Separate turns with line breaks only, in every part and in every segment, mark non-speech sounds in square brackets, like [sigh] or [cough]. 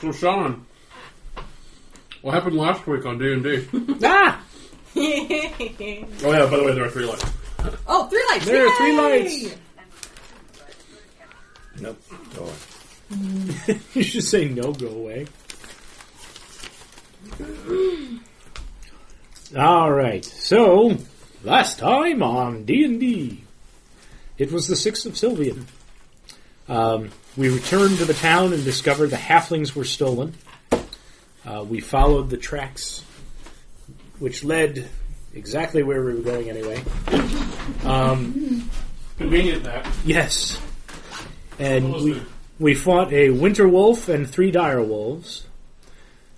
So Sean, what happened last week on D and D?
Ah!
Oh yeah, by the way, there are three lights.
Oh, three lights.
There are three
Yay!
lights.
Nope. Go away.
[laughs] You should say no, go away. All right. So, last time on D and D, it was the sixth of Sylvian. Um, we returned to the town and discovered the halflings were stolen. Uh, we followed the tracks, which led exactly where we were going anyway.
Convenient that.
Yes. And we, we fought a winter wolf and three dire wolves.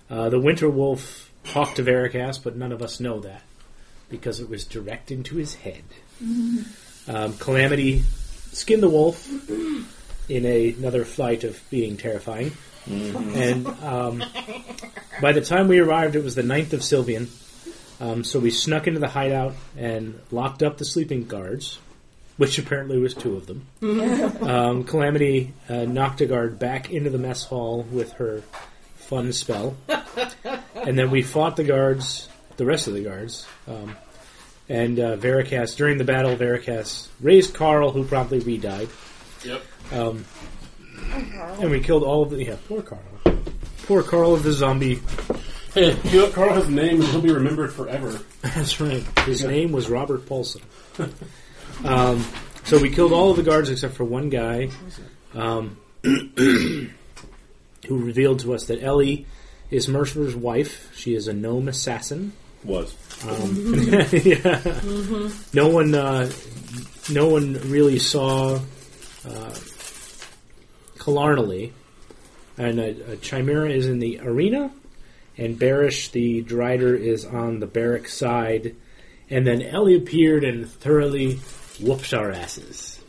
Uh, the winter wolf talked to Veracast, but none of us know that because it was direct into his head. Um, Calamity skinned the wolf in a, another flight of being terrifying. And um, by the time we arrived, it was the 9th of Sylvian. Um, so we snuck into the hideout and locked up the sleeping guards which apparently was two of them. um, Calamity uh, knocked a guard back into the mess hall with her fun spell, and then we fought the guards, the rest of the guards. Um, and uh, Veracast, during the battle, Veracast raised Carl, who promptly re-died,
Yep.
and we killed all of the. Yeah, poor Carl. Poor Carl of the zombie.
Hey, you know, Carl has a name and he'll be remembered forever.
That's right. His name was Robert Paulson. um, so we killed all of the guards except for one guy, um, [clears throat] who revealed to us that Ellie is Mercer's wife. She is a gnome assassin.
Was.
[laughs] yeah. No one, uh, no one really saw uh, Killarnally, and a, a Chimera is in the arena, and Barish the Drider is on the barrack side, and then Ellie appeared and thoroughly whooped our asses.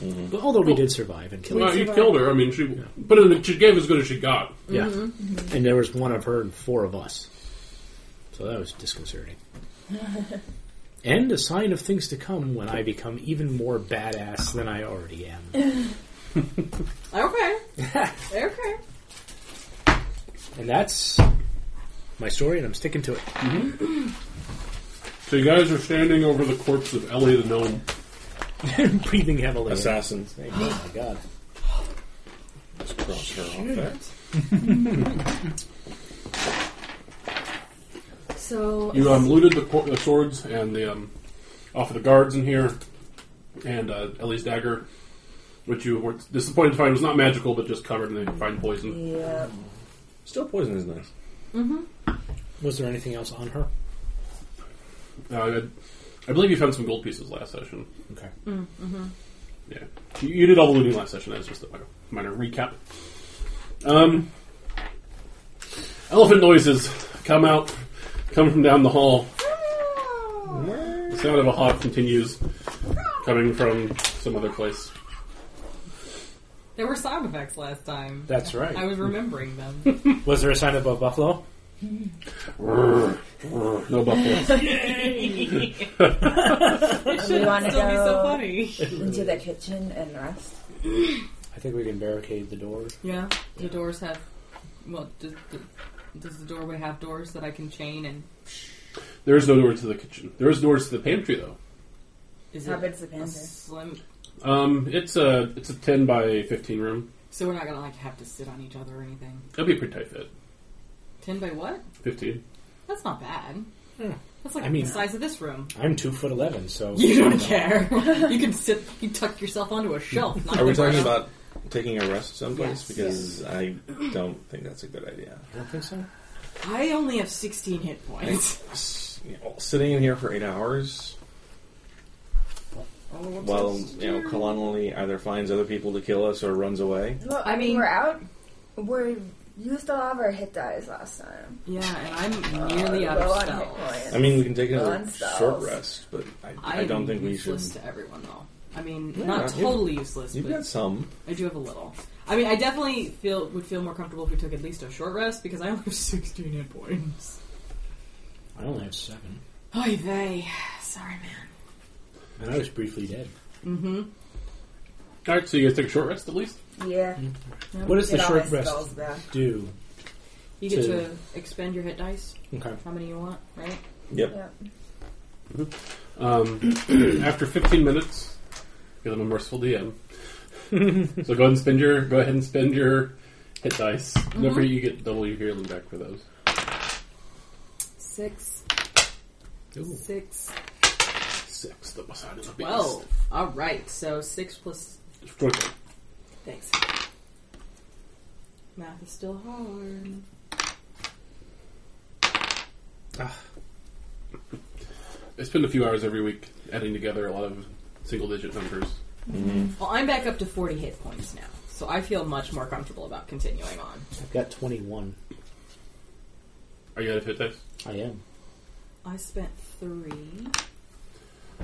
But although we did survive and kill
Well,
her.
he killed her. I mean, she but it- she gave as good as she got.
Yeah. And there was one of her and four of us. So that was disconcerting. and a sign of things to come when I become even more badass than I already am.
Okay. okay.
And that's my story, and I'm sticking to it.
So you guys are standing over the corpse of Ellie the gnome.
[laughs] Breathing heavily.
Assassin.
Oh my god.
Just cross her off that.
So
You um, looted the, cor- the swords and the um, off of the guards in here, and uh, Ellie's dagger, which you were disappointed to find was not magical, but just covered in the fine poison.
yeah.
Still poison is
[laughs]
nice.
Was there anything else on her?
Uh, I, I believe you found some gold pieces last session.
Okay.
Yeah, you, you did all the looting last session. That's just a minor, minor recap. Um, elephant noises come out, come from down the hall. The sound of a hawk continues, coming from some other place.
There were sound effects last time.
That's right.
I was remembering
[laughs]
them.
was there a sign of a buffalo?
No buffalo.
We want to
Still be
go
so funny.
into the kitchen and rest.
I think we can barricade the door.
Yeah, the doors have. Well, does, the- does the doorway have doors that I can chain and?
there is no door to the kitchen. There is doors to the pantry though.
Is
How
it
big's the
a
pantry?
slim?
Um, it's a it's a ten by fifteen room.
So we're not gonna like have to sit on each other or anything.
That'd be a pretty tight fit.
Ten by what?
Fifteen.
That's not bad. That's
Hmm.
like
I mean- uh,
the size of this room.
I'm two foot eleven,
[laughs]
so
You
[laughs]
don't care. you can sit. You tuck yourself onto a shelf. Not
Are we
the ground.
talking about taking a rest
Yes.
someplace? Because I don't think that's a good idea.
I don't think so.
I only have sixteen hit points.
S- you know, sitting in here for eight hours while you know Kalonali either finds other people to kill us or runs away.
Well,
I mean-
we're out. We're used all of our hit dies last time.
Yeah, and I'm nearly
Uh,
out
low
of
on hit
spells.
points.
I mean, we can take
Well,
another
I'm spells.
short rest, but I, I
am
don't think we should.
useless to everyone though. I mean,
Yeah,
not
you-
totally useless,
You've
but
got some.
I do have a little. I mean, I definitely feel would feel more comfortable if we took at least a short rest because I only have [laughs] sixteen hit points.
I only have seven,
Oy vey. Sorry, man. Mm-hmm.
and I was briefly dead.
All right, so you guys take a short rest at least.
Yeah.
No?
Mm-hmm. What is the
Get all my
short rest
spells back.
do?
you get
to-
to expend your hit dice,
Okay.
how many you want, right?
Yep.
Yeah.
Um, after 15 minutes, because I'm a merciful DM. so go ahead and spend your go ahead and spend your hit dice.
Mm-hmm.
Don't forget you get double your healing back for those.
Six,
Ooh.
six,
Six. The Masada is a beast.
twelve. All right, so six plus.
Strength.
Thanks. Math is still hard.
I spend a few hours every week adding together a lot of single digit numbers.
Well, I'm back up to 40 hit points now, so I feel much more comfortable about continuing on.
I've got 21.
Are you out of hit dice?
I am.
I spent three.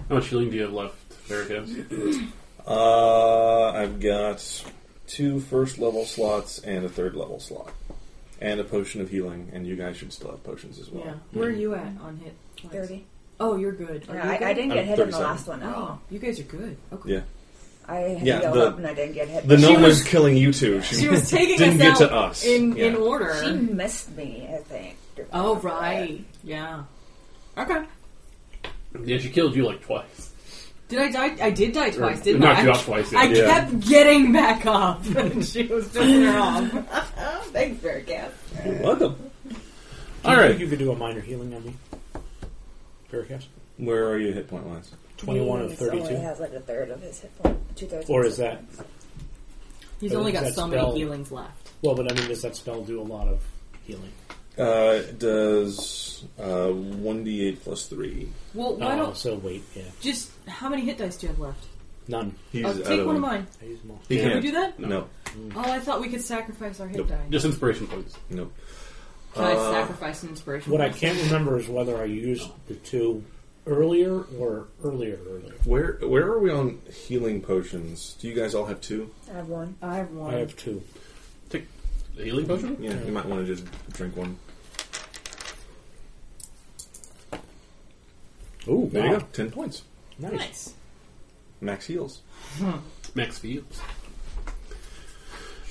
How much healing do you have left, Veracast?
Uh, I've got two first level slots and a third level slot. And a potion of healing, and you guys should still have potions as well.
Yeah. Where are
Mm-hmm.
you at on hit? points?
30.
Oh, you're good. Are
Yeah,
you
I,
good?
I didn't
I'm
get hit in the
37.
last one at
Oh,
all.
you guys are good. Oh, Okay.
Yeah.
I had
Yeah,
to go
the-
up and I didn't get hit.
The
She
gnome was,
was-
killing you two. She,
She
[laughs]
was taking
didn't
us
get
out
to us.
in
Yeah.
in order.
She missed me, I think.
oh right. Yeah. Okay.
yeah, she killed you like twice.
Did I die? I did die twice, didn't
knocked
I?
you
I-
out twice, yeah.
I
Yeah.
kept getting back up, [laughs] and she was pissing her off. Thanks, Veracast.
You're welcome.
All
You-
right.
You could do a minor healing on me. Veracast.
Where are you hit point wise?
21 of
He only
32.
has like a third of his hit point. Two thirds.
Or is that.
He's
But
only got
that's
so
spell.
many healings left.
Well, but I mean, does that spell do a lot of healing?
Uh, does uh, 1d8 plus 3.
Well, why
Oh,
don't
so wait, yeah.
just how many hit dice do you have left?
None.
He's
Oh,
out
take one of mine.
I use them all.
Can we
He
Can
can't.
we do that?
No.
Oh, I thought we could sacrifice our hit
Nope.
die.
Just inspiration points.
No.
Can I sacrifice an inspiration?
What I
point?
can't remember is whether I used the two earlier or earlier earlier.
Where where are we on healing potions? Do you guys all have two?
I have one.
I have one.
I have two.
Take the healing potion.
Yeah, you might want to just drink one.
Ooh,
There you go. 10 points.
Nice.
Nice.
Max heals.
Max Fields.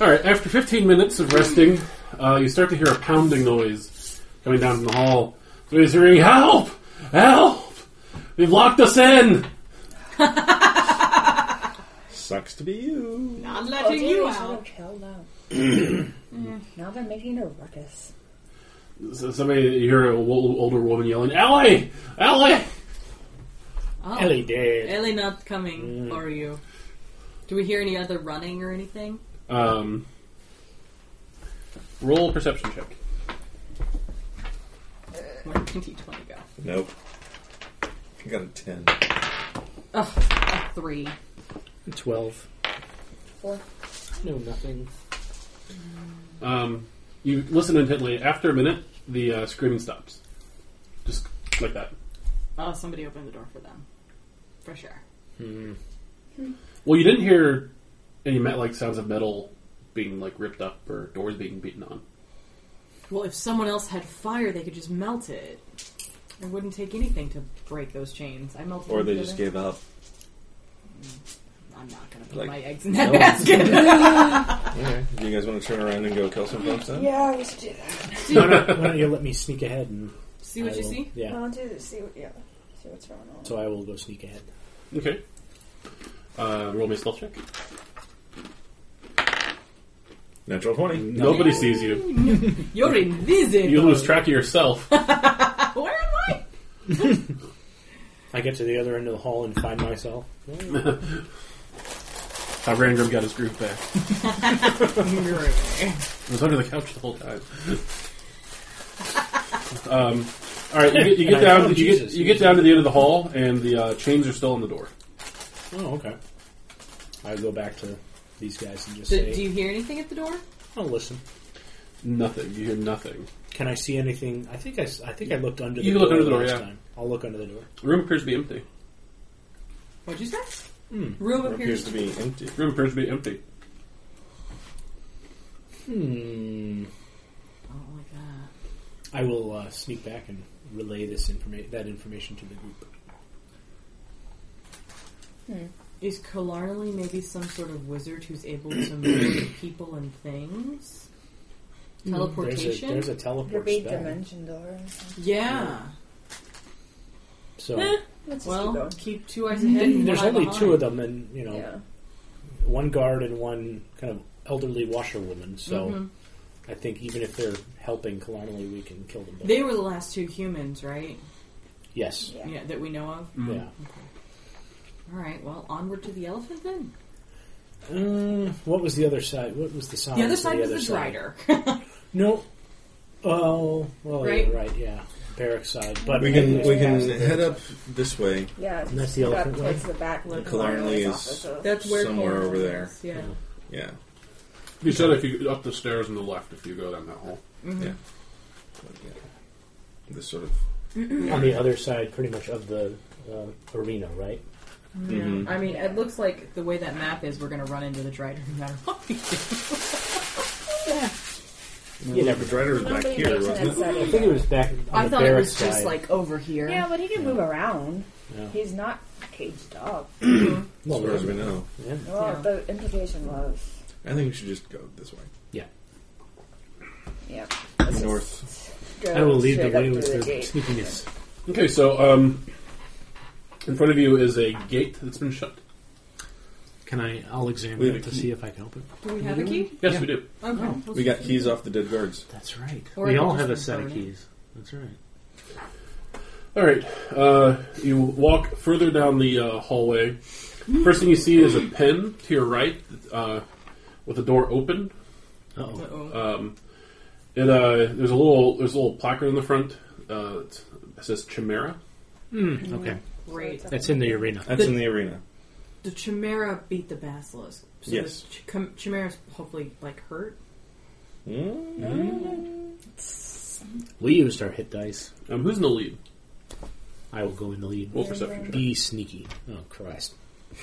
All right. After 15 minutes of resting, uh, you start to hear a pounding noise coming down from the hall. So he's hearing, "Help! Help! They've locked us in."
Sucks to be you.
Not
Oh,
letting
damn,
you
I should have
out.
held out.
[clears throat]
now they're making a ruckus.
So somebody you hear an older woman yelling, "Ellie! Ellie!"
Oh.
Ellie dead.
Ellie not coming for you. Do we hear any other running or anything?
Um, roll perception check.
Where [laughs] did D20 go?
Nope. I got a 10.
Ugh, a three.
Twelve.
Four.
No, nothing.
Um, you listen intently. After a minute, the uh, screaming stops, just like that.
Oh, somebody opened the door for them. For sure.
Well, you didn't hear any met like sounds of metal being like ripped up or doors being beaten on.
Well, if someone else had fire, they could just melt it. It wouldn't take anything to break those chains. I melted
Or
them
they
the
just
other-
gave up.
I'm not going to put
Like-
my eggs in that
No.
basket. [laughs]
Okay. Do you guys want to turn around and go kill some folks then?
Yeah, we should do that.
why, not, why don't you let me sneak ahead and
see what
I
you
will-
see?
Yeah.
I'll do see what yeah. See what's going on.
So I will go sneak ahead.
Okay. Uh, roll me a stealth check.
Natural 20.
Nobody sees you.
You're invisible.
You lose track of yourself.
[laughs] Where am I?
I get to the other end of the hall and find myself.
How Randrum got his groove back. It was under the couch the whole time. um, all right, you get, you get [laughs]
And I
down.
told
You get,
Jesus.
Oh, you get down to the end of the hall, and the uh, chains are still on the door.
Oh, okay. I go back to these guys and just
Do,
say,
do you hear anything at the door?
"Oh, listen.
Nothing. You hear nothing.
Can I see anything? I think I, s- I think I looked under
You can
the
look
door
under the door, yeah.
last time. I'll look under the door.
The room appears to be empty.
What'd you say? Room appears
appears to be empty.
The room appears to be empty.
Hmm.
Oh my god.
I will uh, sneak back and Hmm. relay this informa- that information to the group.
Is Killarnley maybe some sort of wizard who's able to [clears throat] move people and things?
Hmm. There's a,
Teleportation?
there's a teleport
Forbade
spell.
dimension door. or something.
yeah.
So
Eh,
Let's just keep
well,
going.
keep Mm-hmm. two eyes ahead.
and
And
there's
one eye
only
behind.
two of them, and you know,
Yeah.
one guard and one kind of elderly washerwoman. So
Mhm.
I think even if they're helping Killarney, we can kill them. Both.
They were the last two humans, right?
yes.
Yeah.
Yeah, that we know of.
Yeah.
All right. Well, onward to the elephant then.
Uh, what was the other side? What was Uh, the side?
The other side was the
side?
drider. [laughs]
No. Oh, well,
Right?
right, right, yeah, barrack side. But
We can we
Yeah.
can head up this way.
Yeah.
And
just
that's the
back
elephant way?
towards the back. where
Killarney
Killarney's
is-
office
That's where
Somewhere over
Killarney
there.
is, Yeah.
Yeah.
You said if you up the stairs and the left if you go down that hall.
But, yeah. This sort of
on the other side, pretty much of the uh, arena, right?
Yeah.
Mm-hmm.
Mhm.
I mean, it looks like the way that map is, we're going to run into the drider no matter what we do.
You never.
the driver's
Nobody
back here,
mentioned
wasn't it?
that
I [laughs]
side.
think it was back on
I
the
thought it
barrack
was just
side.
like over here.
Yeah, but he can move around.
Yeah.
He's not a caged dog.
As
Well,
far as we know.
yeah.
Well,
Yeah.
the implication was,
I think we should just go this way.
yeah.
yeah.
North.
I will lead the way with the sneakiness.
Okay, so um, in front of you is a gate that's been shut.
Can I? I'll
We
examine
have a
it to
key.
see if I can open. it.
Do we have a key?
Yes,
Yeah.
we do.
Okay.
We got keys off the dead guards.
That's right.
Or I
we
could
all
just
have a
be
set of
burning.
keys. That's right.
All right, uh, you walk further down the uh, hallway. First thing you see is a pen to your right uh, with the door open.
Uh-oh.
Uh-oh.
Um, it uh, there's a little there's a little placard in the front. Uh, it's- it says Chimera.
Mm, okay,
Great.
that's in the arena.
That's in the arena.
The Chimera beat the Basilisk. So
Yes.
The Ch- Chim- Chimera's hopefully, like, hurt.
Mm?
We used our hit dice.
Um, who's in the lead?
I will go in the lead.
Roll perception. check.
Be sneaky. Oh Christ!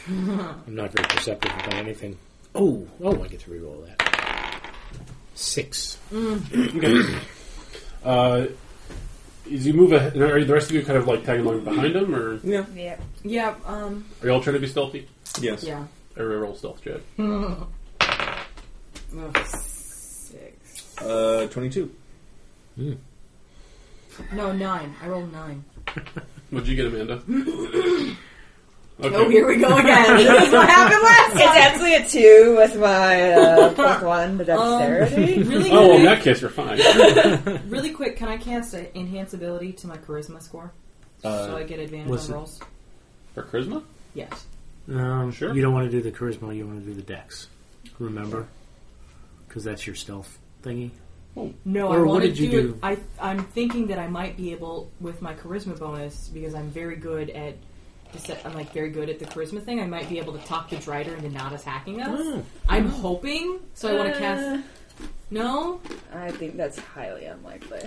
I'm not very perceptive about anything. Oh, oh, I get to reroll that. Six.
Uh, as you move ahead, are the rest of you kind of like tagging along behind him, or are
Yeah.
[laughs]
[laughs]
Yeah.
Yeah, um,
you all trying to be stealthy?
Yes.
yeah.
Everybody roll stealth check.
Ugh, six.
Uh, 22.
No, nine. I rolled nine.
What'd you get, Amanda? Okay.
Oh, here we go again. this [laughs] is what happened last
It's
time.
actually a two with my uh, plus one,
[laughs]
the
Um,
dexterity.
[laughs]
Really
Oh, well, in
quick,
that case, you're fine.
really quick, can I cast an enhance ability to my charisma score? so I get advantage
was
on
it-
rolls?
For charisma?
Yes.
Um,
Sure.
You don't want to do the charisma. You want to do the dex. Remember, because that's your stealth thingy.
No, I
Or what
want to
did you
do,
do?
it. I, I'm thinking that I might be able with my charisma bonus because I'm very good at. dece- I'm like very good at the charisma thing. I might be able to talk the Drider into not attacking us.
Oh.
I'm hoping, so I
Ah.
want to cast. No,
Uh, I think that's highly unlikely.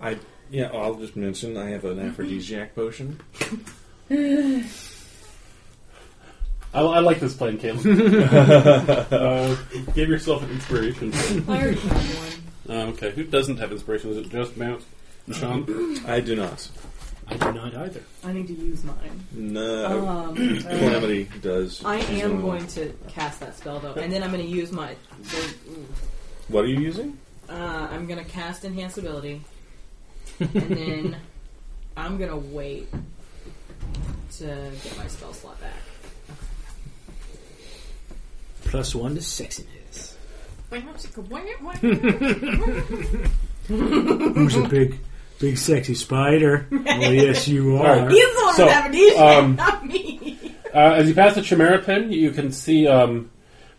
I yeah. I'll just mention I have an aphrodisiac potion.
I, I like this plan, Caleb. uh, give yourself an inspiration.
I already have one.
Uh, okay, who doesn't have inspiration? Is it just Mount? Sean?
I do not.
I do not either.
I need to use mine.
Oh.
No.
Um,
uh, Calamity does.
I
She's
am
the one.
going to cast that spell though, and then I'm going to use my.
What are you using?
Uh, I'm going to cast enhance ability, and then
[laughs]
I'm going to wait to get my spell slot back.
Plus one to sexiness.
[laughs]
Who's a big, big sexy spider? oh yes, you
are.
He's the one
So,
with amnesia,
um,
not me.
Uh, as you pass the Chimera pin, you can see, um,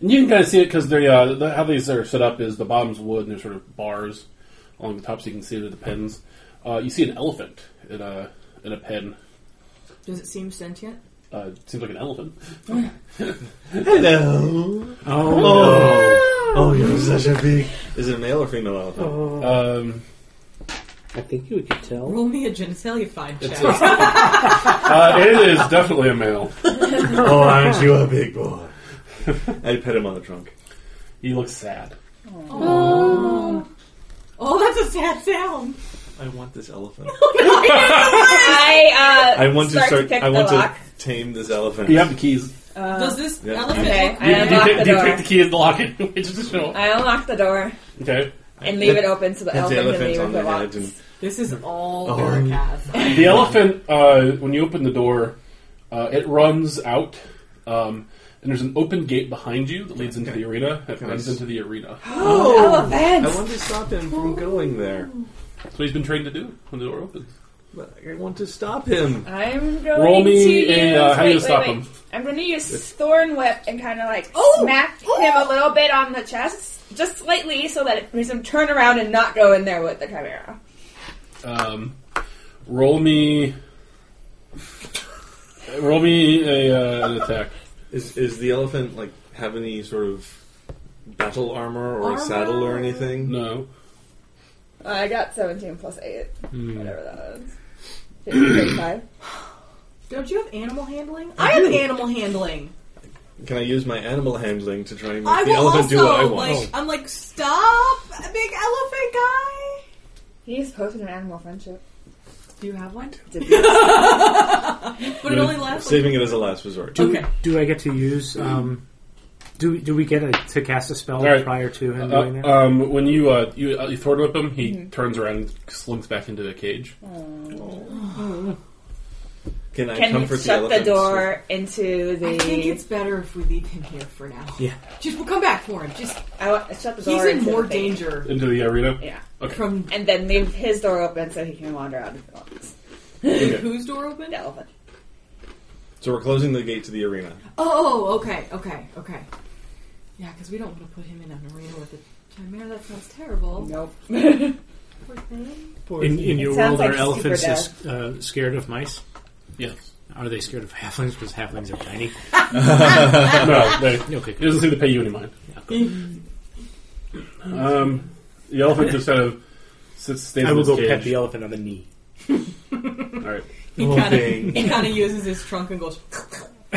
and you can kind of see it because uh, the, how these are set up is the bottom's wood and there's sort of bars along the top so you can see the pins. Uh, you see an elephant in a, in a pen.
Does it seem sentient?
Uh, it seems like an elephant.
Hello.
Oh, no! Oh, you're such a big.
Is it a male or female elephant?
Um,
I think you could tell.
Roll me a genitalia find check.
uh, it is definitely a male.
Oh, aren't you a big
[laughs]
boy?
I pet him on the trunk.
He looks sad.
oh. [laughs] oh, that's a sad sound.
I want this elephant.
I, uh,
I want to
start
start.
pick
I
the
want
lock.
to tame this elephant.
You have the keys.
Does this
Yeah.
elephant
Okay.
look
I
you, you,
unlock
pick,
the
you
door.
pick the key and [laughs] lock it. It's just a
I unlock the door
Okay.
and leave it open so the
Have the
elephant can
elephant
leave
on
the
the
box.
head and
This is all
Oh.
[laughs] Veracast.
The elephant, uh, when you open the door, uh, it runs out, um, and there's an open gate behind you that leads into the arena. It
Nice.
runs into the arena.
Oh,
I
Elephant!
want to stop him from going there.
That's what he's been trained to do when the door opens.
But I want to stop him.
I'm going
Roll me
to use.
a, uh, how you
wait,
gonna stop
wait, wait.
him?
I'm going to use Thorn Whip and kind of like
Oh!
smack him a little bit on the chest, just slightly, so that it makes him turn around and not go in there with the chimera.
Um, roll me. Roll me a, uh, an attack.
Is is the elephant like have any sort of battle armor or a saddle or
Armor?
anything?
No.
I got 17 plus 8,
Hmm.
whatever that was. 35.
Don't you have animal handling? I have animal handling.
Can I use my animal handling to try and make
I
the
will
elephant
also
do what I want? Oh.
like. I'm like, stop, big elephant guy.
He's posted an animal friendship.
Do you have one?
Did you?
[laughs] But it only lasts.
Oh, Saving it as a last resort.
Do,
Okay.
do I get to use? Um, do do we get a, to cast a spell
All right.
prior to him doing
Uh,
that?
um, when you uh, you, uh, you thwart whip him, he turns around and slunks back into the cage.
Oh. Can I
Can
comfort
you
the
shut
elephant?
the door into the.
I think it's better if we leave him here for now.
Yeah.
Just we'll come back for him. Just
I want, shut the door.
he's in
into
more
the thing.
danger
Into the arena.
Yeah.
Okay.
from
And then leave his door open so he can wander out if he wants.
okay.
whose door open?
The elephant.
So we're closing the gate to the arena.
Oh, okay, okay, okay. Yeah, because we don't want to put him in an arena with a chimera. That sounds terrible.
[laughs] Nope.
Poor thing.
In, in your
sounds
world, are
like
elephants
super
as, uh, scared of mice?
Yes.
Are they scared of halflings because halflings are tiny?
no, they,
Okay.
He doesn't seem to pay you any mind. um, the elephant just kind of sits, stays
[laughs] I
in
will
his
go
cage.
pet the elephant on the knee.
All right.
He
Oh,
kind of
dang.
he kind of uses his trunk and goes [laughs]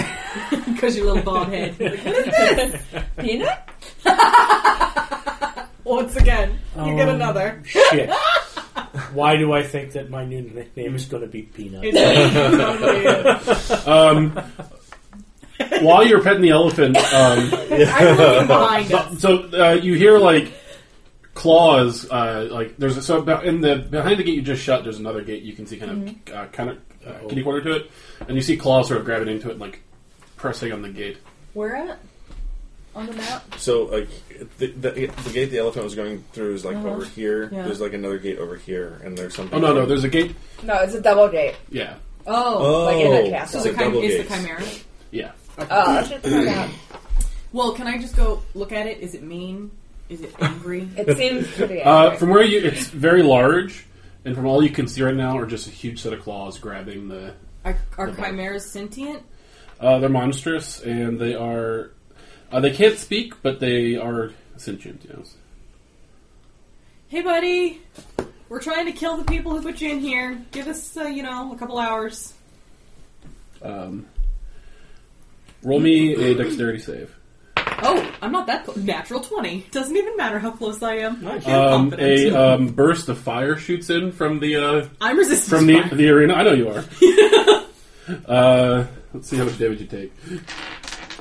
because your little
[laughs]
bald head.
Peanut?
[laughs] Once again, you get
Um,
another.
Shit. Why do I think that my new nickname is going to be Peanut?
It's totally it.
Um, while you're petting the elephant, um, [laughs]
I'm looking behind us.
so uh, you hear like claws. Uh, like there's a, so about in the behind the gate you just shut. There's another gate you can see kind of uh, kind of uh,
Uh-oh.
kitty corner to it, and you see claws sort of grabbing into it and like pressing on the gate.
Where at? On the map?
So like the, the, the gate the elephant was going through is like over here.
Uh-huh. Yeah.
There's like another gate over here, and there's something.
Oh no, no, there's a gate.
No, it's a double gate.
Yeah,
Oh,
oh,
like in a castle.
So
the
the
chim-
double
is
gates.
the chimera.
yeah.
Oh, I should find out.
Well, can I just go look at it? Is it mean? Is it angry?
It seems pretty
Uh,
accurate.
from where you, it's very large, and from all you can see right now, are just a huge set of claws grabbing the.
Are, are
The bug.
chimeras sentient?
Uh, they're monstrous, and they are. Uh, they can't speak, but they are sentient. Yes.
Hey, buddy, we're trying to kill the people who put you in here. Give us, uh, you know, a couple hours.
Um, roll me a dexterity save.
Oh, I'm not that close. Natural 20. Doesn't even matter how close I am.
Nice.
You're
Um, a
confident.
um, burst of fire shoots in from the uh,
I'm resistant.
from
to
the,
fire.
the arena. I know you are. uh, let's see how much damage you take.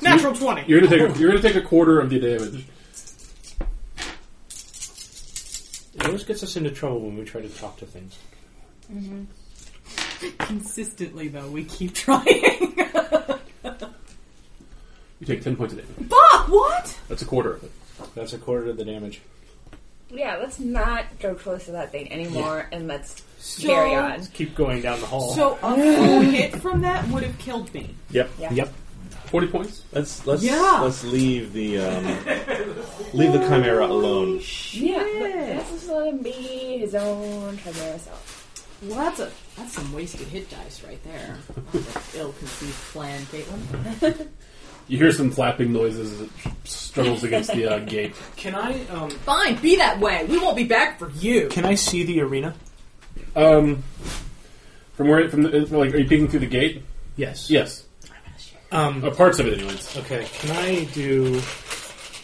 Natural 20.
You're gonna take a, you're gonna take a quarter of the damage.
It always gets us into trouble when we try to talk to things.
Consistently, though, we keep [laughs] trying.
You take ten points of damage.
Fuck, what?
That's a quarter of it.
That's a quarter of the damage.
yeah, let's not go close to that thing anymore and let's
So-
carry on.
Let's keep going down the hall.
So
[sighs]
a full hit from that would have killed me.
Yep.
Yeah.
yep.
Forty points.
Let's let's
Yeah.
let's leave the um, leave the chimera alone.
Yeah,
Yeah.
let's just let him be his own chimera self.
Well, that's a that's some wasted hit dice right there. That's an ill-conceived plan, Caitlin.
You hear some flapping noises as it struggles against the uh, gate.
Can I um
Fine, be that way. We won't be back for you.
can I see the arena?
Um, from where? From the, like, are you peeking through the gate?
Yes.
Yes,
Um.
uh, parts of it, anyways.
Okay. Can I do?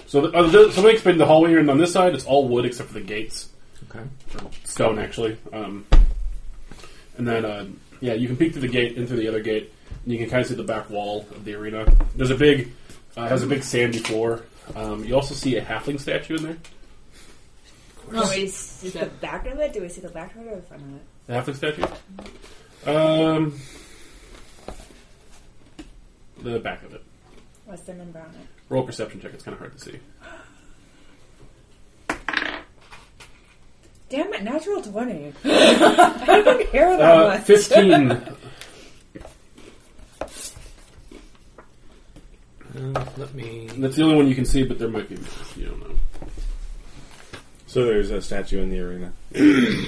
So, the, uh, the, somebody explained the hallway here, and on this side, it's all wood except for the gates,
Okay.
or stone actually. Um, and then, uh, yeah, you can peek through the gate and through the other gate. And you can kind of see the back wall of the arena. There's a big, uh, it has a big sandy floor. Um, you also see a halfling statue in there.
Oh,
Do we see the back of it? Do we see the back of it or the front of it?
The halfling statue. Um, the back of it.
What's the number on it?
Roll a perception check. It's kind of hard to see.
Damn it, natural 20. I don't care that
Uh,
much. [laughs]
Fifteen.
Uh, let me.
That's the only one you can see, but there might be more. You don't know.
So there's a statue in the arena.
[clears throat]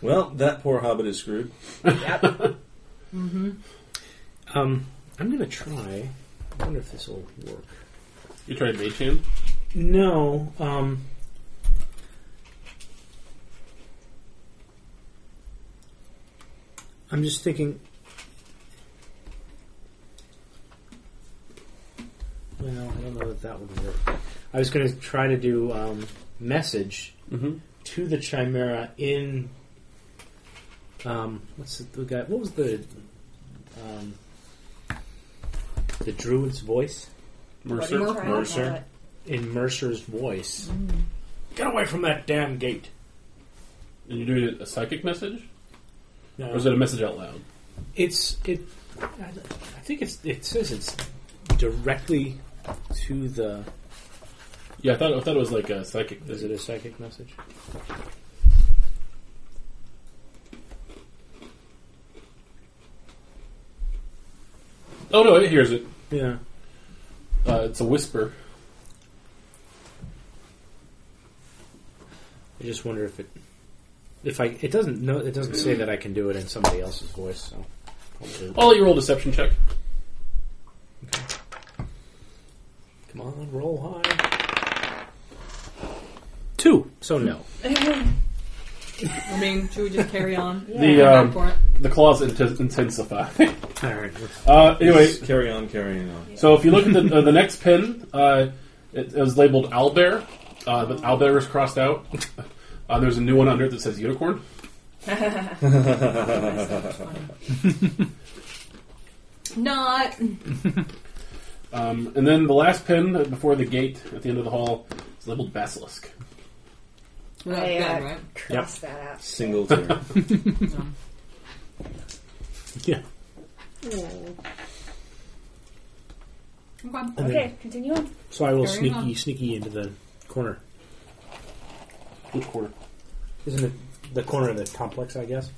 well, that poor hobbit is screwed.
Yep.
Um, I'm gonna try. I wonder if this will work.
You tried mage hand.
No. Um, I'm just thinking. Well, I don't know that that would work. I was going to try to do um, message
Mhm.
to the chimera in. Um, what's the, the guy? What was the um, the druid's voice?
Mercer.
What are you trying to
Mercer.
call it?
in Mercer's voice. Mm. Get away from that damn gate.
And you're doing a psychic message,
No,
or is it a message out loud?
it's it. I I think it's it says it's directly to the.
Yeah, I thought I thought it was like a psychic.
Is it a psychic message?
Oh no, it hears it.
Yeah.
Uh, it's a whisper.
I just wonder if it. If I, it doesn't no, it doesn't say that I can do it in somebody else's voice. So, I'll do it.
I'll let you roll deception check.
come on, roll high. Two. So no.
I mean, should we just carry on?
The
I'm
um,
for it.
the claws inten- intensify.
All right.
[laughs] uh, anyway,
Just carry on, carrying on.
so if you look at the uh, the next pin, uh, it, it was labeled owlbear, uh, but owlbear is crossed out. [laughs] Uh, there's a new one under it that says unicorn.
Not.
Um, and then the last pin uh, before the gate at the end of the hall is labeled basilisk.
We're not
I, uh,
done, right?
cross that out.
Singletary.
[laughs]
Yeah.
Okay.
And
Okay,
then,
continue on.
so I will
Carry
sneaky
on.
sneaky into the corner.
Which corner?
Isn't it the corner of the complex, I guess?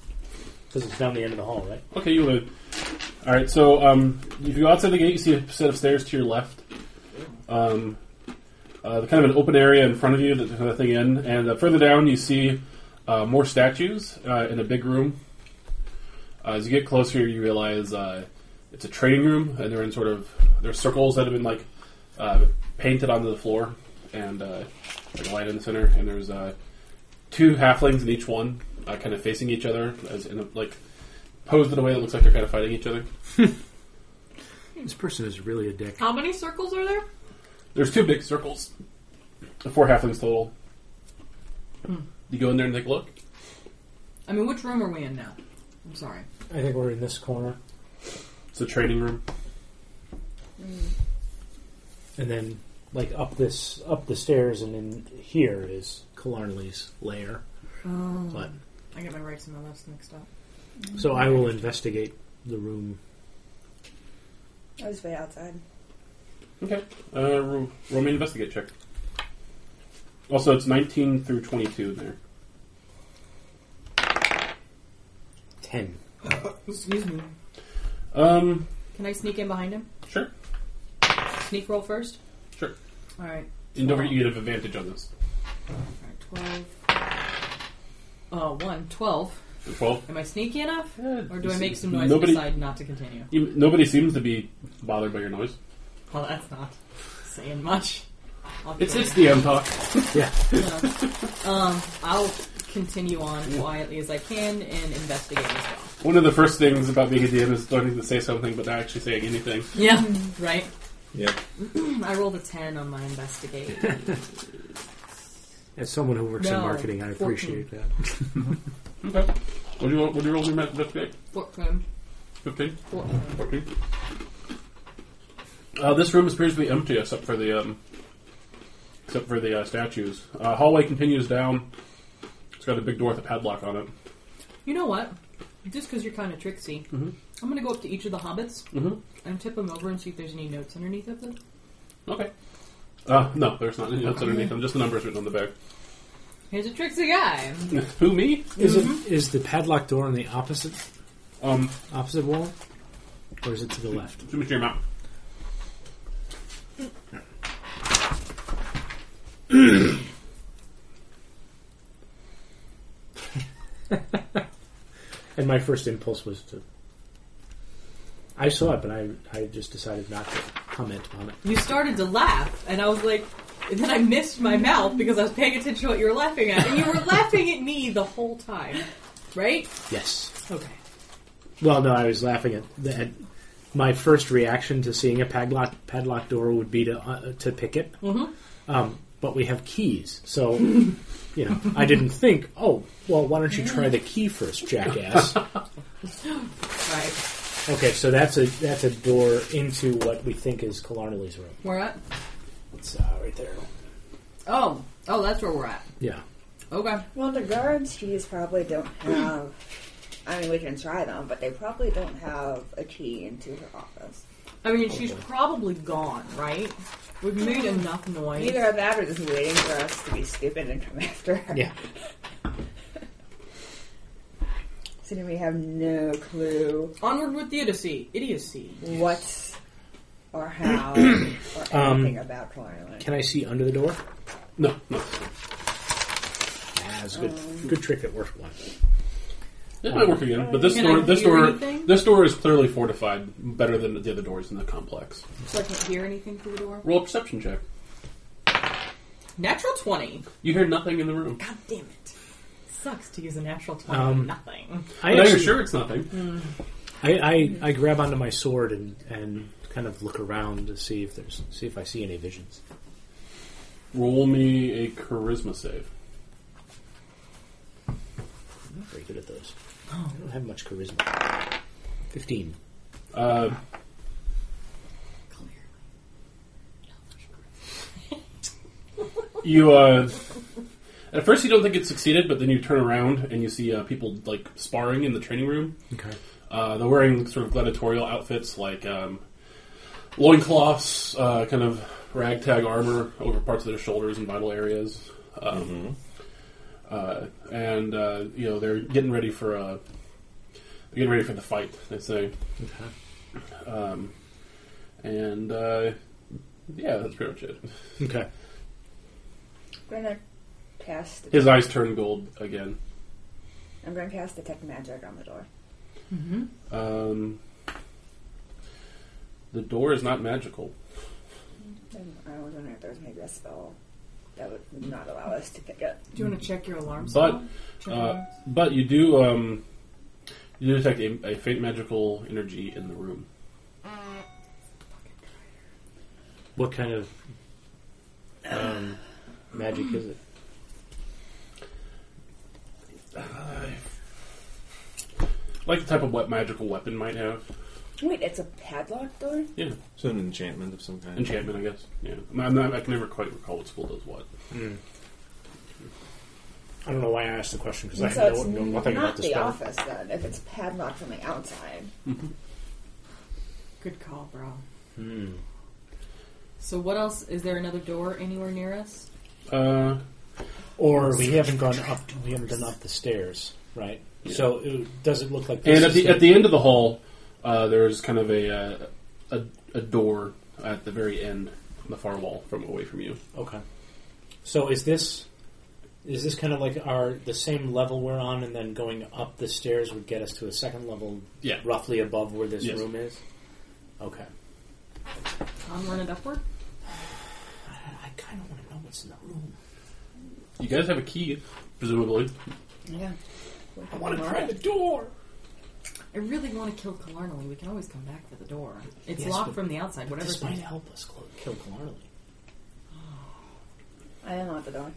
Because it's down the end of the hall, right?
Okay, you live. All right, so um, if you go outside the gate, you see a set of stairs to your left. Um, uh, kind of an open area in front of you that there's nothing in, and uh, further down you see uh, more statues uh, in a big room. Uh, as you get closer, you realize uh, it's a training room, and they're in sort of there's circles that have been like uh, painted onto the floor, and uh, like a light in the center, and there's uh, two halflings in each one, uh, kind of facing each other, as in a, like posed in a way that looks like they're kind of fighting each other.
This person is really a dick.
How many circles are there?
There's two big circles, four halflings total. You go in there and take a look.
I mean, which room are we in now? I'm sorry.
I think we're in this corner,
It's a training room.
and then like up this up the stairs, and then here is Killarnley's lair.
Oh.
But
I get my rights and my lefts mixed up.
so I will investigate the room.
I was way outside.
Okay. Uh, ro- roll me an investigate check. Also, it's 19 through 22 in there.
Ten.
Excuse me.
Um,
Can I sneak in behind him?
sure,
Sneak roll first?
sure.
Alright.
And don't forget you get an advantage on this.
Alright, 12. Oh, one. 12.
The 12.
Am I sneaky enough?
Yeah,
Or do
you
I make
see-
some noise
nobody-
and decide not to continue?
You, nobody seems to be bothered by your noise.
Well, that's not saying much. I'll
It's
go
it's DM talk.
Yeah.
Um, I'll continue on quietly as I can and investigate as well.
One of the first things about being a DM is learning to say something but not actually saying anything.
Yeah. Right?
yep.
Hmm. I rolled a 10 on my investigate. [laughs]
As someone who works in
No,
marketing, I appreciate that.
Okay. What do you what do you roll your investigate?
14.
Fifteen.
Cool.
Fourteen. Uh, this room appears to be empty except for the um, except for the uh, statues. Uh, hallway continues down. It's got a big door with a padlock on it.
You know what? Just because you're kind of tricksy, I'm going to go up to each of the hobbits
Mhm.
and tip them over and see if there's any notes underneath of them.
Okay. Uh, no, there's not any notes underneath them. Just the numbers written on the back. [laughs]
Here's a tricksy guy.
Who me?
Is it is the padlock door on the opposite
Um,
opposite wall, or is it to the left?
zoom into your mouth.
And my first impulse was to. I saw it, but I I just decided not to comment on it.
You started to laugh, and I was like, and then I missed my mouth because I was paying attention to what you were laughing at, and you were laughing at me the whole time, right?
Yes.
Okay.
Well, no, I was laughing at that. My first reaction to seeing a padlock padlock door would be to uh, to pick it.
Mhm.
Um, but we have keys, so you know I didn't think. Oh, well, why don't you try the key first, jackass?
Right.
okay, so that's a that's a door into what we think is Killarney's room.
We're at.
It's uh, right there.
Oh, oh, that's where we're at.
Yeah.
Okay.
Well, the guards keys probably don't have. I mean, we can try them, but they probably don't have a key into her office.
I mean, she's probably gone, right? We've made enough noise.
Either that or just waiting for us to be stupid and come after her.
Yeah.
[laughs] So then we have no clue
Onward with the idiocy. Idiocy.
what
[clears throat]
or how or
Um,
anything about Carolyn.
Can I see under the door?
No, no.
Ah, it's a good good trick that worked once.
It might work again, but this
Can
door,
I
this
hear
door,
anything?
this door is clearly fortified, better than the other doors in the complex.
So I can't hear anything through the door.
Roll a perception check.
Natural 20.
You hear nothing in the room.
God damn it. Sucks to use a natural 20
Um,
on nothing.
I
Now you're
actually-
sure it's
Hmm.
nothing.
I, I, I grab onto my sword and, and kind of look around to see if there's see if I see any visions.
Roll me a charisma save.
I'm not very good at those. I don't have much charisma. Fifteen.
Uh,
Clearly.
you uh, at first you don't think it succeeded, but then you turn around and you see uh, people like sparring in the training room.
Okay.
Uh, they're wearing sort of gladiatorial outfits like um, loincloths, uh, kind of ragtag armor over parts of their shoulders and vital areas. Um, uh, and uh, you know they're getting ready for uh, they're getting ready for the fight. They say,
Okay.
um, and uh, yeah, that's pretty much it.
Okay.
I'm gonna cast.
His eyes turn gold again.
I'm gonna cast detect magic on the door.
Um, the door is not magical.
And I was wondering if there was maybe a spell that would not allow us to pick it.
Do you want to check your alarm
But
cell? Check your
uh,
alarms?
but you do um, you do detect a, a faint magical energy in the room. [sighs]
What kind of um, magic is it?
Like the type of what magical weapon might have.
Wait, it's a padlock door.
Yeah,
So an enchantment of some kind.
enchantment, I guess. Yeah, I'm not- I'm not- I can never quite recall what school does what.
I don't know why I asked the question because
so it's not the office then. If it's padlocked from the outside,
Good call, bro.
Hmm.
So what else? Is there another door anywhere near us?
Uh,
Or we haven't gone up. We haven't done up the stairs, right? So it, does it look like? This
and at
is
the
the-
at the end of the hall, uh, there's kind of a, uh, a a door at the very end, on the far wall from away from you.
Okay. So is this is this kind of like our the same level we're on, and then going up the stairs would get us to a second level,
Yeah.
roughly above where this
Yes.
room is? Okay.
Onward and upward?
I, I kind of want to know what's in the room.
You guys have a key, presumably.
yeah.
I want to try the door.
I really want to kill Killarnally. We can always come back for the door. It's
Yes,
locked
but-
from the outside. Whatever.
This might help us clo- kill Killarney.
I unlock the door.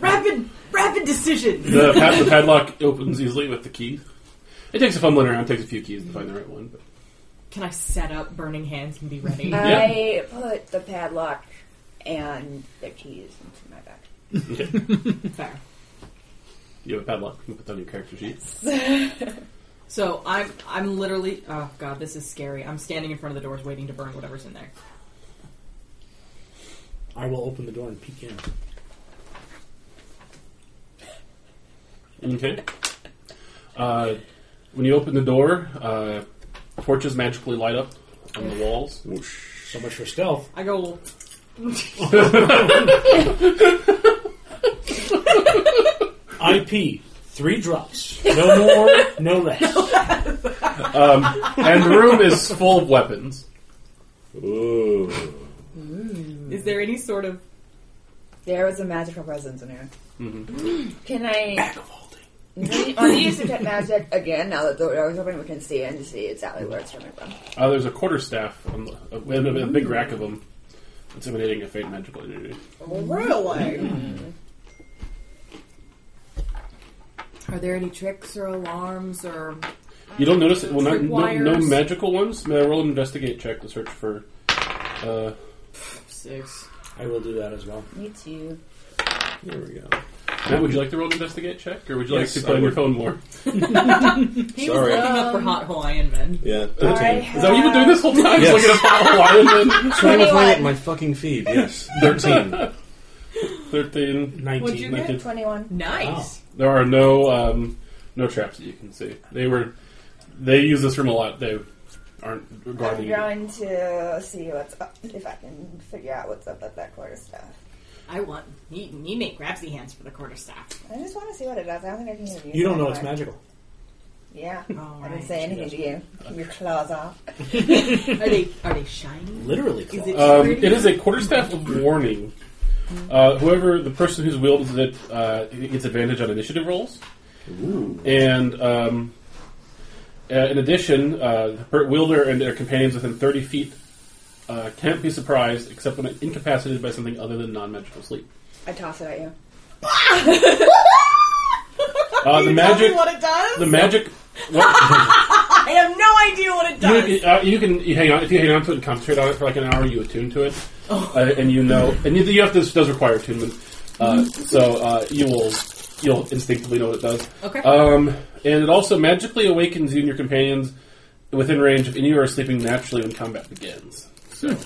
Rapid, rapid decision.
The, pad- the padlock opens easily with the key. It takes a fumbling around, takes a few keys to find the right one. But
Can I set up burning hands and be ready? [laughs]
I put the padlock and the keys into my bag.
Fair.
you have a padlock. You can put that on your character sheet.
So I'm I'm literally oh god this is scary. I'm standing in front of the doors waiting to burn whatever's in there.
I will open the door and peek in.
Okay. Uh, when you open the door, uh, torches magically light up on the walls.
So much for stealth.
I go
IP three drops, no more, [laughs] no less.
And the room is full of weapons.
Ooh.
is there any sort of
There was a magical presence in here. [gasps]
Mm-hmm.
Can
Bag
I?
of holding.
When
[laughs]
when you use detect magic again, now that the door is open, we can see and see exactly where it's coming from.
Uh, there's a quarter staff on the, uh, and a, a big rack of them. It's emanating a faint magical energy.
Really?
are there any tricks or alarms or
You don't notice it. Well, not, no, no
Wires.
magical ones. May I roll an investigate check to search for? Uh,
six?
I will do that as well.
Me too.
There we go.
Matt, would you like to roll an investigate check, or would you
Yes,
like to
I
play on your
would.
phone more?
He
Sorry.
was looking up for hot Hawaiian men.
Yeah.
I
Thirteen.
Is that what you've been doing this whole time?
Yes.
Looking [laughs] at Hawaiian men?
Trying to find it in
21.
my fucking
[laughs]
feed. Yes. Thirteen.
Thirteen.
What'd you
Nineteen. oh.
get?
Nineteen.
Twenty-one.
Nice.
There are no um, no traps that you can see. They were they use this room a lot. They aren't
I'm
guarding it.
going to see what's up if I can figure out what's up at that quarter staff.
I want you, you make grabsy hands for the quarterstaff.
I just want to see what it does. I don't think I can even use
You don't
it
know it's
anymore.
magical.
Yeah.
All
Oh, I didn't
right.
say anything to you. Keep your claws off.
Are they are they shiny?
Literally,
Is
claws.
it
Um,
pretty?
it is a quarterstaff of warning. Uh, whoever the person who's wielded it uh, gets advantage on initiative rolls,
Ooh.
and um, uh, in addition, uh, the per- wielder and their companions within thirty feet uh, can't be surprised except when incapacitated by something other than non-magical sleep.
I toss it at you.
Uh, the magic,
what it does?
the magic. What?
I have no idea what it does.
You, uh, you can you hang on if you hang on to it and concentrate on it for like an hour. You attune to it,
Oh.
uh, and you know, and you, you have to, this does require attunement.
Mm-hmm.
Uh, so uh, you will you'll instinctively know what it does.
Okay.
Um, and it also magically awakens you and your companions within range of any who are sleeping naturally when combat begins. So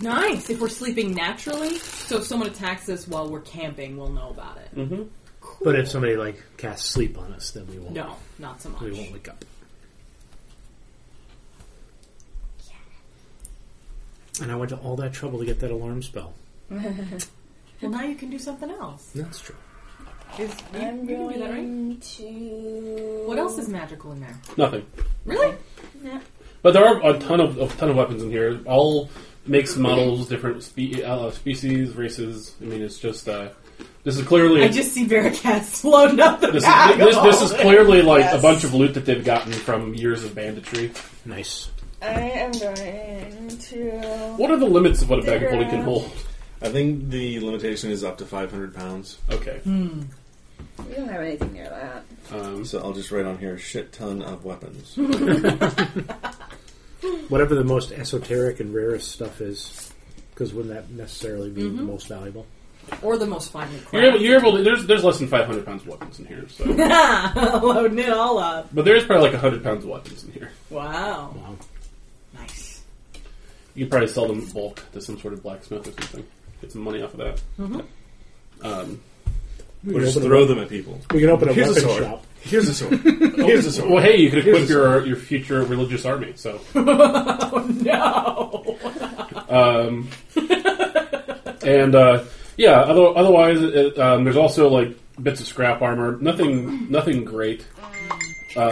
nice. If we're sleeping naturally, so if someone attacks us while we're camping, we'll know about it.
But if somebody like casts sleep on us, then we won't.
No, not so much.
we won't wake up. And I went to all that trouble to get that alarm spell.
Well, now you can do something else.
That's true.
Is, you,
I'm
you can do that, right?
going to.
What else is magical in there?
nothing.
Really?
But there are a ton of a ton of weapons in here. All makes models, different spe- uh, species, races. I mean, it's just uh, this is clearly
I just see Veracast [laughs] floating up the
This is,
back.
this, this is clearly like a
Yes.
bunch of loot that they've gotten from years of banditry.
Nice.
I am going to.
What are the limits of what a bag of holding can
Yeah.
hold?
I think the limitation is up to 500 pounds.
Okay.
We don't have anything near that.
Um,
So I'll just write on here shit ton of weapons.
Whatever the most esoteric and rarest stuff is, because wouldn't that necessarily be
Mm-hmm.
the most valuable?
or the most finely crafted.
you're able, you're able to, there's, there's less than 500 pounds of weapons in here.
[laughs]
So.
Loading it all up.
but there's probably like 100 pounds of weapons in here.
Wow.
Wow.
Nice.
You could probably sell them in bulk to some sort of blacksmith or something. Get some money off of that. Um,
Or just throw them at people.
We can open a
Here's a
weapon
sword.
shop.
Here's
[laughs]
a sword. Here's a sword.
well, hey, you could equip
Here's a
your, your future religious army. [laughs] So, Oh,
No.
um, and uh, yeah, other, otherwise, it, um, there's also like bits of scrap armor. Nothing, nothing great.
I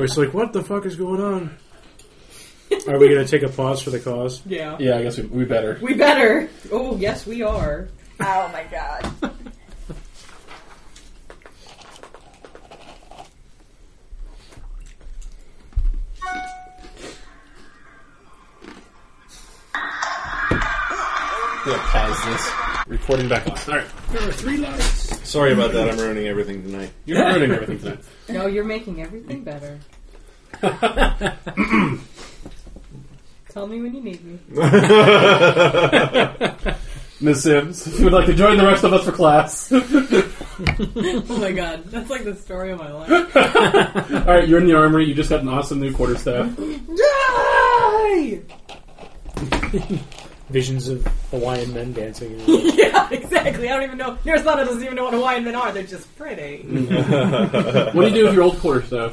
was like, what the fuck is going on? Are we going to take a pause for the cause?
Yeah.
Yeah, I guess we, we better.
We better. Oh, yes, we are.
Oh my god.
Yeah, pause this. Recording back on. All right. There are three lights.
Sorry about that. I'm ruining everything tonight.
You're ruining everything tonight.
No, you're making everything better. Tell me when you need me.
[laughs] Miss Sims, if you would like to join the rest of us for class. [laughs]
Oh my god, that's like the story of my life.
Alright, you're in the armory. You just got an awesome new quarterstaff.
Yay!
Visions of Hawaiian men dancing. And
[laughs] Yeah, exactly. I don't even know. Nearest Lana doesn't even know what Hawaiian men are. They're just pretty.
What do you do with your old quarterstaff?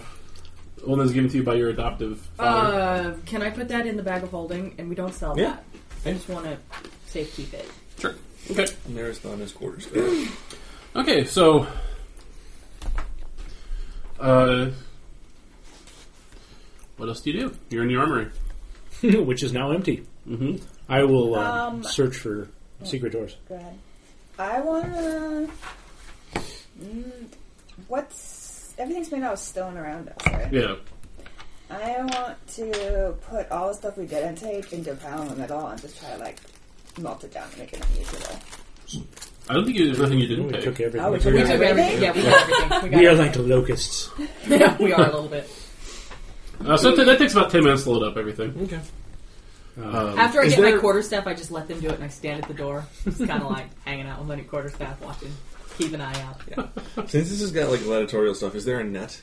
The one that was given to you by your adoptive father.
Uh, can I put that in the bag of holding? And we don't sell
Yeah.
that. I just want to safekeep it.
sure. Okay.
Marathon is quarters. there.
Okay, so uh, what else do you do? You're in the armory.
[laughs] which is now empty.
Mm-hmm.
I will uh,
Um,
search for secret doors.
Go ahead. I wanna. Mm, what's everything's made out of stone around us, right?
Yeah.
I want to put all the stuff we didn't take into a pile of metal and just try to like melt it down and make it unusable.
I don't think there's nothing you didn't
we
take.
took everything.
Oh, we
We
took
took everything. Yeah, we got everything. We, got
We are like
everything.
locusts.
yeah, [laughs] we are a little bit.
Uh, so that, that takes about ten minutes to load up everything.
Mm-hmm.
Okay. Uh,
Uh,
Um,
After I
is
get my
there-
quarterstaff, I just let them do it, and I stand at the door, just kind of like hanging out with my new quarterstaff, watching, keep an eye out. Yeah.
Since this has got like gladiatorial stuff, is there a net?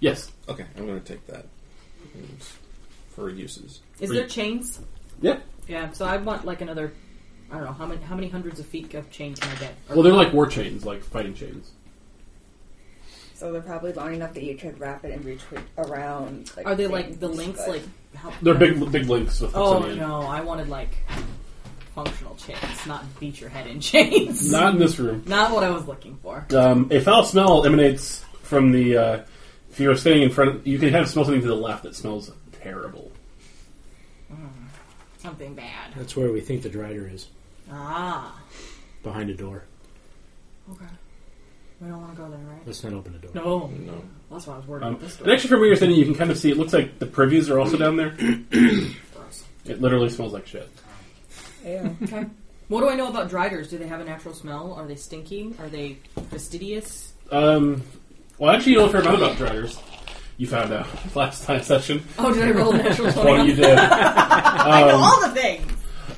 Yes.
Okay, I'm going to take that And for uses.
Is there chains?
Yeah.
Yeah. So I want like another. I don't know how many how many hundreds of feet of chain can I get? Or-
Well, they're like war chains, like fighting chains.
So they're probably long enough that you could wrap it and reach around. Like,
are they like the
things,
links?
but-
Like how,
They're big, big links with.
Oh
obsidian.
no! I wanted like functional chains, not beat your head in [laughs] chains.
Not in this room.
Not what I was looking for.
Um, a foul smell emanates from the. Uh, if you're standing in front, you can have smell something to the left that smells terrible.
Something bad.
That's where we think the drider is,
Ah.
behind a door.
Okay. We don't want to go there, right?
Let's not open the door.
No.
No.
That's why I was worried
Um,
about this
and
door.
actually, from where you're standing, you can kind of see. It looks like the privies are also down there. It literally smells like shit.
Ew.
Okay. What do I know about dryders? Do they have a natural smell? Are they stinky? Are they fastidious? [laughs]
Um, well, actually, you know a fair amount about dryers. You found out [laughs] last time session.
Oh, did I roll a natural
Well, you
20?
did.
I know all the things!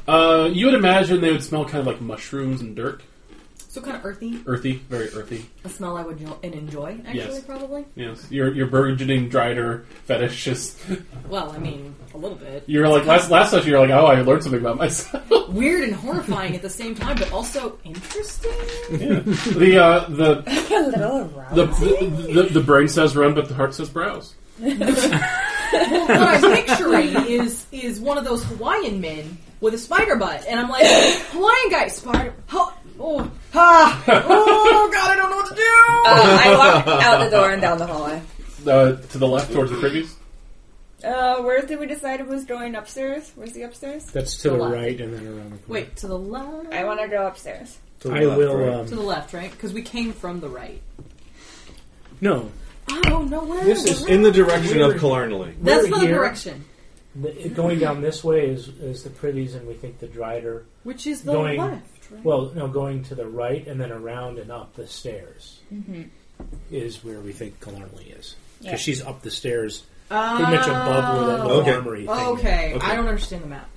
Uh, you would imagine they would smell kind of like mushrooms and dirt,
So kind of earthy.
earthy, very earthy.
A smell I would jo- and enjoy, actually,
Yes.
probably.
Yes, your your burgeoning dryder fetish is.
Well, I mean, a little bit.
You're like last last session. You're like, oh, I learned something about myself. [laughs]
Weird and horrifying at the same time, but also interesting?
the uh, the
a [laughs] little around.
the, the the the brain says run, but the heart says browse.
what I was picturing is is one of those Hawaiian men with a spider butt, and I'm like, Hawaiian guy spider. Ho- oh, ha! Oh God, I don't know what to do.
Uh, I walked
[laughs]
out the door and down the hallway.
Uh, to the left, towards the privies.
Uh, where did we decide it was going upstairs? Where's the upstairs?
That's to the
left.
right and then around the corner.
Wait, to the left.
I want to go upstairs.
To the
I
left,
will.
right?
To
Um,
the left, right? Because we came from the right.
no,
I don't know where.
This is-
in the direction of Killarnley.
That's
We're
the
here.
direction.
The, going down this way is, is the privies, and we think the drider.
Which is the
Going-
left, right?
Well, no, going to the right and then around and up the stairs
Mm-hmm.
is where we think Killarney is because
Yeah.
she's up the stairs, pretty much above where that
Oh.
little
Okay.
armory thing. is.
Okay,
Okay.
I don't understand the map.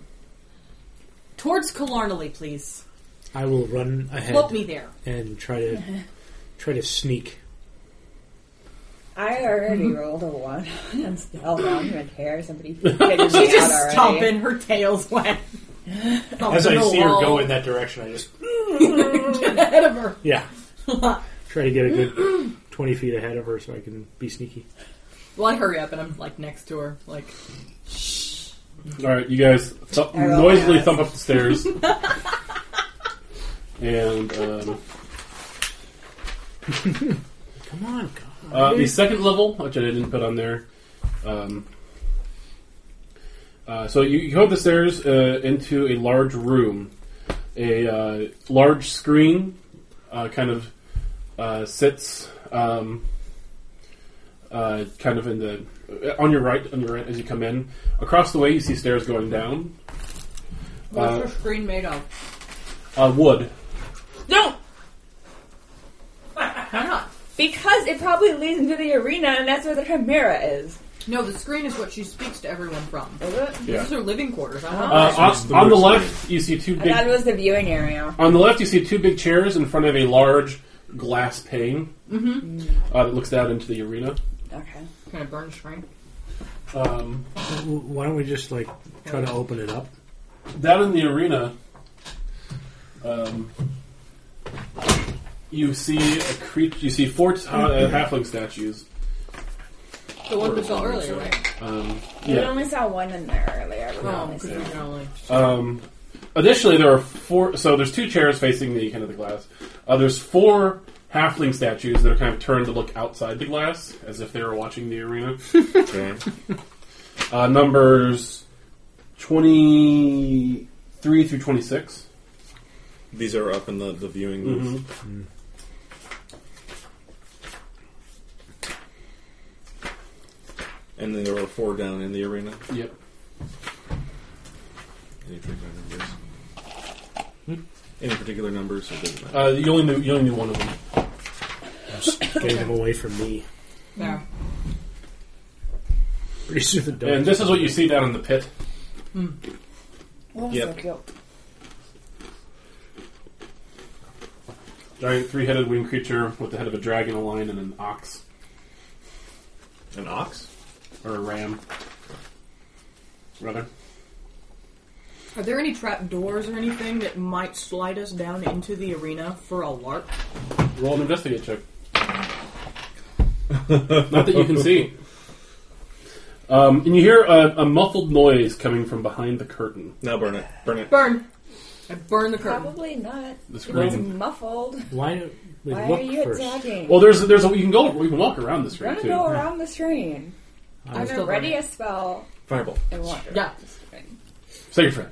Towards Killarnley, please.
I will run
Float
ahead
me there.
and try to try to sneak.
I already
Mm-hmm.
rolled a one [laughs] and still down my hair.
[laughs]
Somebody figured me out
She's just
already.
stomping. Her tail's wet. Oh,
As I see her go in that direction, I just
[laughs] ahead of her.
[laughs]
yeah, try to get a good twenty feet ahead of her so I can be sneaky.
Well, I hurry up and I'm like next to her, like
All right, you guys th-
I roll
noisily
my
thump up the stairs, and um,
Come on, God.
uh, the second level, which I didn't put on there. Um, uh, so you, you go up the stairs uh, into a large room. A uh, large screen uh, kind of uh, sits um, uh, kind of in the on your right, on your right as you come in. Across the way, you see stairs going down.
What's
Uh,
your screen made of? [laughs]
Uh, wood.
No!
Because it probably leads into the arena, and that's where the chimera is.
No, the screen is what she speaks to everyone from.
Is it?
Yeah.
This is Uh-huh. her living quarters. I don't know.
Uh, on,
the
on the
most-
left, you see two
I thought it
big.
was the viewing area.
On the left, you see two big chairs in front of a large glass pane uh, that looks out into the arena.
Okay.
kind of burn screen.
Um,
W- Why don't we just like try to open it up?
down in the arena, um, you see a creature. You see four t- uh, halfling statues.
The one we saw earlier, right?
Um,
We
yeah.
only saw one in there earlier. We
Oh,
only
because
saw-
we can only.
Um, additionally, there are four. So there's two chairs facing the kind of the glass. Uh, there's four halfling statues that are kind of turned to look outside the glass, as if they were watching the arena.
Okay.
Uh, numbers twenty-three through twenty-six.
These are up in the, the viewing
Mhm.
booth. And then there were four down in the arena.
Yep.
Any particular numbers? Any particular numbers? It doesn't matter.
Uh, you only knew you only knew one of them.
[laughs]
Just getting them away from me.
There.
Pretty soon the door.
And this is what you see down in the pit.
What was
Yep.
the guilt?
Giant three-headed winged creature with the head of a dragon, a lion, and an ox
An ox?
or a ram, rather.
Are there any trap doors or anything that might slide us down into the arena for a lark?
Roll an investigate
[laughs]
check. Not that you can see. Um, and you hear a, a muffled noise coming from behind the curtain.
Now burn it. Burn it.
Burn. I burn the curtain.
Probably not.
The
It was
screen.
muffled.
Why don't we
Why
look
are you
first?
attacking?
Well, there's there's a, you can go you can walk around
I'm
the screen
gonna
too.
go around the screen.
I'm
I'm
still
gonna ready
burning.
a spell
Fireball.
and wander.
Yeah.
Say your friend.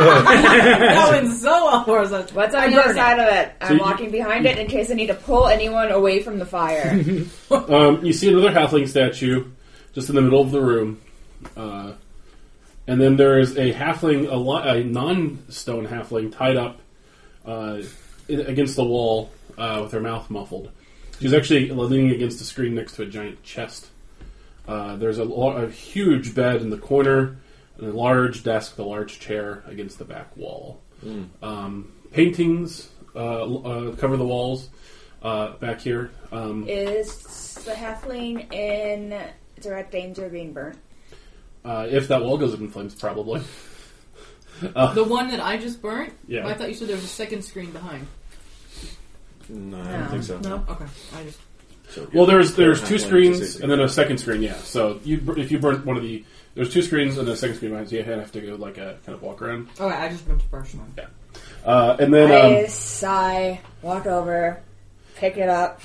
That one's so ours.
What's on
I'm on
the
the
other side of it?
So
I'm
you-
walking behind it in case I need to pull anyone away from the fire.
Um, you see another halfling statue just in the middle of the room. Uh, and then there is a halfling, a, li- a non stone halfling, tied up uh, in, against the wall uh, with her mouth muffled. She's actually leaning against a screen next to a giant chest. Uh, there's a, lo- a huge bed in the corner, and a large desk, a large chair against the back wall. Um, paintings uh, l- uh, cover the walls uh, back here. Um,
Is the halfling in direct danger of being burnt?
Uh, if that wall goes up in flames, probably.
The one that I just burnt?
Yeah.
I thought you said there was a second screen behind.
No, I don't think so.
No? Okay. I just.
So,
Well, there's there's
Halfling
two
to
screens
safety.
and then a second screen. Yeah. So you bur- if you burn one of the there's two screens and then a second screen behind, so you have to go like a kind of walk around.
Okay, Oh, I just burnt the first one.
Uh, and then
I
um,
sigh.
Walk over, pick it up,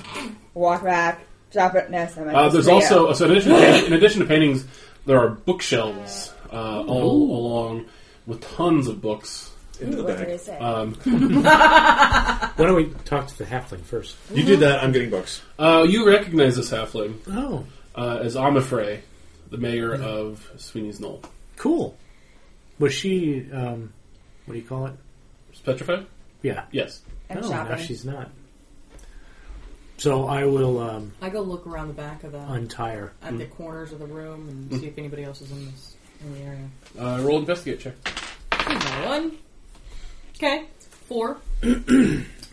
walk back, drop it next time. I
uh,
just
there's
read it.
also so in addition, to painting, in addition to paintings, there are bookshelves uh, all along with tons of books.
into the
What did I
bag.
say?
Um,
Why don't we talk to the halfling first?
You do that, I'm getting books.
uh, you recognize this halfling
Oh,
uh, as Amifrey, the mayor of Sweeney's Knoll.
cool. Was she? Um, what do you call it?
Is petrified?
Yeah.
Yes.
And
no, now
shopping.
she's not. So I will um,
I go look around the back of the.
untie her.
at the
Mm.
corners of the room and see if anybody else is in this in the area.
Uh, roll investigate check.
Here's my one. Okay. Four.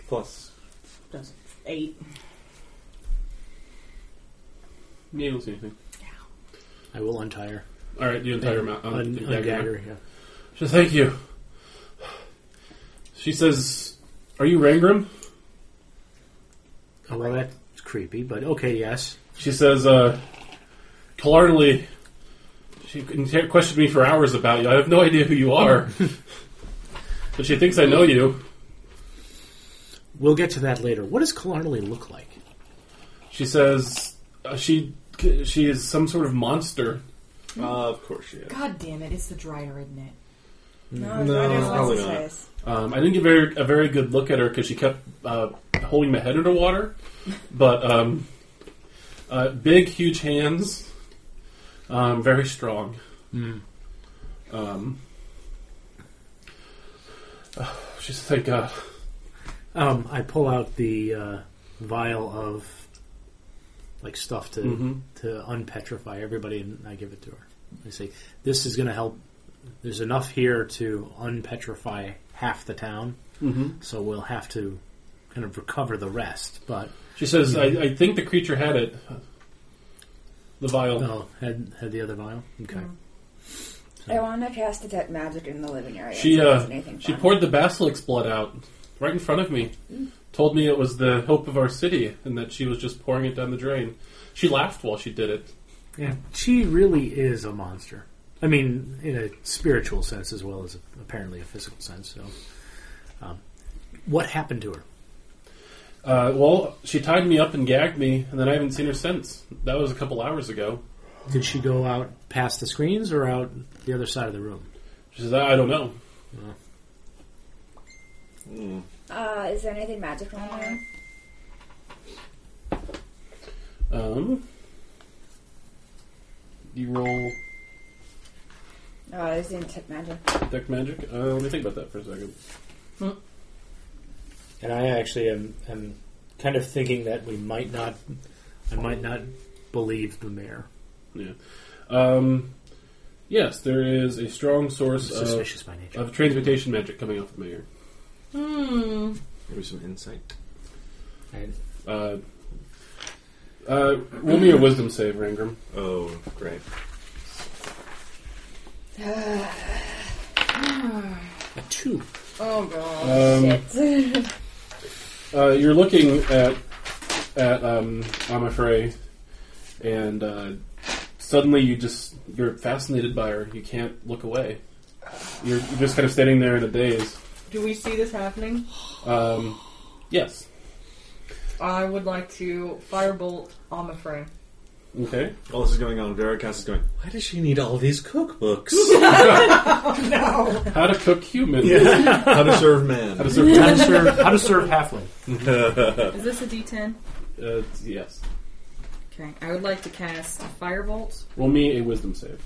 Plus.
That's eight.
You don't see anything.
I will untie her.
All right, the entire mount. Um,
Un-
the
undagger,
dagger mount.
yeah.
So thank you. She says, "Are you Rangram?"
Oh, well, that's creepy, but okay, yes.
She says, uh, "Killarnley." She inter- questioned me for hours about you. I have no idea who you are, but she thinks I know you.
We'll get to that later. What does Killarney look like?
She says uh, she she is some sort of monster.
Uh, of course she is.
God damn it! It's the dryer, isn't it?
No,
No, no, no
probably
probably
not.
Um, I didn't get very a very good look at her because she kept uh, holding my head underwater. But um, uh, big, huge hands, um, very strong. Um, oh, she's like, uh,
Um, I pull out the uh, vial of like stuff to
Mhm.
to unpetrify everybody, and I give it to her. I say, "This is going to help. There's enough here to unpetrify half the town,
Mm-hmm.
so we'll have to kind of recover the rest." But
She says, I, "I think the creature had it, the vial."
oh, had had the other vial. Okay,
I want to cast detect magic in the living area.
She
so
uh,
it's anything
she
fun.
poured the basilic's blood out right in front of me. Told me it was the hope of our city, and that she was just pouring it down the drain. She laughed while she did it.
yeah, she really is a monster. I mean, in a spiritual sense as well as apparently a physical sense. So, um, what happened to her?
Uh, well, she tied me up and gagged me, and then I haven't seen her since. That was a couple hours ago.
Did she go out past the screens or out the other side of the room?
She says, "I I don't know."
Uh, is there anything magical in there?
Um, you roll
Oh, it's in detect magic.
deck magic. Uh, let me think about that for a second.
And I actually am, am kind of thinking that we might not, I might not believe the mayor.
Yeah. Um, yes, there is a strong source
It's
of,
suspicious by nature.
of Uh, transmutation magic coming off the mayor.
Hmm.
Maybe some insight.
And
Uh, uh, roll me a wisdom save, Rangram.
Oh, great.
a two.
Oh
Um,
god.
Shit.
[laughs] uh, you're looking at at um, Amafrey, and uh, suddenly you just you're fascinated by her. You can't look away. You're you're just kind of standing there in a daze.
Do we see this happening?
Um, yes.
I would like to firebolt on the frame.
Okay.
All this is going on. Veracast is going. Why does she need all these cookbooks?
How to cook humans?
How to serve man.
How to serve
How to serve, how to serve halfling.
Is this a D10?
Uh, yes.
Okay. I would like to cast firebolt.
Roll me a wisdom save.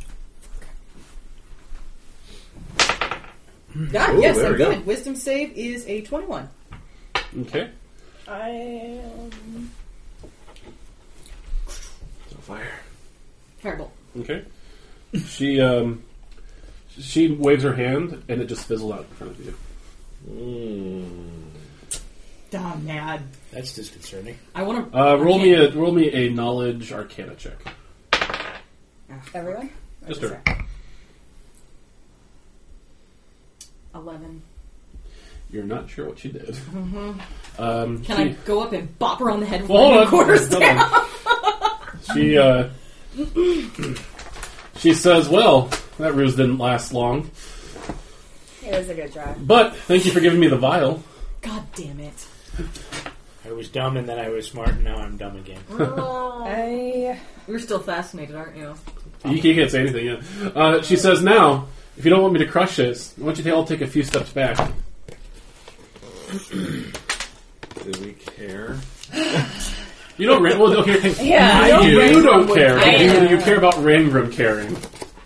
God,
Ooh,
yes,
there
I
we go.
did. Wisdom save is a 21.
Okay.
I. Um,
Fire.
Firebolt.
Okay. She um, she waves her hand, and it just fizzles out in front of you.
Mm.
Damn, mad.
That's disconcerting.
I want to.
Uh, roll me a roll me a knowledge arcana check.
Everyone?
Just her.
11.
You're not sure what she did. Um,
Mm-hmm. Can I
she,
go up and bop her on the head with
Well,
my
hold
new
on.
quarter
Hold on. She uh, she says, "Well, that ruse didn't last long,
It was a good try.
but thank you for giving me the vial."
[laughs] God damn it.
I was dumb and then I was smart and now I'm dumb again.
I.
You're still fascinated, aren't you?
You can't say anything. Yet. Uh, she says, "Now, if you don't want me to crush this, why don't you all take a few steps back?"
Do we care?
You don't. Ran- well, okay. thank-
Yeah,
I
no
do. You
Rangram
don't
would
care. but
care.
You, you care about Rangram caring.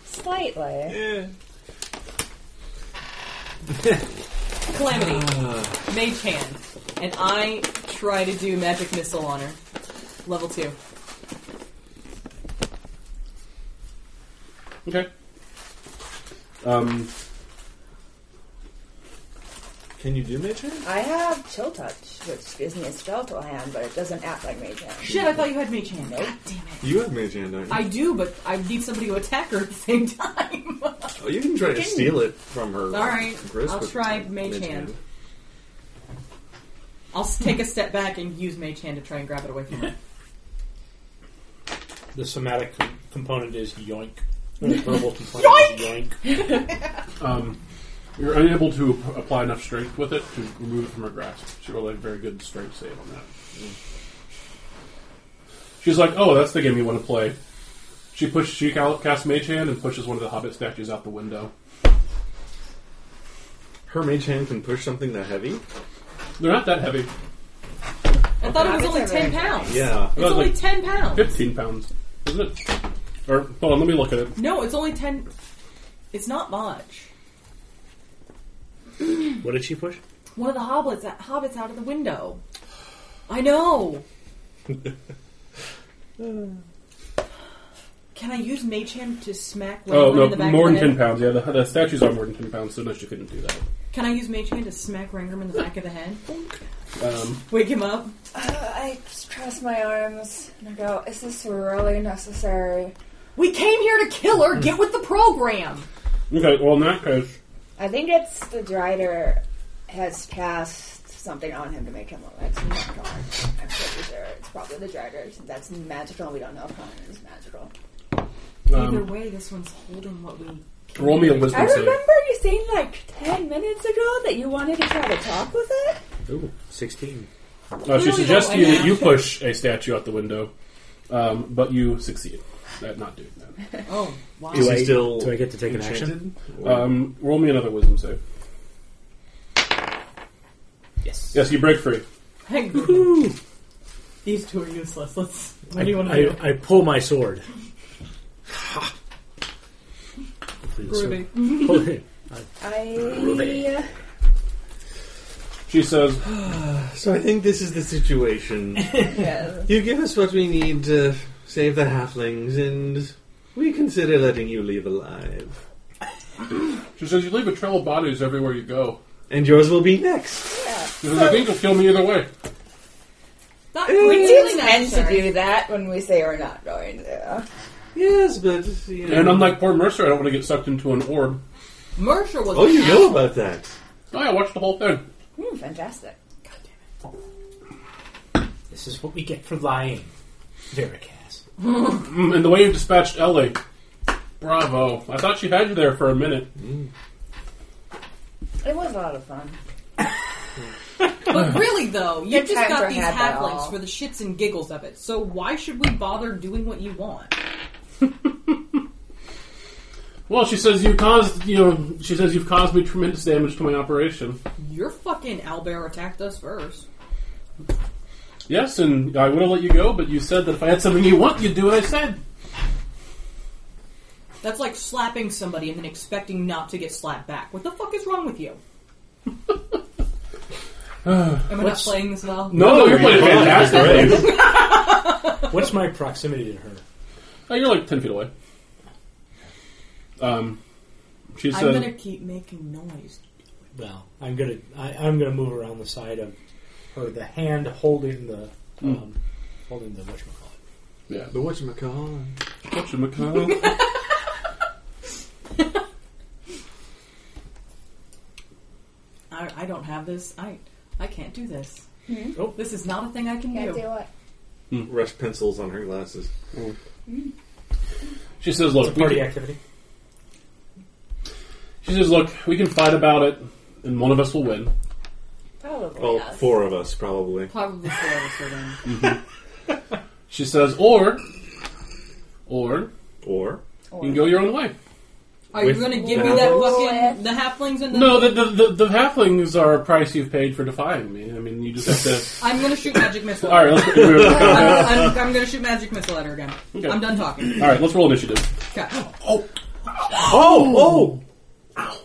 Slightly.
Calamity.
Uh.
Mage hand. And I try to do magic missile on her. Level 2.
Okay. Um,
Can you do magic?
I have chill touch, which gives me a skeletal hand, but it doesn't act like mage hand.
Shit, I thought you had mage hand. God damn it.
You have mage hand, don't you?
I do, but I need somebody to attack her at the same [laughs] time.
oh, you can try to steal it from her.
All right,
wrist
I'll
with
try mage hand. I'll s- take a step back and use mage hand to try and grab it away from her.
The somatic com- component is yoink. And the verbal component is yoink.
um, you're unable to p- apply enough strength with it to remove it from her grasp. She rolled a very good strength save on that. She's like, "Oh, that's the game you want to play." She pushes. She cal- casts Mage Hand and pushes one of the Hobbit statues out the window.
Her mage hand can push something that heavy.
They're not that heavy.
I thought it was
That's
only
a
ten
range.
pounds.
Yeah.
It's
Well,
only
like-
ten pounds.
Fifteen pounds, isn't it? Or hold on, let me look at it.
No, it's only ten. It's not much.
What did she push?
One of the uh,
[laughs]
hobbits, hobbits out of the window. I know. Can I use Mage Hand to smack
Oh
Raylan in
no,
the back
more than
of the
ten
head?
pounds. Yeah, the, the statue's on more than ten pounds, so no, she couldn't do that.
Can I use Mage Hand to smack Rangram in the back of the head?
Um,
Wake him up.
Uh, I cross my arms and I go, is this really necessary?
We came here to kill her. Get with the program.
okay, well in that case,
I think it's the Drider has passed something on him to make him look like some dark arts. I'm pretty sure it's probably the Drider. since That's magical. and We don't know if Conan is magical.
Either
um,
way, this one's holding what we.
roll me a
I
wisdom save.
remember you saying like 10 minutes ago that you wanted to try to talk with it.
Ooh, 16.
Uh, she
Clearly
suggests to
don't
you
like
that
that.
you push a statue out the window, um, but you succeed at not doing that.
Oh wow!
Do
he
I,
still
do I get to take an action?
Um, roll me another wisdom save.
Yes.
Yes, you break free.
Thank goodness. These two are useless. Let's. What
I,
do you want to do?
I, I pull
[laughs]
my sword. Hopefully the sword-
Ruby.
pull it.
I.
She says,
So I think this is the
[laughs]
situation.
Yes.
You give us what we need to save the halflings, and we consider letting you leave alive.
she says, you leave a trail of bodies everywhere you go.
And yours will be next.
She says, I think you'll kill me either way.
Not
[laughs] We
really
do tend to
necessary.
do that when we say we're not going to.
Yes, but you know.
And unlike poor Mercer, I don't want to get sucked into an orb.
Mercer was.
oh, you know about that.
Oh, yeah, watch the whole thing.
Hmm, fantastic.
[laughs] This is what we get for lying, Veracast.
Mm, and the way you dispatched Ellie, bravo. I thought she had you there for a minute.
It was a lot of fun.
But really, though, you
Good
just
time
got
for
these
head by
halflings
all.
for the shits and giggles of it. So why should we bother doing what you want?
Well, she says you caused you know she says you've caused me tremendous damage to my operation.
Your fucking Albert attacked us first.
Yes, and I would have let you go, but you said that if I had something you want, you'd do what I said.
That's like slapping somebody and then expecting not to get slapped back. What the fuck is wrong
[laughs]
with you? Am I not
What's-
playing this well?
No, you're playing fantastic.
What's my proximity to her?
[laughs] oh, you're like ten feet away. Um, she
I'm
says,
gonna keep making noise.
Well, I'm gonna I, I'm gonna move around the side of her, the hand holding the um, holding the whatchamacallit.
"Yeah,
But whatchamacallit?
what you
[laughs]
McConnell?"
I, I don't have this. I I can't do this.
Oh.
This is not a thing I can
Hmm? Can't do
do.
what?
Rush pencils on her glasses.
She says, "Look, we
Party
can,
activity.
she says, look, we can fight about it, and one of us will win."
Probably.
Well,
us.
Oh, four of us probably.
Probably four of us are done.
She says, "Or, or
Or
you can go your own way."
Are you
With-
gonna give me
No.
that fucking the halflings and the
No, the the, the the halflings are a price you've paid for defying me. I mean, you just have
I'm gonna shoot magic missile.
to. All right, let's. [laughs]
I'm, I'm, I'm gonna shoot magic missile at her again.
Okay.
I'm done talking.
All right, let's roll initiative.
Okay.
Oh, oh!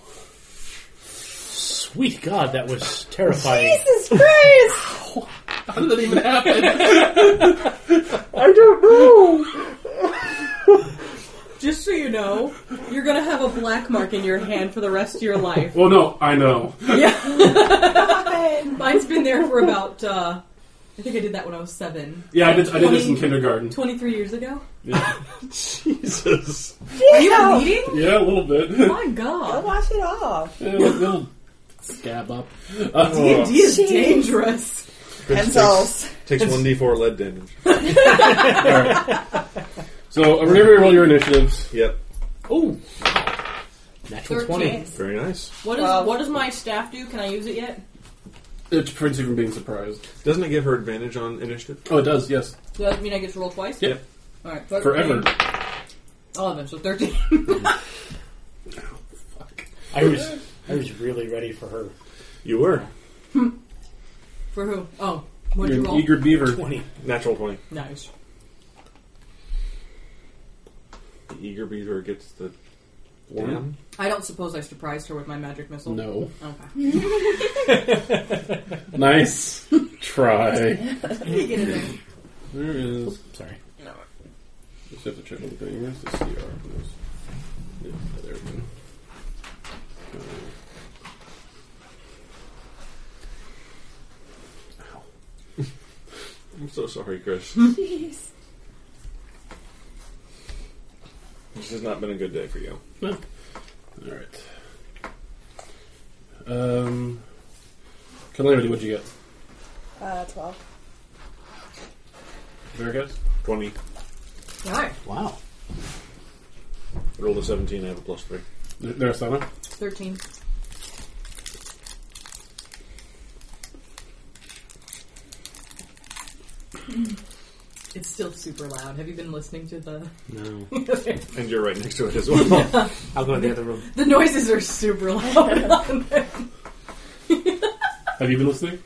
Sweet God, that was terrifying.
Jesus Christ!
How did that even happen?
I don't know!
Just so you know, you're gonna have a black mark in your hand for the rest of your life.
well, no, I know.
Yeah. Mine's been there for about, uh, I think I did that when I was seven.
Yeah, I did. I did this in kindergarten.
23 years ago?
Jesus.
Are you bleeding?
Yeah, a little bit. [laughs]
My
Don't
god.
wash it off.
Yeah, a little scab up. Uh, [laughs]
D&D is dangerous.
Pencils.
takes one d four lead damage.
so uh, we're gonna roll your initiatives.
Yep.
Ooh. Natural 20.
Very nice.
What, is,
Well-
what does my staff do? Can I use it yet?
It prevents you from being surprised.
Doesn't it give her advantage on initiative?
Oh, it does. Yes.
Does that mean I get to roll twice?
Yep.
Alright.
Forever.
11, so 13.
I was I was really ready for her.
You were
[laughs] for who? Oh. What'd
You're
you
an
roll?
eager beaver.
20.
natural twenty.
Nice.
The eager beaver gets the
One.
damn.
I don't suppose I surprised her with my magic missile.
No.
Okay.
Nice [laughs] try.
[laughs] You get it.
There is
Sorry.
Just have to check what the thing is. The CR. Yes. Yeah, there we go. Uh, ow. I'm so sorry, Chris.
Jeez.
This has not been a good day for you.
All right. Um, Calamity, what'd you get?
Uh, 12.
Vergas?
20.
No,
Wow.
I rolled a 17. I have a plus 3.
Narasana?
thirteen. [clears throat] It's still super loud. Have you been listening to the? [laughs]
No.
And you're right next to [laughs] it as well.
I'll go in the other room.
The noises are super loud.
[laughs]
[laughs]
Have you been listening?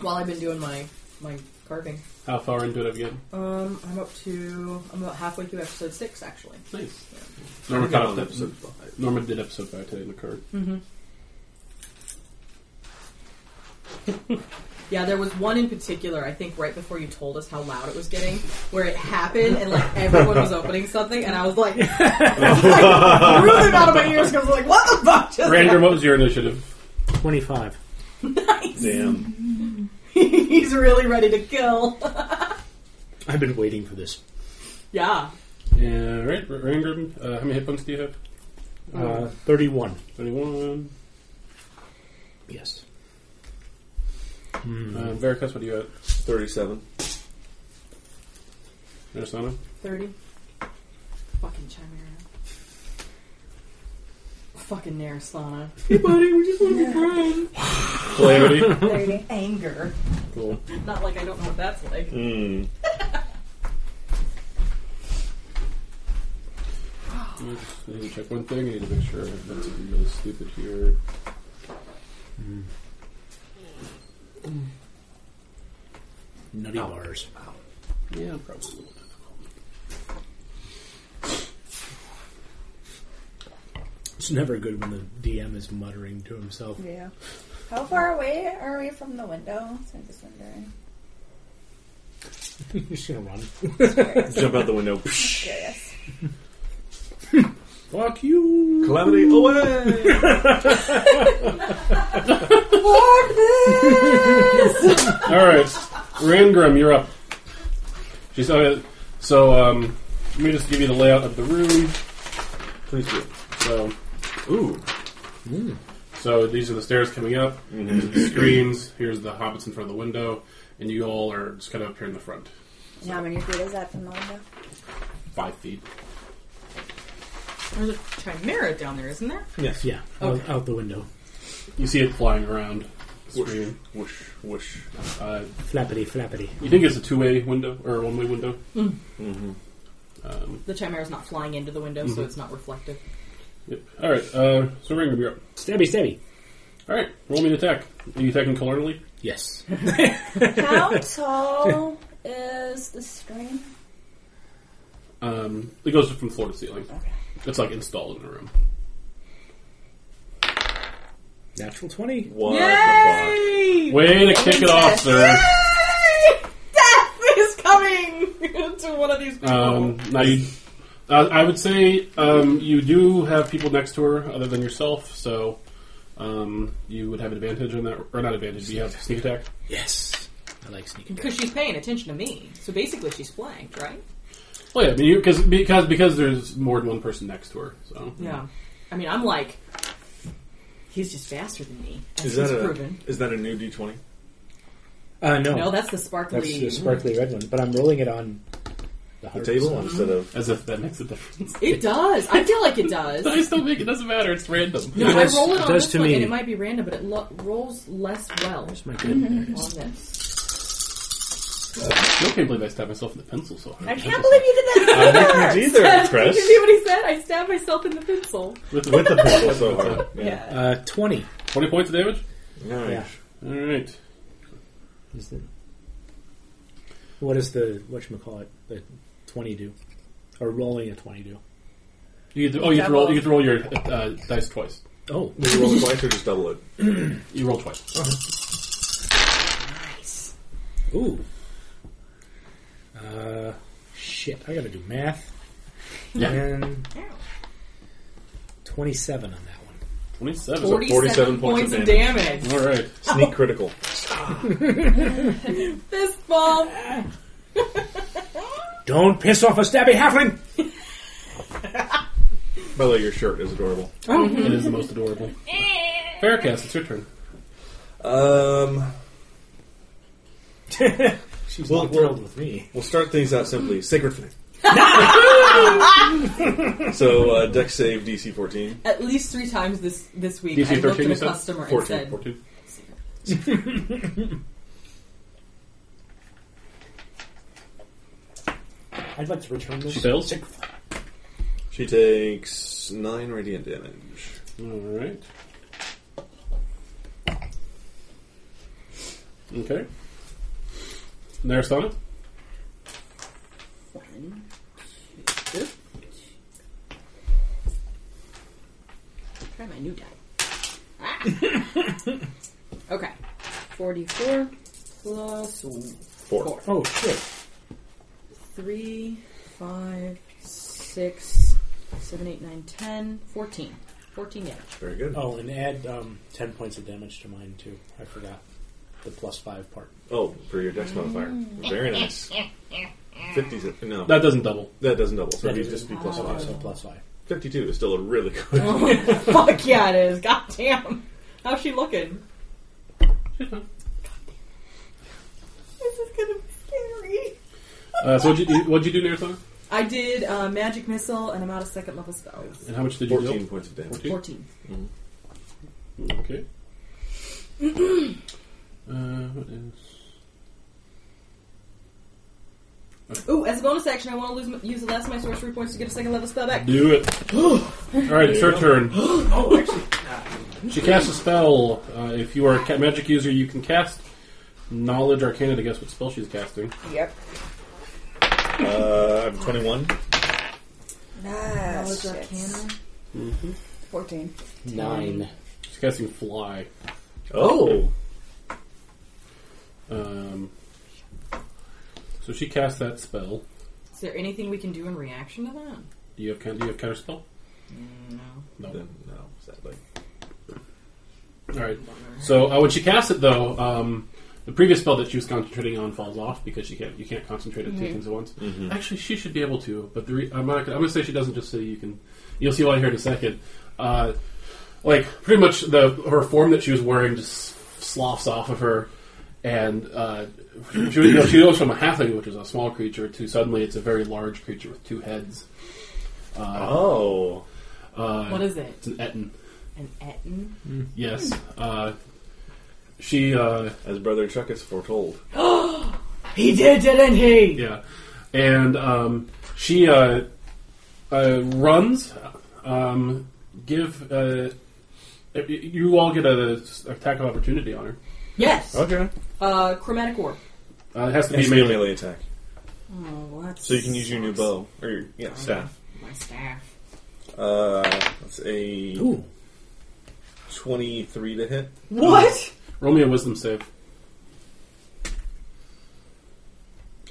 While I've been doing my my carving,
How far into it have you gotten?
um, I'm up to I'm about halfway through episode six actually.
Nice.
I'm
Norman caught up
on
to
episode 5.
Norman did episode five today in the card.
Yeah, there was one in particular, I think right before you told us how loud it was getting, where it happened and like everyone was opening something and I was like, [laughs] I was, like, rooted out of my ears 'cause I was like, what the fuck just
Random, what was your initiative?
25.
Damn.
happened? [laughs] He's really ready to kill. [laughs]
I've been waiting for this.
yeah.
Yeah, right, R- Random. Uh, how many hit points do you have?
Uh, 31.
Twenty-one.
Yes. Hmm.
Uh, Veracruz, what do you have?
37.
Narasana?
Thirty. Fucking Chimera. Fucking Narasana.
[laughs] Calamity?
30.
[laughs] Anger.
cool.
Not like I don't know what that's like.
Mm.
I just need to check one thing. I need to make sure I have nothing really stupid here.
Nutty bars.
Yeah, probably a little difficult.
It's never good when the DM is muttering to [laughs] himself.
Yeah. How far away are we from the window? I'm just wondering.
You're just going to run.
Jump out the window.
Curious.
Fuck you!
[laughs] Calamity away!
[laughs]
Alright. Rangrim, you're up. She's uh, so um let me just give you the layout of the room.
Please do.
So
Ooh. Hmm.
so these are the stairs coming up,
Mm-hmm.
these are the screens, here's the hobbits in front of the window, and you all are just kind of up here in the front.
And How many feet is that from the window?
Five feet.
There's a Chimera down there, isn't there?
Yes.
Yeah, out, out the window.
You see it flying around. Screaming.
Whoosh, whoosh.
Uh,
Flappity, flappity.
you think it's a two way window or a one way window?
The Chimera's not flying into the window, so it's not reflective.
Yep. Alright, uh, so Rangrim, you're up.
Stabby, stabby.
Alright, roll me an attack. Are you attacking culinarily?
Yes.
How tall is the screen?
Um, it goes from floor to ceiling.
Okay.
It's like installed in the room.
Natural 20.
What Oh, the
Yay!
Way to kick it off, sir.
Death is coming [laughs] to one of these people.
Um, now you, uh, I would say um, you do have people next to her other than yourself, so um, you would have advantage on that, or not advantage. You have sneak attack.
Yes. I like sneaking.
because she's paying attention to me. So basically, she's flanked, right?
Well, Oh, yeah, I mean, you, cause, because because there's more than one person next to her. So
Yeah. I mean, I'm like, he's just faster than me. As
fuck? Is
he's
that, a,
proven.
is that a new D20?
Uh, no.
No, that's the sparkly.
That's the sparkly red one, but I'm rolling it on the,
The
hard
table
side.
instead of.
as if that makes a difference. [laughs]
[laughs] It does. I feel like it does.
I still think it doesn't matter. It's random.
No,
does-
I roll it
it
on
does
this
to
one,
me.
and it might be random, but it lo- rolls less well
Where's my good? There it is.
on [laughs] this.
I can't believe I stabbed myself in the pencil so hard.
I can't believe you did that.
I didn't either,
[laughs] Did you
Chris.
see what he said? I stabbed myself in the pencil.
With,
With
[laughs]
the pencil so hard. Yeah.
Yeah.
Uh, 20.
twenty points of damage.
Nice.
Yeah.
All right.
Is the, what is the, whatchamacallit, the 20 do? Or rolling a 20 do?
You get to, oh, you get to roll. You get to roll your uh, dice twice.
Oh,
Did you roll it
[laughs]
twice or just double it?
You roll twice.
ooh. Uh, Shit, I gotta do math.
Yeah.
And 27 on that one.
27
47, points of damage.
All right.
Sneak critical.
Fist bump.
Don't piss off a stabby halfling!
By the way, your shirt is adorable.
It is the most adorable.
[laughs]
Faircast, it's your turn.
Um,
She's
Well,
not
well-
thrilled with me.
we'll start things out simply. Sacred flame. so uh, deck save DC 14.
At least three times this this week,
DC
I looked
13,
at
you
a
said?
customer
14,
and said,
14.
I'd like to return this.
She fails.
She takes nine radiant damage.
All right. Okay. Narasana?
Try my new die. Ah. [laughs] okay. 44 plus
Four.
4.
Oh, shit.
3, 5, 6, 7, 8, 9, 10, 14. 14 damage.
Very good. Oh,
Oh, and add um, 10 points of damage to mine, too. I forgot the plus 5 part.
Oh, for your dex modifier. Very nice. 50's a- no.
That doesn't double.
That doesn't double, Oh, so
That
it'd
doesn't-
just be plus
Okay,
five.
so plus 5.
52 is still a really good. [laughs]
[laughs] Fuck yeah, it is. God damn. How's she looking? This is gonna be scary.
Uh, so what'd you, do- what'd you do, Narasana?
I did uh, magic missile, and I'm out of second level spells.
And how much did you
14
deal?
points of [laughs] damage.
14.
Okay. [clears throat] uh, what is...
Ooh, as a bonus action, I want to lose my, use the last of my sorcery points to get a second level spell back.
Do it. [gasps] Oh, All right, it's her [gasps] turn. She casts a spell. Uh, if you are a ca- magic user, you can cast Knowledge Arcana to guess what spell she's casting.
Yep.
Uh, I'm 21.
Nice.
Arcana.
It's 14.
9.
She's casting Fly.
Oh!
Um, so she casts that spell.
Is there anything we can do in reaction to that?
Do you have coun- do you have counter spell?
No.
No.
Then, no, sadly.
All right. So uh, when she casts it, though, um, the previous spell that she was concentrating on falls off because she can't. You can't concentrate on two things at once. Actually, she should be able to, but the re- I'm not. Gonna, I'm going to say she doesn't. Just so you can, you'll see why here in a second. Uh, like pretty much the her form that she was wearing just sloughs off of her, and uh, she, she- you know, she goes from a halfling, which is a small creature, to suddenly it's a very large creature with two heads.
Oh.
Uh,
What is it?
It's an ettin.
An etin?
Yes. Uh, she. Uh,
As Brother Chuck has foretold.
He did, didn't he?
Yeah, and um, she uh, uh, runs. Um, give uh, y- you all get a attack of opportunity on her.
Yes.
Okay.
Uh, chromatic orb.
Uh, it has to
It's
be
a melee.
melee.
attack.
Oh, well, that's
So you can use your new bow. Or your yeah, staff.
My staff.
Uh, that's a
Ooh.
23 to hit.
What?
Roll me a wisdom save.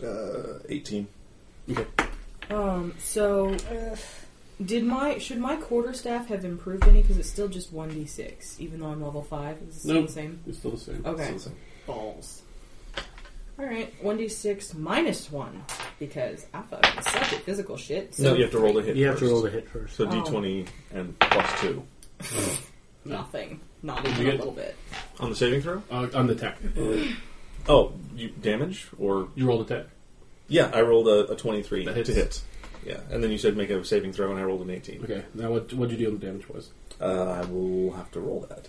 Uh, 18.
Okay.
Um. So, did my should my quarter staff have improved any? Because it's still just one d six, even though I'm level five. Is it still
Nope.
the same?
It's still the same.
Okay.
Still the same.
Balls. All right, one d six minus one because I fucking suck at physical shit. So
No, you have to roll to hit.
You have to
first.
roll the hit first.
Oh.
So d20 and plus 2.
nothing, not
You
even a
get-
little bit.
On the saving throw?
Uh, on the attack,
Oh, you damage? Or.
you rolled attack.
Yeah, I rolled a, a 23
That
to
hits.
hit. Yeah, and then you said make a saving throw, and I rolled an 18.
Okay. Now what? What'd you do on the damage wise?
Uh, I will have to roll that.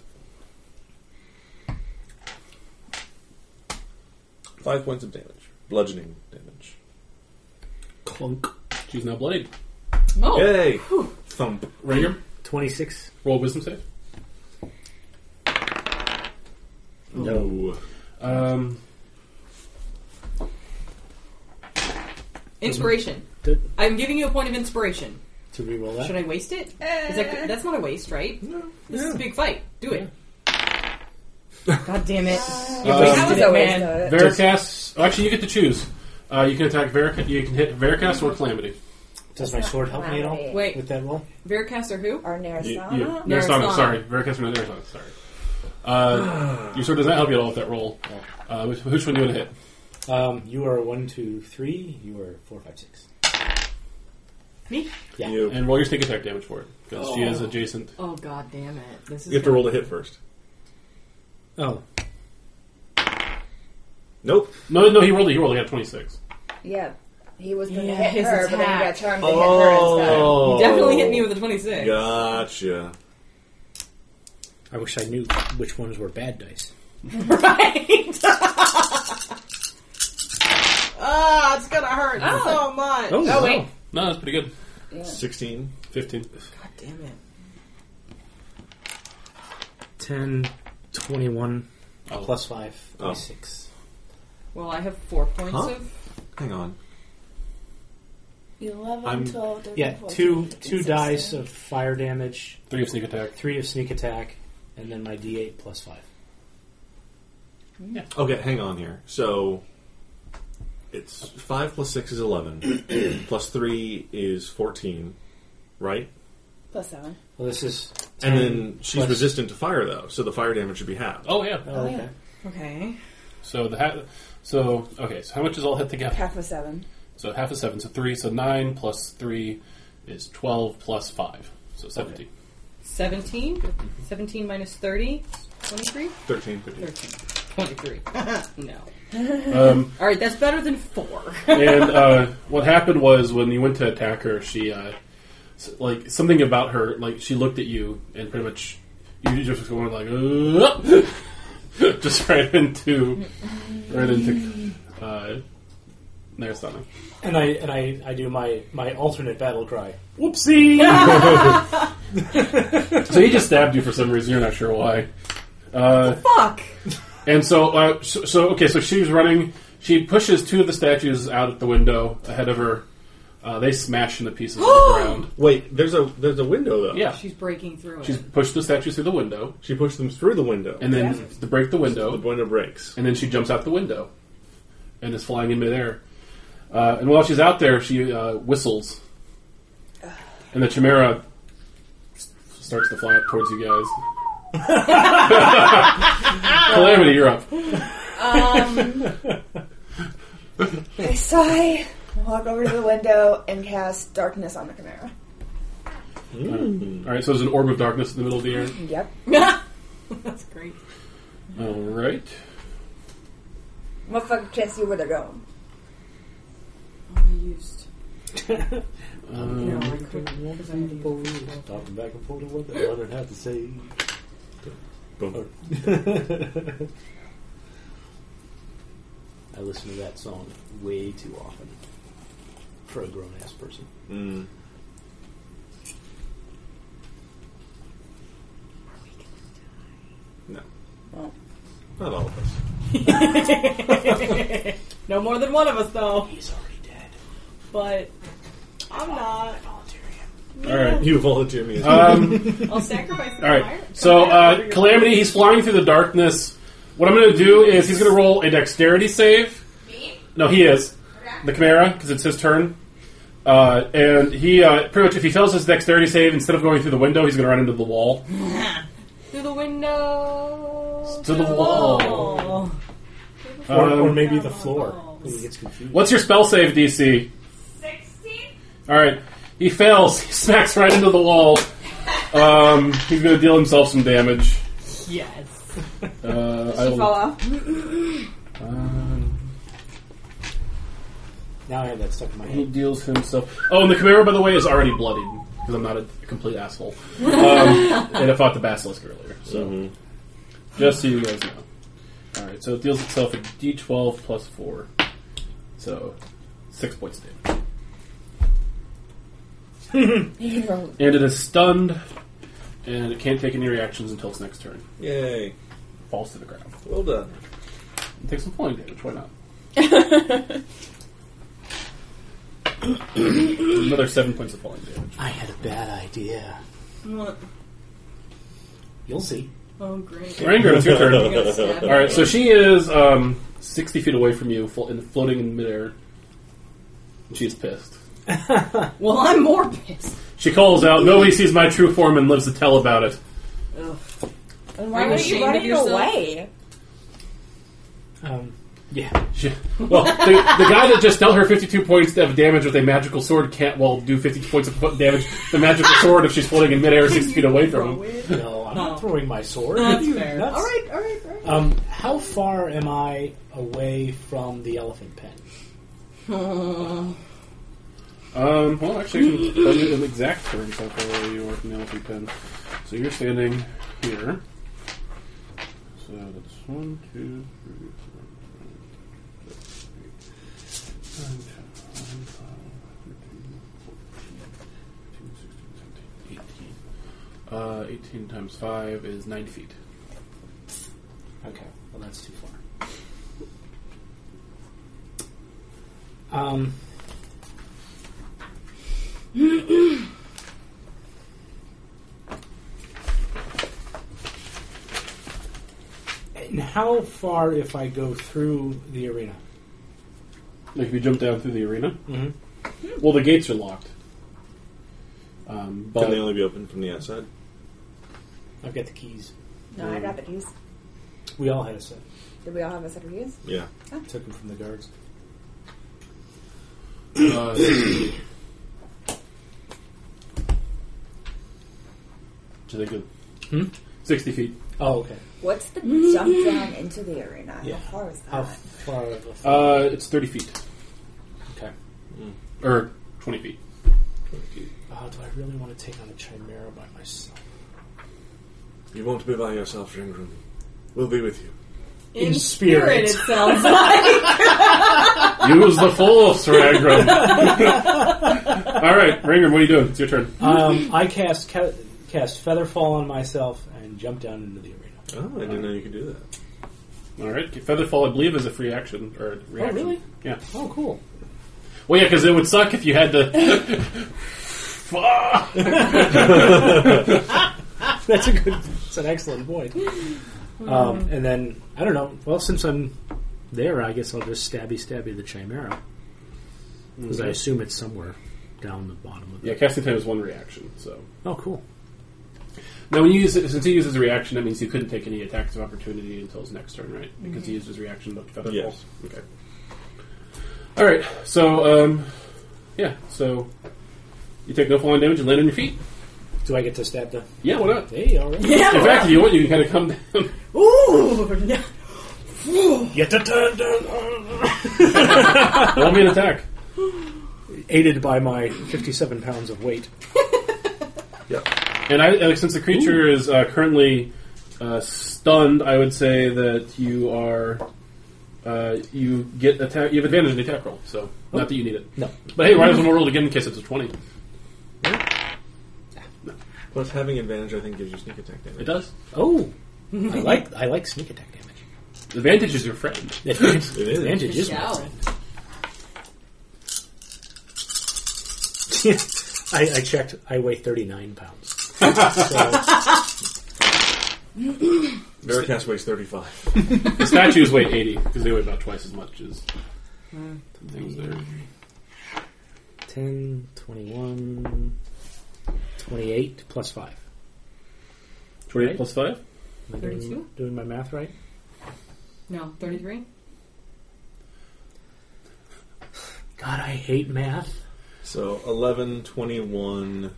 Five points of damage. Bludgeoning damage.
Clunk.
She's now bloodied.
Oh,
Yay! Thump.
Ranger,
26.
roll a wisdom save.
No.
Um,
inspiration.
To,
I'm giving you a point of inspiration.
to re-roll that?
Should I waste it? Is that, that's not a waste, right? No. This is a big fight. Do it. God damn it. You
Um,
wasted
[laughs] Uh, That was
it,
always
man.
the-
Veracast. Actually, you get to choose. Uh, you can attack Verica. You can hit Veracast or Calamity.
Does my sword help me at all
Wait.
with that roll?
Veracast or who?
Our Narasana?
You, you,
Narasana.
Narasana, sorry. Veracast or Narasana, sorry. Uh, [sighs] your sword does not help you at all with that roll. Uh, which, which one do you want to hit?
Um, you are one, two, three. You are four, five, six.
Me?
Yeah.
You,
And roll your sneak attack damage for it. Because she is
Oh.
adjacent.
Oh god damn it! This is
you have to roll to hit first.
Oh,
Nope.
No, no, he rolled it. He rolled it. He got 26.
Yeah. He was going to
Yeah,
hit
his
her, but then he
attack. Oh.
got charmed to hit her instead.
You definitely hit me with a twenty-six.
Oh. Gotcha.
I wish I knew which ones were bad dice.
[laughs] Right. [laughs] Ah, it's gonna hurt so much.
Oh, wow.
wait.
No, that's pretty good.
16.
15.
God damn it.
10, 21,
Oh.
plus 5,
Oh.
26.
Well, I have four points
Huh?
of.
Hang on.
11,
I'm-
12, 13,
Yeah,
14,
two
15,
two dice
16.
of fire damage,
Three of sneak attack.
three of sneak attack, and then my d8 plus 5.
Okay, hang on here. So it's five plus six is eleven, [clears throat] plus three is fourteen, right?
Plus seven.
Well, this is. 10
And then she's
plus-
resistant to fire though, so the fire damage should be halved.
Oh, yeah.
Oh, okay.
Okay.
So the ha- So, okay, so how much is all hit together?
Half of seven.
So half is seven, so three, so nine plus three is twelve plus five, so seventeen.
17? 17 minus 30? 23?
Thirteen, fifteen.
[laughs] 13. 23. no.
Um,
Alright, that's better than [laughs] 4.
and uh, what happened was when you went to attack her, she uh, s- like something about her, like she looked at you and pretty much you just was going like, [laughs] "Uh," just right into right into uh, Narasana.
And I and I, I do my, my alternate battle cry.
Whoopsie! [laughs] so he just stabbed you for some reason. You're not sure why. Uh,
Fuck!
And so, uh, so, so okay, so she's running. She pushes two of the statues out the window ahead of her. Uh, they smash into pieces on the ground.
Wait, there's a there's a window though.
Yeah,
Oh, She's breaking through
she's
it.
pushed the statues through the window,
She pushed them through the window.
and then to break the
the
window,
window breaks.
and then she jumps out the window, and is flying in midair. Uh, and while she's out there, she uh, whistles, and the chimera s- starts to fly up towards you guys. Calamity, you're up.
I sigh, walk over to the window, and cast darkness on the Chimera.
All right, so there's an orb of darkness in the middle of the air.
Yep.
[laughs] That's great.
All right.
Motherfucker can't see where they're going.
Oh, I [laughs] used.
Um,
no, I couldn't. because I had to use-
Talking back and forth to what the other had to say.
E?
Boom.
[laughs]
Oh.
I listen to that song way too often for a grown ass person.
Mm. No.
Oh.
Well.
Not all of us.
[laughs] No more than one of us, though.
He's already dead.
But I'm not.
All right.
You volunteer me. As
Um,
I'll sacrifice the
all right.
fire.
So uh, Calamity, he's flying through the darkness. What I'm going to do is he's going to roll a dexterity save.
Me?
No, he is
Okay.
the Chimera because it's his turn. Uh, and he uh, pretty much, if he fails his dexterity save, instead of going through the window, he's going to run into the wall.
Through the window.
To the wall.
Or, or
Um,
maybe the floor. He gets confused.
what's your spell save DC?
16?
All right. He fails. [laughs] He smacks right into the wall. Um, he's going to deal himself some damage.
Yes.
Uh,
She
I will-
fall off?
Um,
Now I have that stuck in my
He
head.
deals himself. Oh, and the Chimera, by the way, is already bloodied because I'm not a complete asshole. Um, and I fought the Basilisk earlier, so
Mm-hmm.
just so you guys know. All right, so it deals itself a D12 plus four, so six points of damage,
He rolled.
and it is stunned, and it can't take any reactions until its next turn.
Yay.
Falls to the ground.
Well done.
It takes some falling damage. Why not? Another seven points of falling
[laughs]
damage.
I had a bad idea.
What?
You'll see.
[laughs] Oh, great.
Ranger, it's your
[laughs]
turn.
You gotta stab me.
All right, so she is um, sixty feet away from you, flo- and floating in midair. She's pissed.
Well, I'm more pissed.
She calls out, nobody sees my true form and lives to tell about it.
Ugh.
And
Are
why
you
were
ashamed
you
of
running
yourself?
away?
Um,
She, well, the, the guy that just dealt her 52 points of damage with a magical sword can't, well, do 50 points of fo- damage the magical sword if she's floating in midair six feet away from him.
no, I'm
No.
not throwing my sword.
That's fair.
That's-
All right, all right, all right.
Um, how far am I away from the elephant pen?
Um, well, actually, I can tell you an exact term how far away you are from the elephant pen. So you're standing here. So that's one, two, three, four, five, six, eight, nine, ten, eleven, twelve, thirteen, fourteen, fifteen, sixteen, seventeen, eighteen. Uh, 18 times 5 is 90 feet.
Okay, well that's too far. Um. and how far if I go through the arena?
Like if you jump down through the arena?
Mm-hmm.
Well, the gates are locked. Um, but
Can they only be opened from the outside?
I've got the keys.
No, I got the keys.
We all had a set.
Did we all have a set of keys?
Yeah.
Took them from the guards.
Uh, do they go?
Hmm?
Sixty feet.
Oh, okay.
What's the jump
Mm-hmm.
down into the arena?
Yeah.
How far is
How
that?
far? Of a
Uh, it's thirty feet
okay.
or twenty feet.
Uh, do I really want to take on a chimera by myself?
You won't be by yourself, Ringroom. We'll be with you.
In spirit.
it sounds like.
Use the force,
[laughs]
Rangram. All right, Rangram, what are you doing? It's your turn.
Um, I cast ca- cast Featherfall on myself and jump down into the arena.
Oh, I didn't know you could do that.
All right, Featherfall, I believe, is a free action or a reaction.
really?
Yeah.
Oh, cool!
Well, yeah, because it would suck if you had to. [laughs] Fuck.
[laughs] That's a good. That's an excellent point. Um, and then I don't know. Well, since I'm there, I guess I'll just stabby stabby the chimera because I assume it's somewhere down the bottom of it.
Yeah, casting time is one reaction, so.
Oh, cool.
Now, when you use it, since he uses a reaction, that means he couldn't take any attacks of opportunity until his next turn, right? Because he used his reaction to feather
Yes.
fall. Okay. All right. So, um, yeah. So you take no falling damage and land on your feet.
Do I get to stab the?
Yeah. Why not?
Hey, all
[laughs]
right.
In fact, if you want, you can kind of come [laughs] down.
Ooh, no.
[gasps] Get to turn down. uh,
Roll me an attack.
Aided by my 57 pounds of weight.
And I, uh, since the creature is uh, currently uh, stunned, I would say that you are uh, you get attack. You have advantage in the attack roll, so not that you need it.
No.
But hey, why doesn't we roll it again in case it's a twenty?
Plus, having advantage, I think, gives you sneak attack damage.
It does.
Oh, [laughs] I like I like sneak attack damage. [laughs]
Advantage is your friend.
Advantage,
It is.
advantage is my
Shout.
friend. [laughs] I, I checked. I weigh thirty nine pounds. so,
Veracast weighs 35.
The statues weigh 80 because they weigh about twice as much as things there.
10, 21, 28 plus five.
28
Right.
plus 5?
Am I doing-
32?
Doing my math right?
No, 33?
God, I hate math.
So, 11, 21,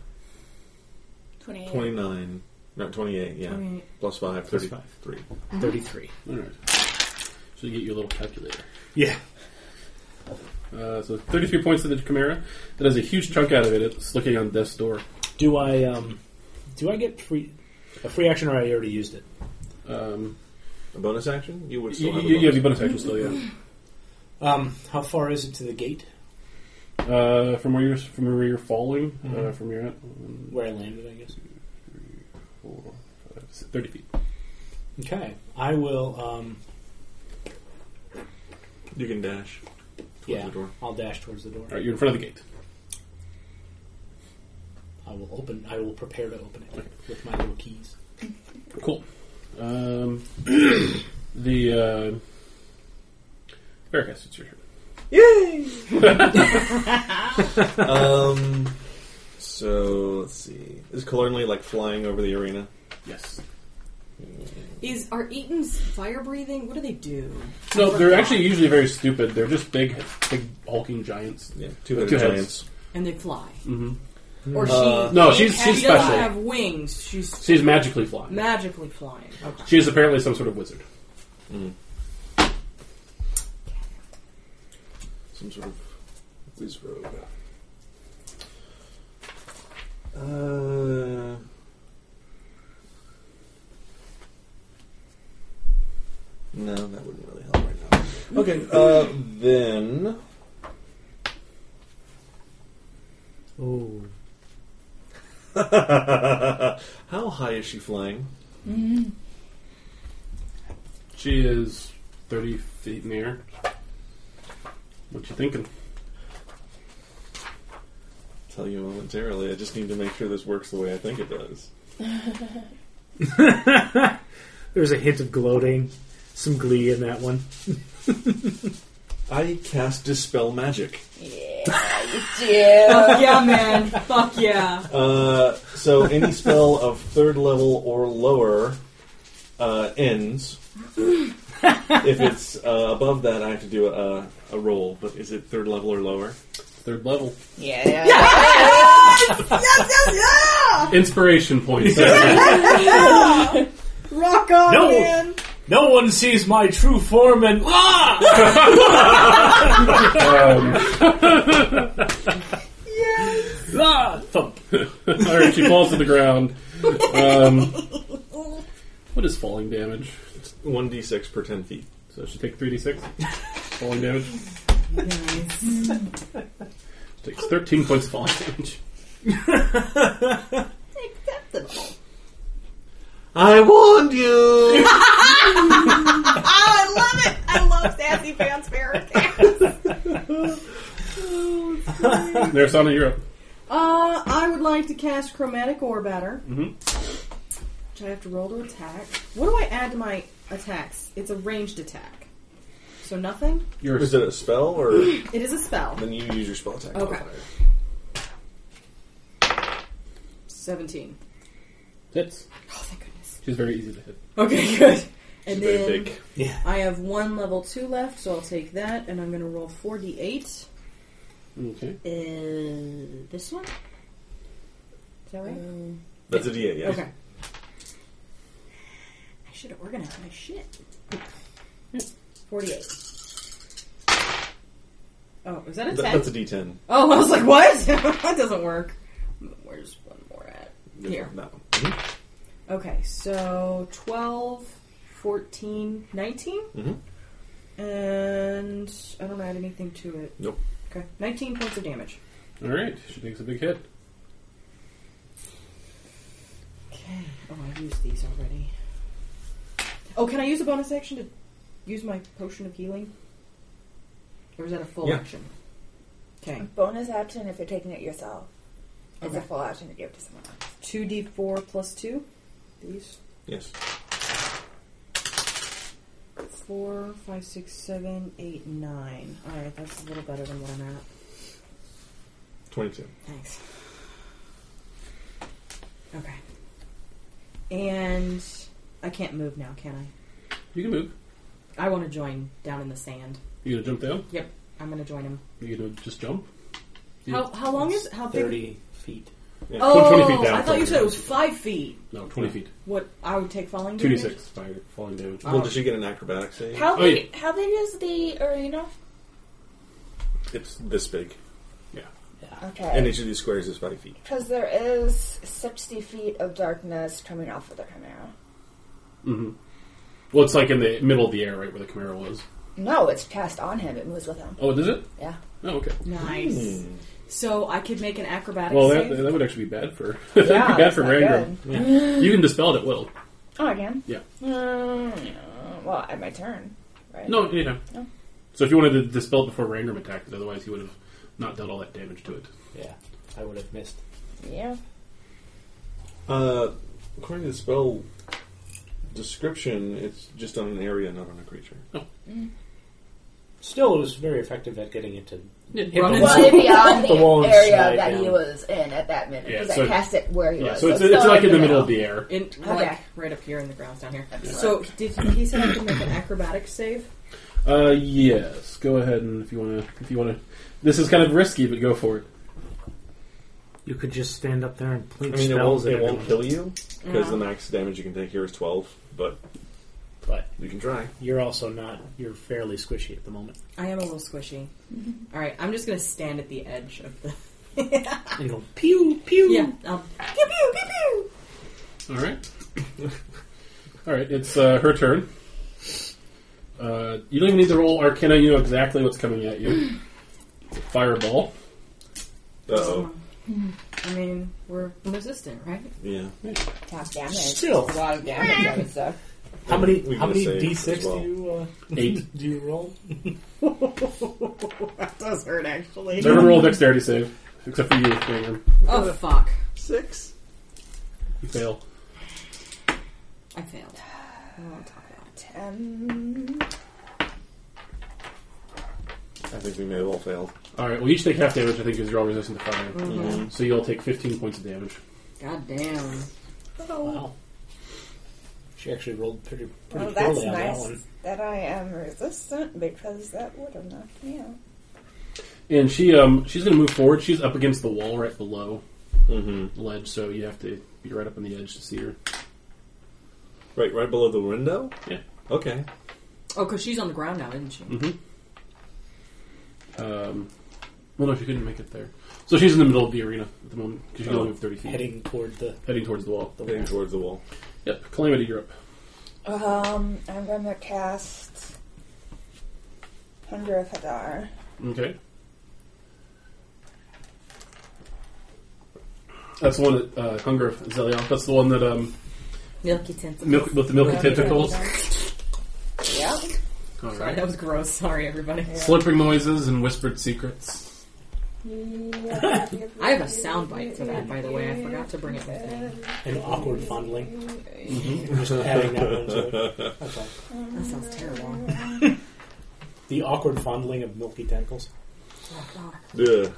28.
29, not 28, yeah.
28.
Plus 5,
Plus
33.
Thirty three.
Alright. So you get your little calculator.
Yeah.
Uh, so 33 points to the Chimera. That has a huge chunk out of it. It's looking on death's door.
Do I um, do I get free a free action or I already used it?
Um,
A bonus action? You would
you,
still have a
you, you have
bonus.
your bonus action still, yeah.
Um, how far is it to the gate
Uh, from where you're from where you're falling,
Mm-hmm.
uh, from your
where I landed? I guess.
four, five, six, uh, thirty feet.
Okay, I will. Um,
You can dash towards
yeah,
the door.
I'll dash towards the door.
All right, you're in front of the gate.
I will open. I will prepare to open it with my little keys.
Cool. [clears throat] Um, the uh, Veracast, it's your turn.
Yay! [laughs] um, so let's see. Is Kalernly like flying over the arena?
Yes.
Is are Eaton's fire breathing? What do they do?
No, they're actually usually very stupid. They're just big, big hulking giants.
Yeah, two-headed
Two heads.
giants.
And they fly.
hmm
Or she?
Uh,
No,
she
she's- she's
has- she doesn't
special.
have wings. She's
She's magically flying.
magically flying. Okay.
She is apparently some sort of wizard.
Mm. Some sort of whiz robe. Uh, no, that wouldn't really help right now. Okay, uh, then.
Oh.
[laughs] How high is she flying?
She is 30 feet in the air. What you thinking?
Tell you momentarily. I just need to make sure this works the way I think it does.
There's a hint of gloating, some glee in that one.
I cast dispel magic.
[laughs]
Fuck yeah, man. Fuck yeah.
Uh, so any spell of third level or lower uh, ends. if it's uh, above that, I have to do a, a roll. But is it third level or lower?
Third level.
Yeah, yeah.
Inspiration points. [laughs]
Rock on,
No.
man.
No one sees my true form and. Ah!
um,
ah! Thump.
[laughs] all right, she falls to the ground. Um, what is falling damage?
One d six per ten feet.
So she takes 3d6 falling damage. Takes 13 points of falling damage.
Acceptable.
I warned
[laughs]
you!
Oh, I love it. I love sassy
[laughs]
fans fair.
Narasana, you're up.
Uh, I would like to cast Chromatic Orb at her.
Mhm.
Mm-hmm.
Which I have to roll to attack. What do I add to my attacks? It's a ranged attack. So nothing?
You're
Is it a spell or
It is a spell.
then you use your spell attack
Okay.
modifier?
17.
hits.
Oh, thank goodness.
She's very easy to hit.
Okay, good.
She's
And
very
then
big.
I have one level 2 left, so I'll take that, and I'm going to roll 4d8.
Okay.
Uh, this one? Uh, Is that right?
That's a d eight. Yes.
Okay. [laughs] I should have organized my shit. 48. Oh, is that a 10?
Th- that's a d ten.
oh, I was like, what? [laughs] that doesn't work. Where's one more at? Here.
No.
Okay, so 12, 14, 19?
Mhm.
And I don't add anything to it.
Nope.
Okay, 19 points of damage.
All right. She takes a big hit.
Okay. Oh, I used these already. Oh, can I use a bonus action to use my potion of healing? Or is that a full
Yeah.
action? Okay.
Bonus action if you're taking it yourself. It's a
Okay.
full action to give to someone else.
2d4 plus 2. These.
Yes.
4, 5, 6, 7, 8, 9. Alright, that's a little better than what I'm at.
Twenty two.
Thanks. Okay. And I can't move now, can I?
You can move.
I want to join down in the sand.
You gonna jump down?
Yep, I'm going to join him.
You gonna just jump?
How, how long is how big?
30 feet.
Yeah.
Oh,
20 feet down.
I thought you said it was five feet.
No, Ah. 20 feet.
What I would take falling
Two d
damage.
six fire falling damage.
Well, does she get an acrobatics save?
How
Oh,
big? How big is the arena?
It's this big, and
Okay.
each of these squares is five feet.
Because there is 60 feet of darkness coming off of the chimera.
Mm-hmm. Well, it's like in the middle of the air, right where the Camaro was.
No, it's cast on him. It moves with him.
Oh, does it?
Yeah.
Oh, okay.
Nice.
Hmm.
So I could make an acrobatic
Hmm. Well, that,
save.
that would actually be bad for [laughs] that'd
Yeah,
be bad
that's
for
not
Rangram. You can dispel it at will.
Oh, again?
Yeah.
Mm, well, at my turn. Right?
No, anytime.
No.
So if you wanted to dispel it before Rangram attacked it, otherwise he would have not done all that damage to it.
Yeah, I would have missed.
Yeah.
Uh, according to the spell description, it's just on an area, not on a creature.
Still, it was very effective at getting into.
It
Yeah,
runs-
but-
Well, it'd
[laughs]
be on
The wall
the
and
area
slide
that
down.
he was in at that minute
Yeah,
because
so-
I cast it where he
yeah,
was.
so it's,
it's
it's
still
like in the
middle.
middle of the air.
In,
Okay.
like, right up here in the grounds down here. So did he, he said I could make an acrobatic save?
Uh, yes. Go ahead and if you want to, if you want to, this is kind of risky, but go for it.
You could just stand up there and
I
plink
mean, it
spells
won't,
at
it won't
everyone.
kill you because
Yeah.
the max damage you can take here is twelve, but
But
you can try.
you're also not. You're fairly squishy at the [laughs] moment.
I am a little [laughs] squishy. All right, I'm just gonna stand at the edge of [laughs] the.
And go pew pew.
Yeah. Um, pew pew pew pew.
All right. All right. It's uh, her turn. Uh, you don't even need to roll Arcana. You know exactly what's coming at you. It's a fireball.
Uh-oh.
I mean, we're resistant, right?
Yeah.
Half damage.
Still.
a lot of damage. I would say.
How many?
We can
How many
save
d six
as well.
do you uh,
Eight.
do you roll? that does hurt actually.
So everyone roll a dexterity save, except for you, Ingram.
Oh fuck!
Six.
You fail.
I failed. I won't talk about it.
Um,
I think we may have all failed.
All right. Well, each take half damage. I think because you're all resistant to fire.
Mhm.
So you'll take 15 points of damage.
God damn.
Wow. She actually rolled pretty pretty
well, Oh, that's
poorly on that
nice
one.
that I am resistant because that would have knocked me out.
And she um she's gonna move forward. She's up against the wall right below
Mm-hmm.
the ledge, so you have to be right up on the edge to see her.
Right, right below the window.
Yeah.
Okay.
Oh, because she's on the ground now, isn't she?
Mm-hmm. Um, well, no, she couldn't make it there. So she's in the middle of the arena at the moment because she can only
Oh.
move 30 feet.
Heading toward the.
Heading towards the wall.
Heading towards the wall.
Yep, Calamity Europe.
Um, I'm gonna cast Hunger of Hadar.
Okay. That's the one that uh, Hunger of Zelioth. That's the one that um,
Milky tinsel.
milk, with the milky tentacles.
Yep.
[laughs] All
Sorry,
right.
that was gross. Sorry, everybody.
Slurping noises and whispered secrets.
I have a sound bite for that, by the way. I forgot to bring it with me.
An awkward fondling.
Mm-hmm.
Just adding that one to
[laughs]
it. That's all.
That sounds terrible. [laughs]
The awkward fondling of milky tentacles.
Oh, God.
[laughs] Ugh.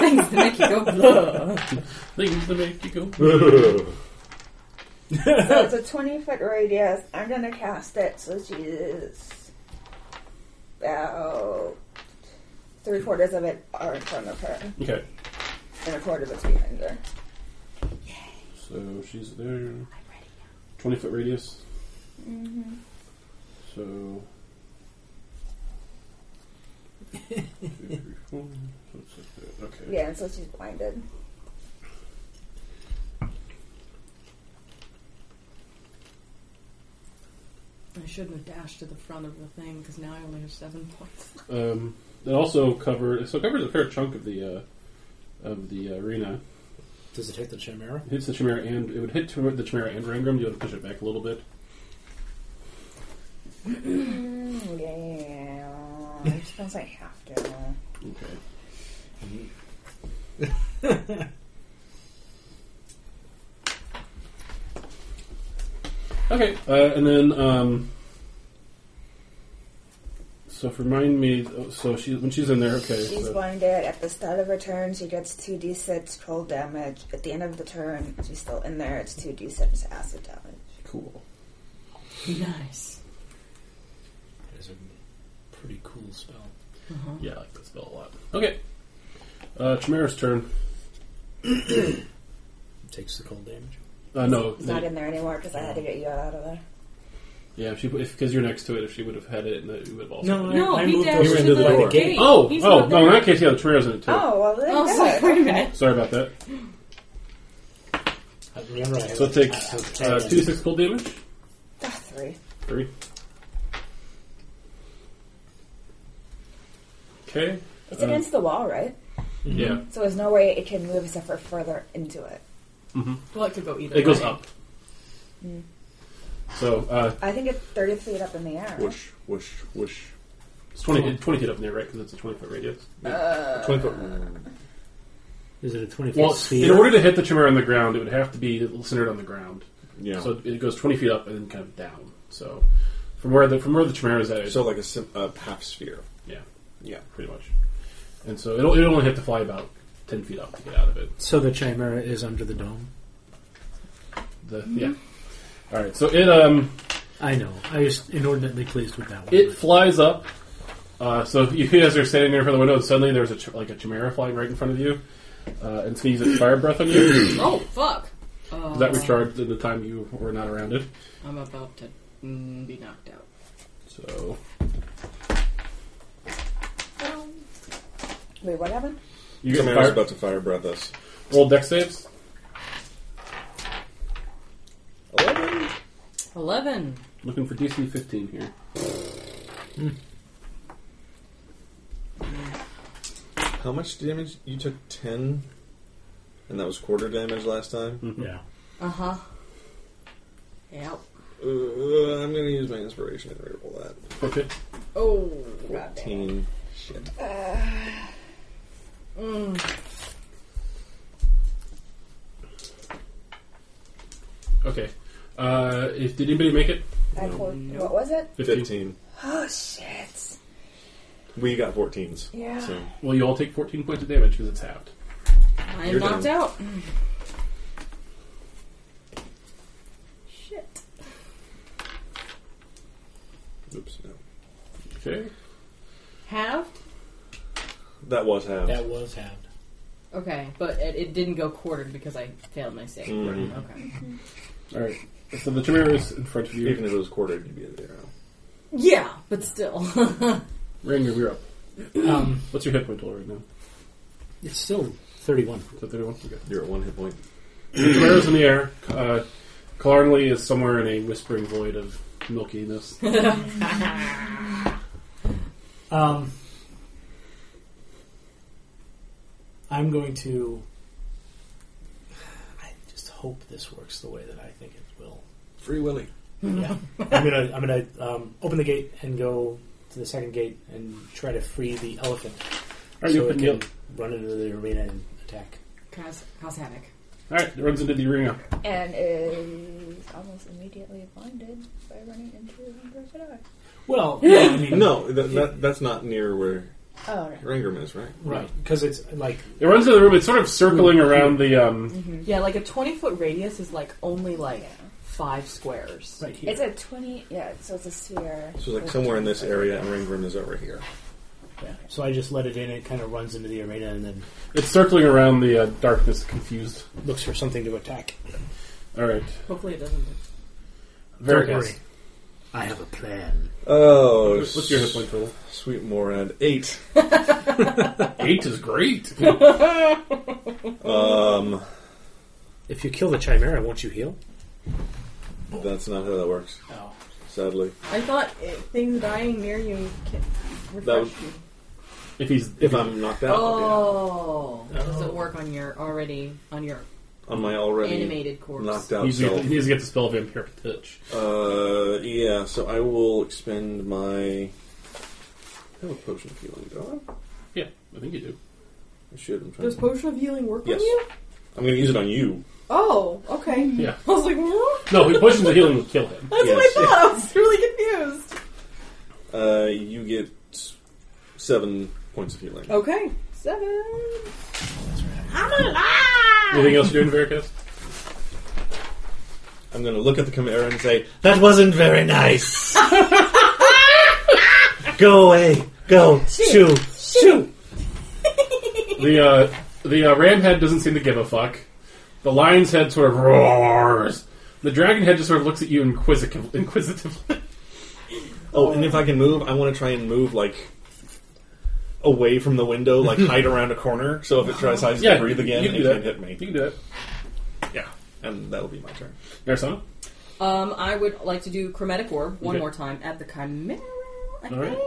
Things that make you go blah.
Things that make you go.
[laughs] so it's a 20 foot radius. I'm gonna cast it so she's about three quarters of it are in front of her,
Okay.
and a quarter of it's behind her.
So she's there. 20 foot radius.
Mm-hmm.
So. two, three, four, five, six, seven, okay.
Yeah, and so she's blinded.
I shouldn't have dashed to the front of the thing because now I only have seven points.
Um, it also covered. So it covers a fair chunk of the uh, of the uh, arena.
Does it hit the chimera?
It hits the chimera and it would hit Chimera- the chimera and Rangram. You would push it back a little bit.
Mm-hmm.
Yeah, [laughs] I suppose I have to.
Okay. okay, uh, and then um, so if remind me. oh, So she when she's in there, okay.
She's
So,
blinded. At the start of her turn, she gets 2d6 cold damage. At the end of the turn, if she's still in there, it's 2d6 acid damage.
cool.
Nice.
It is a pretty cool spell.
Uh-huh.
Yeah, I like that spell a lot. Okay, uh, Chimera's turn.
takes the cold damage.
Uh, no,
It's
Mm.
not in there anymore because I had to get you out of there.
yeah, if she because you're next to it. If she would have had it, and it would have also.
No,
No,
I, I
he
moved
dashed
over
to
into
the
the,
door.
Oh,
gate.
gate.
oh,
He's
no!
not there.
In that case, yeah, the Chimera's in it too.
Oh, well, then.
Oh,
good.
sorry, wait a minute.
Sorry about that.
I remember I had
So it
I had
takes
tag
uh,
on
two
it.
six cold damage.
Ah, three.
Three. Okay.
It's
Uh,
against the wall, right?
Yeah.
So there's no way it can move except for further into it.
Well, it could go either
Mm-hmm. It goes
way.
up. So uh,
I think it's 30 feet up in the air.
whoosh, whoosh, whoosh.
it's 20, feet- 20 feet up in there, right? Because it's a 20 foot radius.
Twenty foot.
Is it a twenty foot
Well, in
sphere?
order to hit the chimera on the ground, it would have to be centered on the ground.
Yeah.
So it goes 20 feet up and then kind of down. So From where the from where the Chimera is at, it's
So like a, sim- a half sphere.
yeah,
Yeah.
pretty much. And so it'll it'll only have to fly about ten feet up to get out of it.
So the chimera is under the dome.
The, Yeah. All right. So it um
I know. I was inordinately pleased with that one.
it flies up. Uh, so if you guys are standing there in front of the window, and suddenly there's a ch- like a Chimera flying right in front of you, uh, and it's going to use its fire breath on
[coughs]
you.
Oh, fuck. Uh,
Is that recharged in the time you were not around it?
I'm about to mm, be knocked out.
So
Wait, what happened?
you get
Chimera's
fire.
about to fire breath us.
Roll deck saves.
11.
11.
Looking for DC 15 here.
How much damage? You took 10, and that was quarter damage last time?
Yeah.
Uh huh. Yep.
Uh, I'm going to use my inspiration and reroll that.
Okay.
Oh,
14. Shit.
Okay. Uh, if, did anybody make it?
I pulled, What was it?
15.
Oh shit!
We got 14s.
Yeah.
So.
Well, you all take 14 points of damage because it's halved.
I
You're
am knocked
down.
out.
Shit.
Oops, no.
Okay.
Halved?
That was half.
That was halved.
Okay, but it, it didn't go quartered because I failed my save.
Mhm.
Okay.
All right. So the Chimera is in front of you.
Even if it was quartered, you'd be at zero.
Yeah, but still.
Ranger, you're up.
Um,
What's your hit point total right now?
it's still 31.
Is that 31? Okay.
You're at one hit point.
The Chimera's in the air. Uh, Clarnley is somewhere in a whispering void of [laughs] milkiness.
Um, I'm going to. I just hope this works the way that I think it will.
Free Willy.
Yeah. I'm gonna I'm gonna um, open the gate and go to the second gate and try to free the elephant
All right, you
so it
open
can
the up.
run into the arena and attack.
[laughs] Cause, cause havoc.
All right. It runs into the arena.
And is almost immediately blinded by running into Umbra's eye.
Well, yeah, I mean,
[laughs] No, that, that, that's not near where
Oh no!
Rangerman is, right?
right? Because it's like
It runs into the room. It's sort of circling around the. Um,
Yeah, like a 20 foot radius is like only like five squares.
right here.
It's a twenty. Yeah, so it's a sphere.
So it's like somewhere in this area, and Rangerman is over here.
Yeah. So I just let it in. It kind of runs into the arena and then
it's circling around the uh, darkness, confused.
looks for something to attack.
All right.
Hopefully it doesn't.
Very
worry. I have a plan.
Oh,
What's your hit point total?
Sweet Morad. Eight.
Eight is [laughs] great.
Um,
If you kill the chimera, won't you heal?
that's not how that works,
Oh.
sadly.
I thought it, things dying near you can refresh
That would-
you.
if he's
If I'm knocked out
Oh, does it work on your already on your
yeah. on my already
animated corpse?
knocked out
He's
self.
he needs to get the spell Vampiric Touch.
Uh, yeah, so I will expend my. I have a potion of healing, do I?
Yeah, I think you do.
I should. I'm trying
Does
to...
potion of healing work
Yes.
on you?
I'm going to use it on you.
Oh, okay.
Yeah.
I was like, what?
No, he pushes the healing will kill him.
That's
Yes.
what I thought. I was really confused.
Uh, you get seven points of healing.
Okay, seven.
Anything else you're doing, Veracast?
I'm going to look at the Chimera and say,
That wasn't very nice. go away. Go. Shoo. Shoo.
The uh, the uh, ram head doesn't seem to give a fuck. The lion's head sort of roars. The dragon head just sort of looks at you inquisitive, inquisitively.
Oh, and if I can move, I want to try and move like away from the window,
[laughs]
like hide around a corner. So if it tries tries to breathe again,
you can
it
do that.
can hit me.
You can do that.
Yeah, and that'll be my turn.
Narasana?
Um, I would like to do chromatic orb one
Okay.
more time at the chimera. I
All
think
right.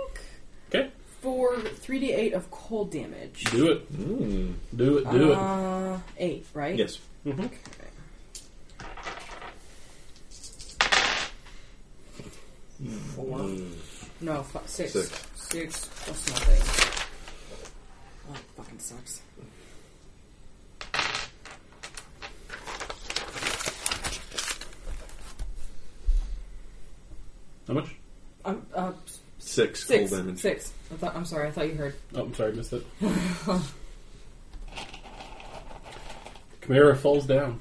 Okay,
for three d eight of cold damage.
do it.
Mm.
Do it, do it.
Uh, eight, right?
Yes,
Okay. Four. No, fi- six.
Six.
Six plus nothing. Oh, it fucking sucks.
How much?
I'm, uh,
Six,
six.
cold damage.
Six. I thought, I'm sorry. I thought you heard.
Oh, I'm sorry, I missed it. Chimera falls down,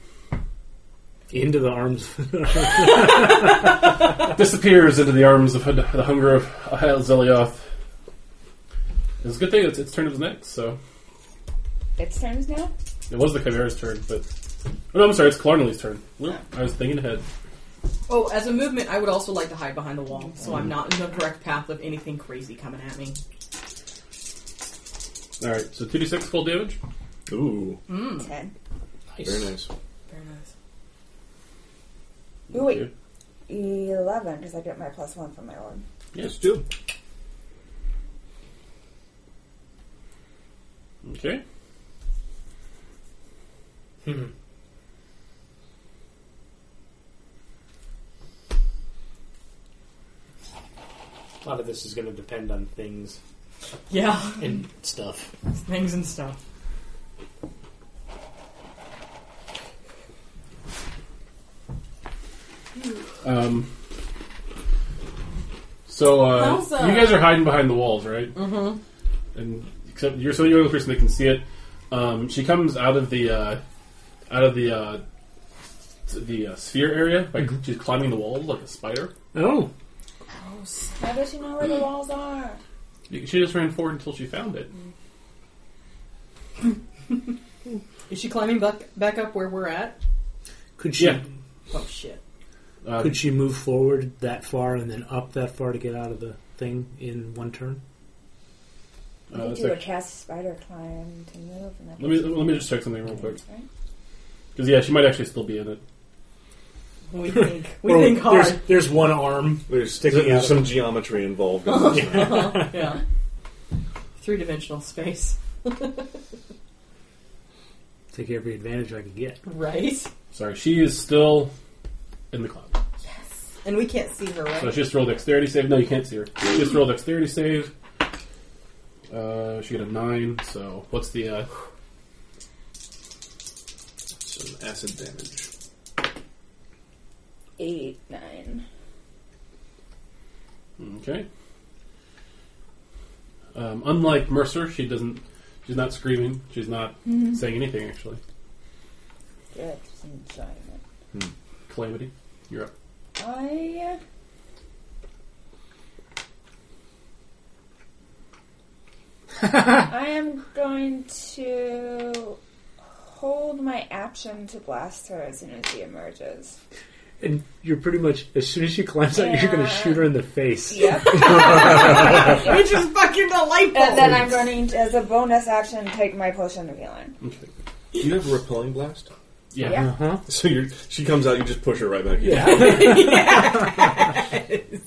Into the arms.
disappears into the arms of Hud- the hunger of Ahel Zelioth. It's a good thing it's its turn was next, so
It's turns now.
it was the Chimera's turn, but oh, no, I'm sorry, it's Clarnley's turn. Oop, I was thinking ahead.
Oh, as a movement, I would also like to hide behind the wall, so I'm not in the direct path of anything crazy coming at me.
All right, so two d six full damage.
Ooh,
Mm.
Ten.
very nice.
Very nice.
Ooh, wait. Eleven, because I get my plus one from my orb.
Yes.
do.
Okay.
A lot of this is going to depend on things
Yeah, [laughs]
and stuff.
things and stuff.
Um, so uh,
How's, uh,
you guys are hiding behind the walls, right? Mm-hmm. And except you're so you're the only person that can see it. Um, she comes out of the uh, out of the uh, t- the uh, sphere area. Like
Mm-hmm.
she's climbing the wall like a spider.
Oh.
How does she know where the walls are?
She just ran forward until she found it.
Is she climbing back, back up where we're at?
Could she
Yeah.
Oh shit.
Uh,
could she move forward that far and then up that far to get out of the thing in one turn?
[clears throat]
You
uh,
could
it's
do a
like-
cast spider climb to move, and that
let me let me just check something real quick
Right?
because yeah, she might actually still be in it.
We think. We
Or
think
there's,
hard.
there's one arm.
There's,
Sticking
there's
out.
some geometry [laughs] involved. In this.
yeah. Three dimensional space. [laughs]
Take every advantage I can get.
Right?
Sorry, she is still in the cloud.
And we can't see her,
So
right?
she just rolled dexterity save. No, you can't see her. She just rolled dexterity save. Uh, she got a nine. So what's the? Uh,
Some acid damage.
Eight, nine.
okay. Um, unlike Mercer, she doesn't. She's not screaming. She's not saying anything. Actually,
Good. Just enjoying it.
calamity. You're up.
I. I am going to hold my action to blast her as soon as she emerges.
And you're pretty much as soon as she climbs out, you're going to
Yeah.
shoot her in the face.
Yep.
Which is fucking delightful!
and then I'm going to, as a bonus action, take my potion of healing.
Okay.
Do you have a repelling blast?
Yeah.
Yeah.
Uh-huh.
So you're, she comes out, you just push her right back in.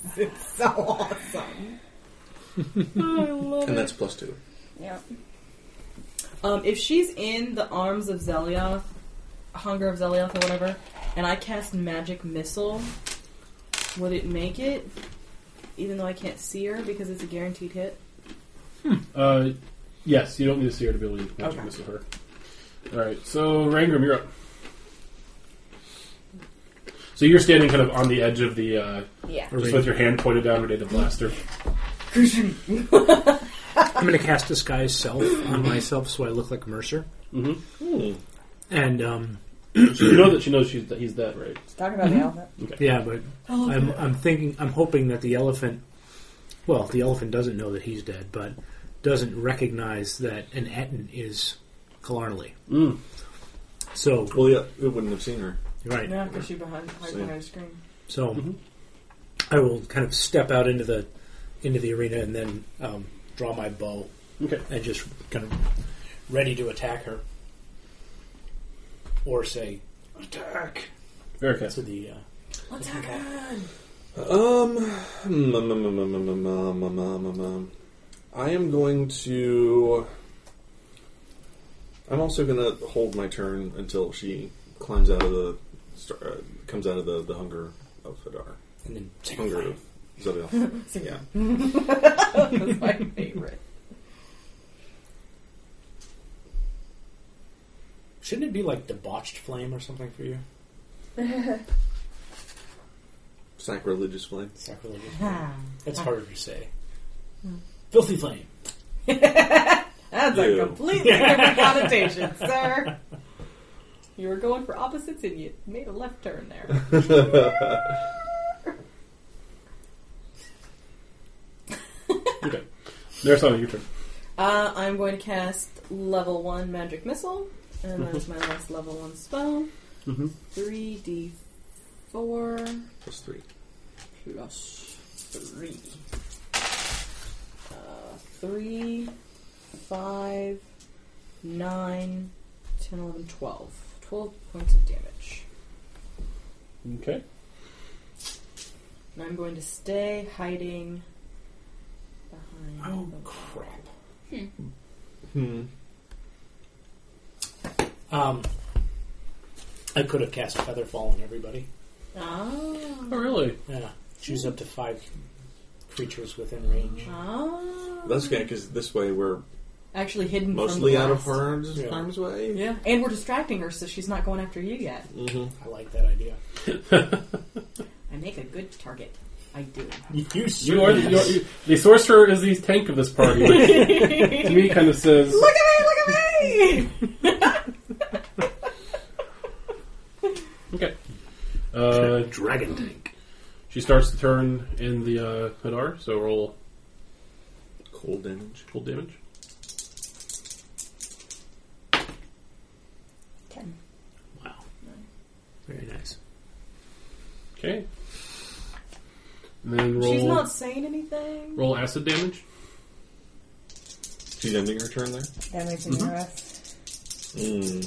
[laughs]
so awesome.
and that's plus two.
Yep.
Um, if she's in the arms of Zelioth, Hunger of Zelioth or whatever, and I cast Magic Missile, would it make it? Even though I can't see her because it's a guaranteed hit?
Uh, yes. You don't need to see her to be able to magic
Okay.
missile her. All right. So Rangram, you're up. So you're standing kind of on the edge of the, uh,
Yeah.
just with your hand pointed down, ready to blast her.
I'm going to cast disguise self on myself so I look like Mercer.
Mhm.
Hmm.
And um,
you know that she knows she's he's dead, right?
Talking about the elephant.
yeah, but I'm, I'm thinking, I'm hoping that the elephant, well, the elephant doesn't know that he's dead, but doesn't recognize that an Etin is Killarnley.
Mm.
So,
Well, yeah, it wouldn't have seen her.
right.
Yeah, because she's behind,
So- behind
the screen.
So I will kind of step out into the into the arena and then um, draw my bow
Okay.
and just kind of ready to attack her, or say attack
Veracast.
to the. Uh,
What's happening?
Um, mm, mm, mm, mm, mm, mm, mm, mm, mm, mm, mm. I am going to. I'm also going to hold my turn until she climbs out of the, star- uh, comes out of the, the hunger of Hadar,
and then take
hunger
a
of Zebel.
[laughs]
yeah.
That's [laughs] my favorite.
Shouldn't it be like debauched flame or something for you?
Sacrilegious flame.
Sacrilegious. That's harder to say. Filthy flame.
That's
Ew.
a completely different connotation, sir. You were going for opposites and you made a left turn there.
Okay. There's something your turn.
Uh, I'm going to cast level 1 magic missile, and that is my last level 1 spell.
Mhm.
3d4
Plus three.
plus 3. Uh, 3, 5, 9, 10, 11, 12. 12 points of damage.
Okay.
And I'm going to stay hiding behind.
Oh,
the-
crap.
Hmm.
Um, I could have cast Featherfall on everybody.
Ah.
Oh, really?
Yeah. Choose up to five creatures within range.
Ah.
That's okay, because this way we're
Actually hidden from
mostly
the
out of
blast.
harm's,
Yeah.
harm's way.
Yeah, and we're distracting her, so she's not going after you yet.
Mm-hmm.
I like that idea.
I make a good target. I do.
You,
You are the, you are, you, the sorcerer is the tank of this party. Which to me, kind of says.
Look at me! Look at me!
Okay. Uh,
Dragon tank.
she starts to turn in the uh, Hadar, so roll
Cold damage.
cold damage.
Ten.
Wow. Very nice.
Okay. And then roll
She's not saying anything.
roll acid damage.
She's ending her turn there.
That makes me nervous.
Mm.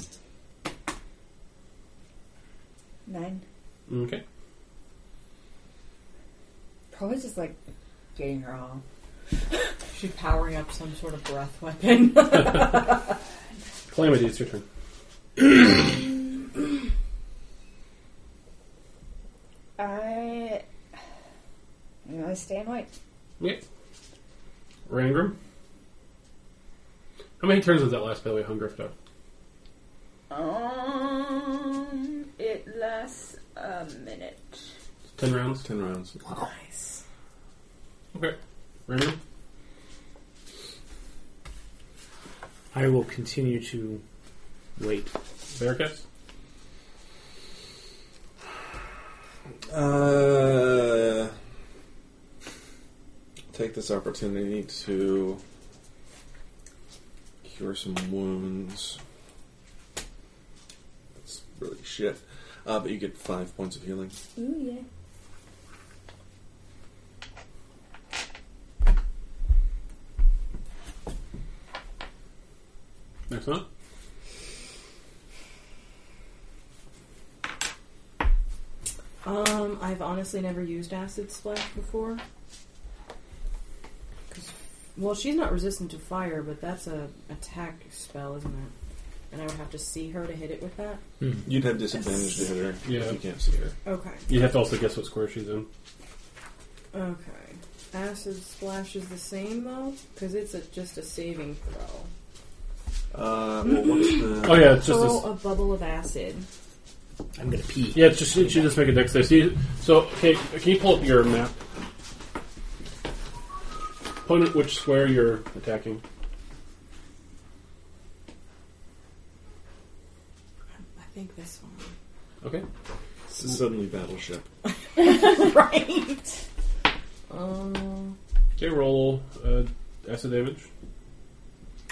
Nine.
Okay.
Probably just like getting her off.
She's powering up some sort of breath weapon. [laughs]
Calamity, it's your turn.
I. I'm gonna stay in white.
Okay. Rangram. How many turns was that last, by the way, Hungrifto?
Um, it lasts a minute.
Ten rounds?
Ten rounds.
nice.
Okay. Rangram?
I will continue to wait.
Bearcats?
Uh, take this opportunity to cure some wounds. That's really shit. Uh, but you get five points of healing.
Ooh, yeah.
Next one?
Um, I've honestly never used acid splash before. 'Cause- Well, she's not resistant to fire, but that's a attack spell, isn't it? And I would have to see her to hit it with that.
Hmm.
You'd have disadvantage to hit her
Yeah.
if you can't see her.
Okay.
You'd have to also guess what square she's in.
Okay. Acid splash is the same though, because it's a, just a saving throw.
Uh, well, what's the
[clears throat] Oh, yeah, it's just
Throw
this.
a bubble of acid.
I'm going to pee.
Yeah, it's just, she just make a dex save. So, you- so, okay, can you pull up your map? Opponent, which square you're attacking?
I think this one.
Okay.
This is suddenly battleship?
[laughs]
right. Um.
Okay, roll uh, acid damage.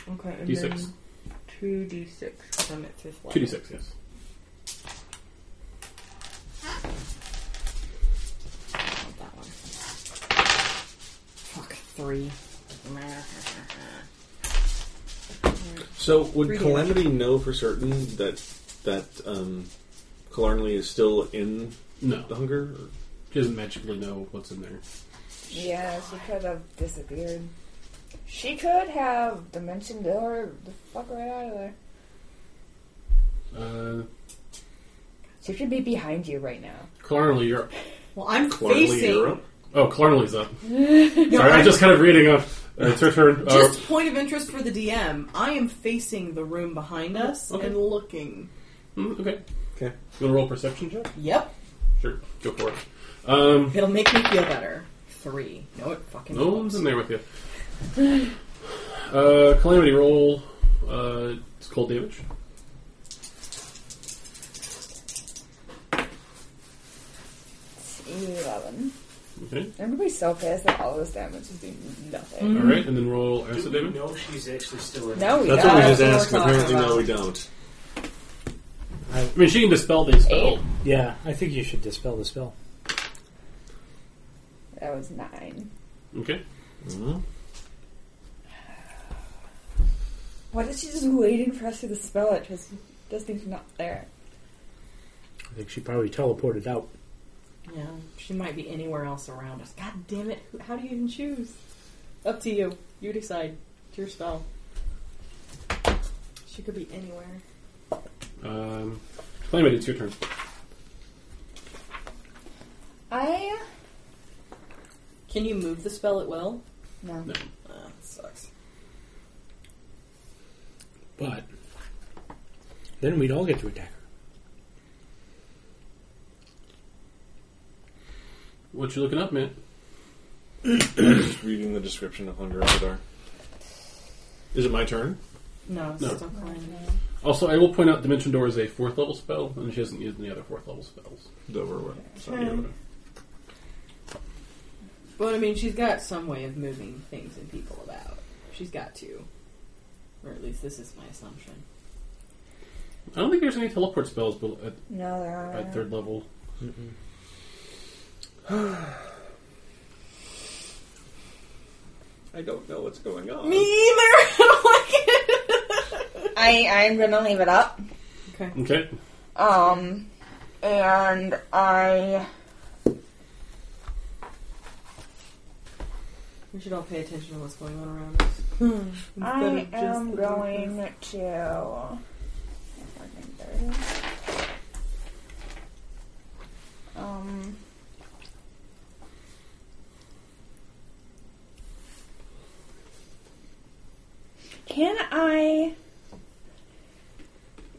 Okay. And
D6.
Then two d six. I'm at fifth level.
2d6, yes.
Not that one. Fuck three.
So would
Three
Calamity know for certain that that um, Killarnley is still in
No.
the hunger? Or?
She doesn't magically know what's in there.
Yeah, she could have disappeared. She could have dimension door the fuck right out of there.
Uh,
She should be behind you right now.
Clarnley, you're up.
Well, I'm
Killarnley,
facing.
you're up.
Oh, Clarnley's up.
No,
Sorry, I'm
I'm-
just kind of reading off. Uh, it's her turn. Uh,
Just point of interest for the DM. I am facing the room behind us
Okay.
and looking.
mm, okay. You
Okay.
want to roll a perception check?
Yep.
Sure, go for it. Um,
It'll make me feel better. Three. No, it fucking.
no one's in
won't.
there with you. [sighs] Uh, Calamity roll. Uh, it's cold damage.
Eleven.
Okay.
Everybody's so pissed that all this damage is doing nothing.
All right, and then roll acid damage.
No, she's actually still in.
No, we
Mm-hmm. That's
don't.
what we just
That's
asked,
what
and
we're
apparently
talking
no, we
about.
don't.
I mean, she can dispel the spell.
Eight.
Yeah, I think you should dispel the spell.
That was nine.
Okay.
Mm-hmm.
Why did she just waiting for us to dispel it? Because Destiny's not there.
I think she probably teleported out.
Yeah, she might be anywhere else around us. God damn it! Who- How do you even choose? Up to you. You decide. It's your spell.
She could be anywhere.
Um, Calamity, it's your turn.
I
Can you move the spell at will?
no.
No.
Uh, that sucks.
But then we'd all get to attack her.
What you looking up, man?
Just reading the description of Hunger Avatar. Is it my turn?
No, it's
No.
still climbing.
Also, I will point out Dimension Door is a fourth level spell, and she hasn't used any other fourth level spells.
Dover. what?
Yoda.
But I mean, she's got some way of moving things and people about. She's got to. Or at least this is my assumption.
I don't think there's any teleport spells bel- at,
No, there are.
at third level.
I don't know what's going on.
Me either!
I I'm gonna leave it up.
okay.
Okay.
Um, and I
We should all pay attention to what's going on around us. [laughs] Instead
I
of just
am
the darkness.
going to. Um. Can I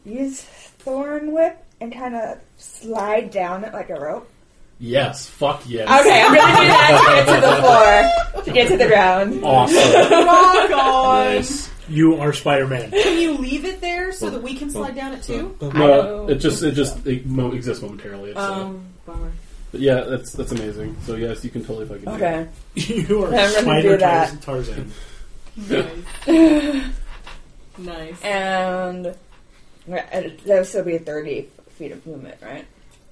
use Thorn Whip and kind of slide down it like a rope?
Yes. Fuck yes.
Okay, I'm gonna do [laughs] that to get to the floor, to get to the ground. [laughs] Oh
Awesome.
Fuck on!
Nice.
You are Spider Man.
[laughs] Can you leave it there so that we can slide down it too?
Oh.
No, it just it just it mo- exists momentarily. It's, uh,
Um, bummer.
but yeah, that's that's amazing. So yes, you can totally fucking do it.
Okay.
you are
I'm gonna
Spider
do that.
Tarzan.
[laughs] Nice.
And uh, that would still be 30 feet of movement, right?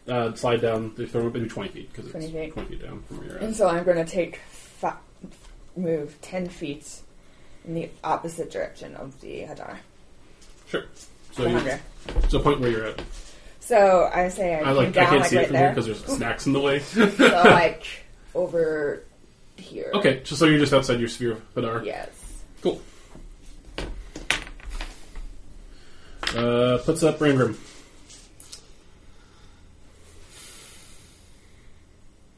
Uh, slide down. They throw maybe twenty feet because
20
it's
feet.
twenty feet down from where you're
And
at.
so I'm going to take fi- move 10 feet in the opposite direction of the Hadar.
Sure. So
The
you,
hunger.
so point where you're at.
So I say I,
I
come
like
down
I can't
like
see
right
it from here
there.
because
[laughs]
there's snacks in the way. [laughs]
so like over here.
okay, so, so you're just outside your sphere, of uh, Hadar.
Yes.
Cool. Uh, puts up Rangram.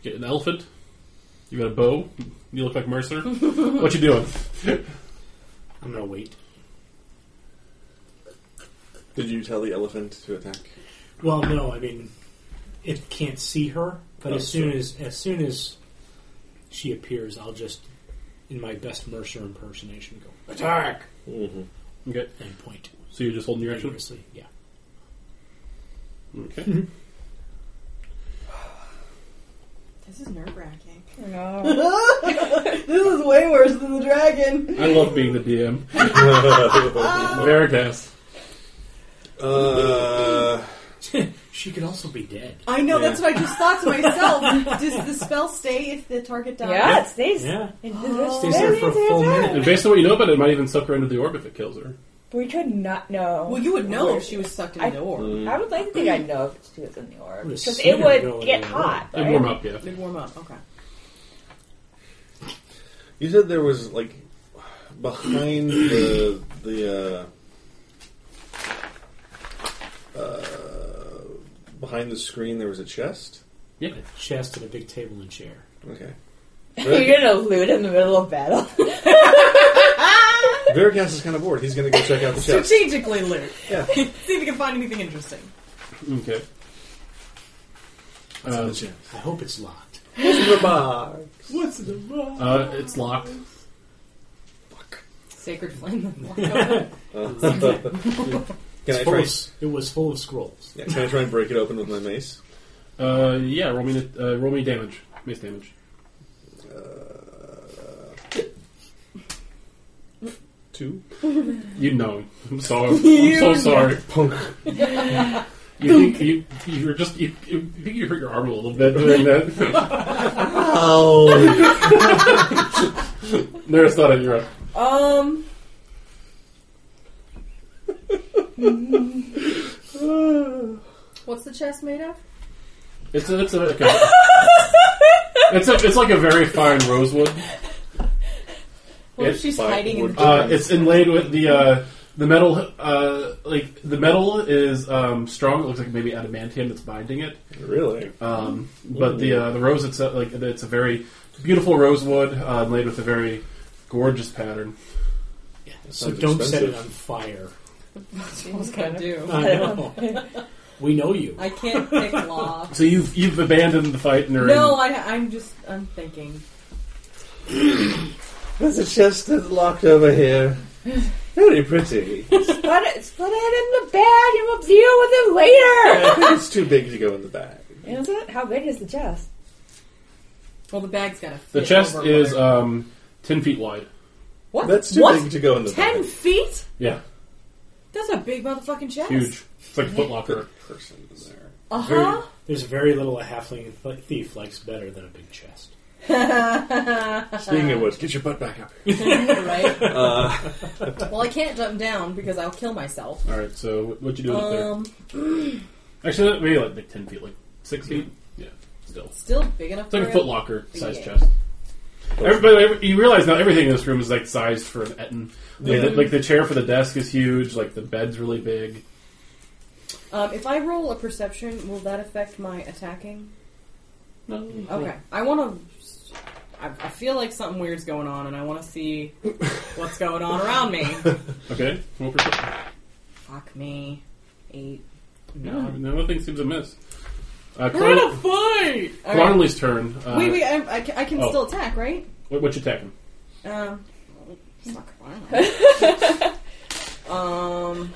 Get an elephant. You got a bow. You look like Mercer. what you doing?
I'm gonna wait.
Did you tell the elephant to attack?
Well, no, I mean, it can't see her, but
Oh,
as soon as as soon as she appears, I'll just, in my best Mercer impersonation, go attack
Mm-hmm.
Okay,
and point
so you're just holding your action.
vigorously. Yeah,
Okay.
This is nerve wracking.
No.
This is way worse than the dragon.
I love being the DM. Veracast.
[laughs] uh,
she could also be dead.
I know,
Yeah.
that's what I just thought to [laughs] myself. Does the spell stay if the target dies?
[laughs] yeah, it stays.
Yeah, [gasps]
It
stays there for a full minute.
And based on what you know about it, it might even suck her into the orb if it kills her.
We could not know.
Well, you would know if she was sucked in
I-
the orb.
I would like to think I know if she was in the orb
Would've
because
seen
it
her go
would
in
get
the orb.
hot.
It'd
right?
warm up, yeah.
They'd warm up. Okay.
you said there was like behind the the uh, uh, behind the screen there was a chest.
Yeah.
A chest and a big table and chair.
Okay.
You're gonna loot in the middle of [laughs] battle.
Veracast is kind of bored. He's going to go check out the chest.
Strategically loot.
Yeah.
See if you can find anything interesting.
Okay.
It's in the
Uh,
chest.
I hope it's locked.
the bar?
What's the wrong?
Uh, it's locked.
Sacred [laughs] flame. Why
Can I
It's full
try?
of s- it was full of scrolls.
Yeah, can I try and break it open with my mace?
Uh, yeah, roll me, uh, roll me damage. Mace damage.
Two.
[laughs] You know. I'm sorry. I'm so sorry. Punk. You think you you're just you, you think you hurt your arm a little bit doing that? [laughs]
Oh,
There's not in Europe.
Um.
What's the chest made of?
It's a, it's a okay. it's a, it's like a very fine rosewood.
What if
It's
she's
like
hiding in
wood.
Uh, it's inlaid with the uh, the metal uh, like the metal is um, strong. It looks like maybe adamantium that's binding it.
Really?
Um, but the uh, the rose it's a, like it's a very beautiful rosewood uh, inlaid with a very gorgeous pattern.
So
sounds
don't set
expensive.
it on fire.
What's gonna do?
Uh,
I know. we know you.
I can't
[laughs]
pick law.
So you've you've abandoned the fight and are
No,
in,
I, I'm just I'm thinking.
there's a chest that's locked over here. Very [laughs] pretty.
Put it, put it in the bag and we'll deal with it later!
I think it's too big to go in the bag.
Is it? How big is the chest?
Well, the bag's gotta.
the
fit
chest
over
is
where-
um, ten feet wide.
what?
uh, That's too
what?
big to go in the
Ten
bag.
feet?
Yeah,
That's a big motherfucking chest.
huge. It's like a footlocker.
Person in there.
Uh huh.
Very, there's very little a halfling th- thief likes better than a big chest.
Speaking of which, get your butt back up here.
[laughs] right.
Uh,
[laughs]
well, I can't jump down because I'll kill myself.
All right, so what what you doing up there?
Um,
Actually, maybe like, like ten feet, like six feet. Yeah, still.
still big enough.
It's like
for
a
it.
foot locker size
Yeah.
chest. Everybody, every, you realize now everything in this room is like sized for an Etten. Like,
Yeah.
the, like the chair for the desk is huge. Like the bed's really big.
Um, if I roll a perception, will that affect my attacking?
No.
Okay, I want to. I, I feel like something weird's going on, and I want to
[laughs]
see what's going on around me.
Okay. Roll perception.
Fuck me. Eight.
No,
No.
nothing seems amiss. Uh,
We're in
Clon-
a fight. All right.
Clonley's turn. Uh,
Wait, wait. I, I, ca- I can
oh.
still attack, right?
What, what you attacking? [laughs]
Um. Fuck. I don't know. um.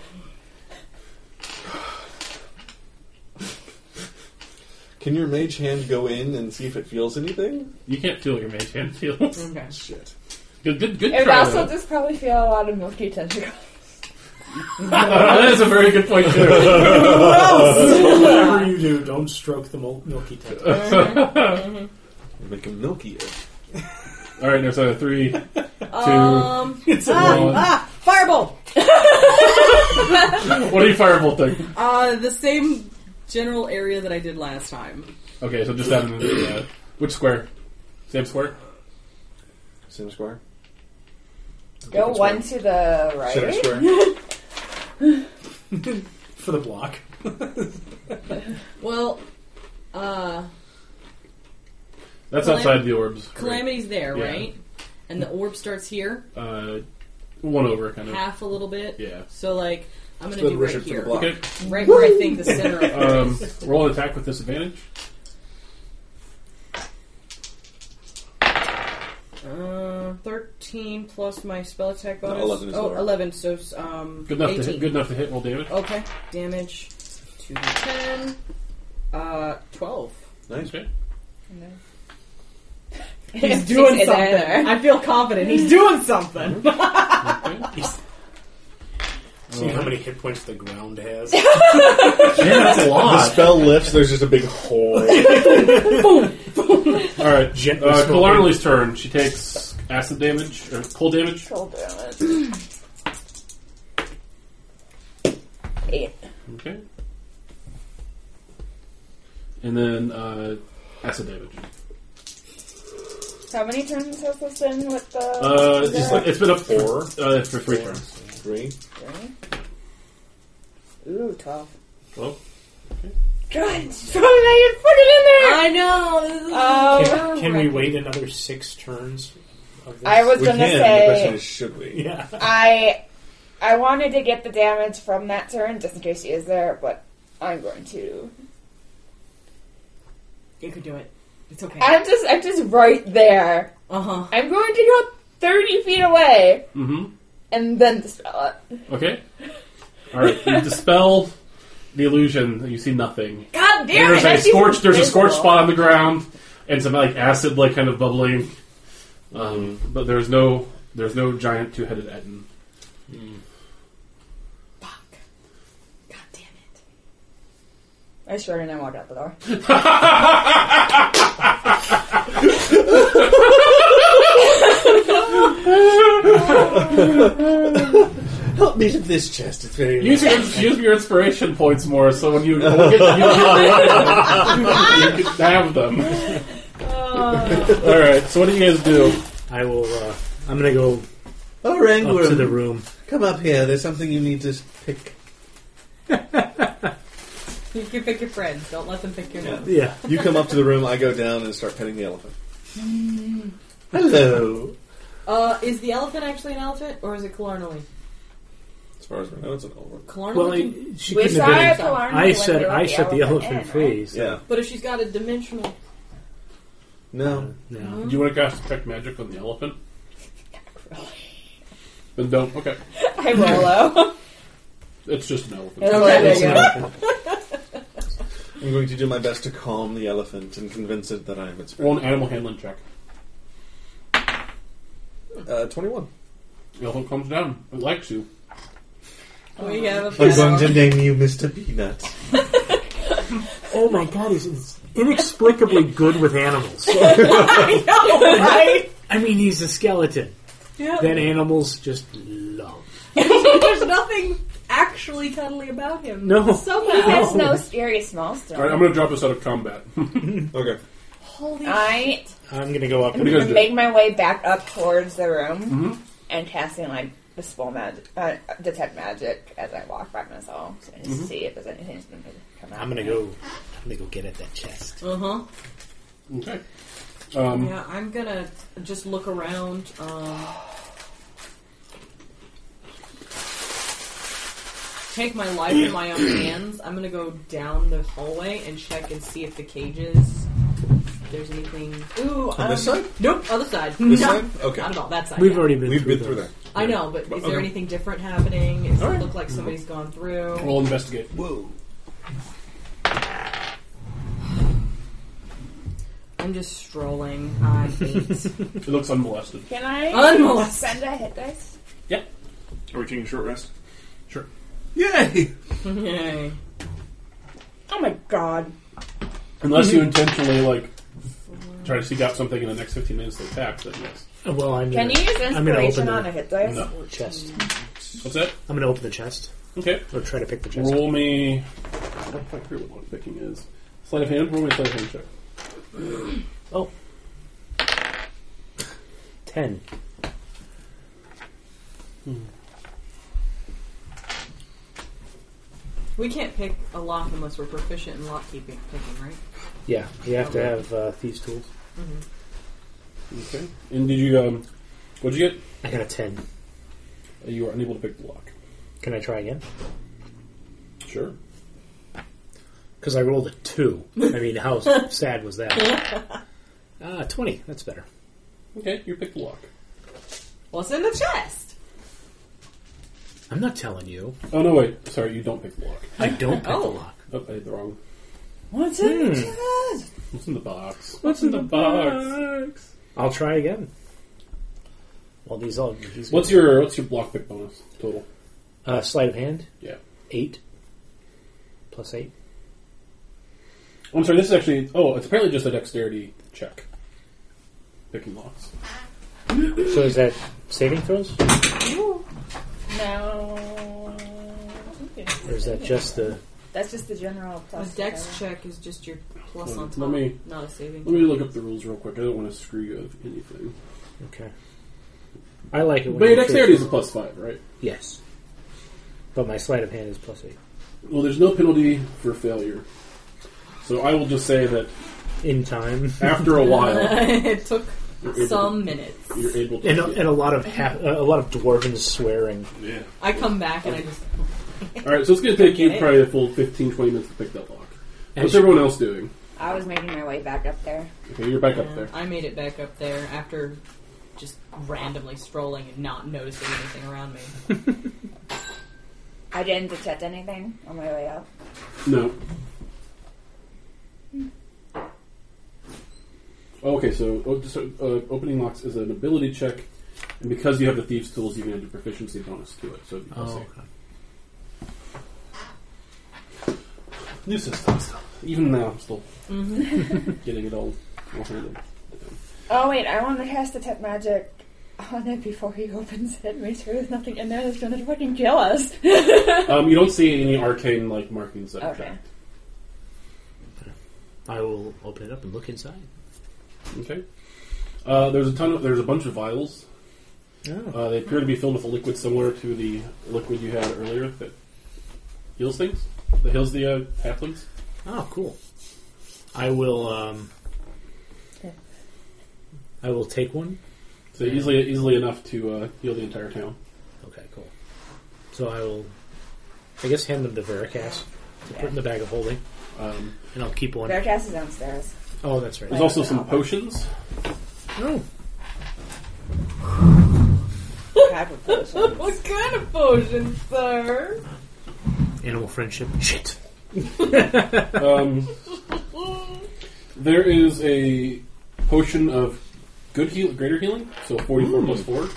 Can your mage hand go in and see if it feels anything?
You can't feel your mage hand feels.
Okay.
Shit.
good, good, good
It would
try.
also
though.
just probably feel a lot of milky tentacles.
[laughs] that is a very good point too.
Whatever you do, don't stroke the mil- milky tentacle.
Make him milkier.
All right, there's a three, two,
Um. [laughs]
one.
Ah, fireball.
What are you firebolting?
Uh, the same general area that I did last time.
Okay, so just out in the uh, which square? Same square.
Center square.
Go
That's
one
right.
to the right.
Center
[laughs]
square.
For the block.
Well, uh,
That's
Calam-
outside the orbs. right?
calamity's there,
Yeah.
right? And the orb starts here,
Uh, one over, kind of.
half a little bit.
Yeah.
So like, I'm gonna
Split
do
Richard
right
for the
here,
block.
Okay.
right where I think the center of it
Um,
is.
roll an attack with disadvantage. [laughs]
Uh, Thirteen plus my spell attack
No,
bonus.
11 is
oh,
lower.
11, So it's, um,
Good enough
eighteen.
to hit. Good enough to hit. Roll
[laughs]
damage.
Okay, damage two d ten. Uh, twelve.
Nice.
Okay.
[laughs]
He's doing something.
I feel confident. [laughs] He's doing something.
okay.
See how many hit points the ground
[laughs]
has.
Yeah, that's a
The
lot.
spell lifts, there's just a
[laughs]
big hole.
All right.
Gently
Uh,
smoking.
Killarnley's turn. She takes acid damage or cold damage.
Cold damage. [clears throat] Eight.
Okay. And then uh, acid damage.
How many times has this been with the?
Uh,
the-
it's, it's been up for
Four.
uh, for three turns.
Three.
Ooh, twelve.
Well,
God, just throw it and put it in there.
I know.
Oh,
Can, can we wait another six turns? Of this?
I was
We
gonna
can.
say.
The question is, should we?
Yeah.
I I wanted to get the damage from that turn just in case she is there, but I'm going to
you could do it. It's okay.
I'm just, I'm just right there.
Uh huh.
I'm going to go 30 feet away
Mm-hmm.
and then dispel it.
Okay. All right. You dispel the illusion. You see nothing.
God damn
there's a
it! that's
scorch.
even
There's a scorch
visible.
spot on the ground, and some like acid, like kind of bubbling. Um, but there's no there's no giant two headed etin.
Fuck. God damn it.
I started and I walked out the door.
Help me to this chest. It's very
Use your use your inspiration points more, so when you, when you, get, you, get- you can have them. All right. So what do you guys do?
I will. Uh, I'm gonna go
Oh,
up
Rangworm,
to the room.
come up here. There's something you need to pick.
[laughs] You can pick your friends. Don't let them pick your nose.
Yeah.
You come up to the room. I go down and start petting the elephant. Hello.
Uh, is the elephant actually an elephant, or is it Killarnally?
As far as we know, it's an elephant.
Killarnally?
Well,
can-
I- she
We
couldn't
saw
have been.
it alarm
I
when we
said
let
I shut the elephant
in, right?
free. so-
Yeah.
but if she's got a dimensional...
No.
No.
Do you want to cast detect magic on the elephant? Then don't. Okay.
I will, [laughs] though.
It's just an elephant.
Okay, there you go.
I'm going to do my best to calm the elephant and convince it that I am its friend.
Roll an animal handling check.
Uh, 21.
The elephant comes down. It likes you.
We have a
I'm going
pet.
to name you Mr. Peanut.
Oh my god, he's, he's inexplicably good with
[laughs]
animals. I
[laughs]
know, right? I mean, he's a skeleton
Yeah.
that animals just love.
There's nothing actually cuddly about him.
No.
Somehow.
He has no scary small
All right, I'm
stone.
going to drop this out of combat. [laughs]
Okay.
Holy
I
I'm gonna go up.
do
am
you
going
guys
to
do?
make my way back up towards the room and casting, like, the spell magic, uh, detect magic as I walk by myself so I just see if there's anything that's going to come out.
I'm gonna go. I'm gonna go get at that chest.
Uh-huh.
okay. Um,
Yeah, I'm gonna just look around. Um, take my life in my own hands. I'm gonna go down the hallway and check and see if the cages. If there's anything. Ooh,
On this
um,
side?
Nope, other side. [laughs]
This
no,
side? Okay.
Not at all. That side.
We've
yeah.
already been.
We've
through
been through that.
I know, but is there
Okay.
anything different happening? Does
All
it
right. Mm-hmm.
look like somebody's gone through?
Roll investigate.
Whoa.
I'm just strolling. I
[laughs]
hate.
It looks unmolested.
Can I
Unmolested.
send a hit dice?
Are we taking a short rest?
Sure.
Yay!
Yay.
Oh my god.
Unless you intentionally like try to seek out something in the next 15 minutes to attack, then yes.
that. Uh, Well, I'm
Can
gonna,
you use
I'm gonna open
inspiration on a
the
hit dice?
No.
chest.
What's that?
I'm gonna open the chest
Okay.
or try to pick the chest.
Roll me. I don't quite figure what one picking is. Sleight of hand. Roll me a sleight of hand check.
Oh. Ten.
We can't pick a lock unless we're proficient in lock keeping, picking, right?
Yeah, you have to have uh, thieves' tools.
Okay. And did you um? What'd you get? Uh,
I got a ten.
You were unable to pick the lock.
Can I try again?
Sure.
Because I rolled a two. I mean, how sad was that? Uh, Twenty. That's better.
Okay. You picked the lock.
What's in the chest?
I'm not telling you.
Oh no! Wait. Sorry. You don't pick the lock.
I don't pick the
Oh.
lock.
Oh, I did the wrong.
What's in
Hmm.
chest?
What's in the box? What's in the box?
I'll try again. Well, these all. These
What's your what's your block pick bonus total?
uh, sleight of hand?
Yeah.
Eight plus eight.
I'm sorry, this is actually. Oh, it's apparently just a dexterity check. Picking locks.
So is that saving throws,
No.
or is that just the?
That's just the general
A
plus.
dex check is just your plus on
Let
top,
me-
not a saving.
Let me look up the rules real quick. I don't want to screw you up anything.
Okay. I like it. When
But your
you
dexterity is
choose-
a plus five, right?
Yes. But my sleight of hand is plus eight
Well, there's no penalty for failure. So I will just say that
in time,
after a while,
[laughs] it took
you're able,
[laughs] some minutes.
you're able to.
[laughs] and a, and a lot of ha- a lot of dwarven swearing.
yeah.
I come back and I just.
All right, so it's going to take you
Get it?
probably a full 15, 20 minutes to pick that lock. What's
she-
everyone else doing?
I was making my way back up there.
Okay, you're back
Yeah,
up there.
I made it back up there after just randomly strolling and not noticing anything around me.
I didn't detect anything on my way up.
No. Oh, Okay, so o- so, uh, opening locks is an ability check, and because you have the thieves' tools, you can add your proficiency bonus to it. So it'd be
Oh,
plus eight. new system stuff. Even uh, now, I'm still [laughs] getting it all all handled.
Oh wait, I want to cast detect magic on it before he [laughs] opens it. Make sure there's nothing in there that's gonna fucking kill us.
Um, you don't see any arcane like markings that
Okay.
attract.
I will open it up and look inside.
Okay. Uh, there's a ton of there's a bunch of vials.
Oh.
Uh, they appear to be filled with a liquid similar to the liquid you had earlier that heals things. That heals the uh, halflings.
Oh, cool. I will. Um, I will take one.
So easily easily enough to uh, heal the entire town.
Okay, cool. So I will. I guess hand them to Veracast to put in the bag of holding,
Um,
and I'll keep one.
Bearcast is [laughs] downstairs.
Oh, that's right.
there's also some potions.
Oh,
Type of potion.
What kind of potion, sir?
animal friendship. Shit.
Um, there is a potion of good heal, greater healing, so 44 plus 4.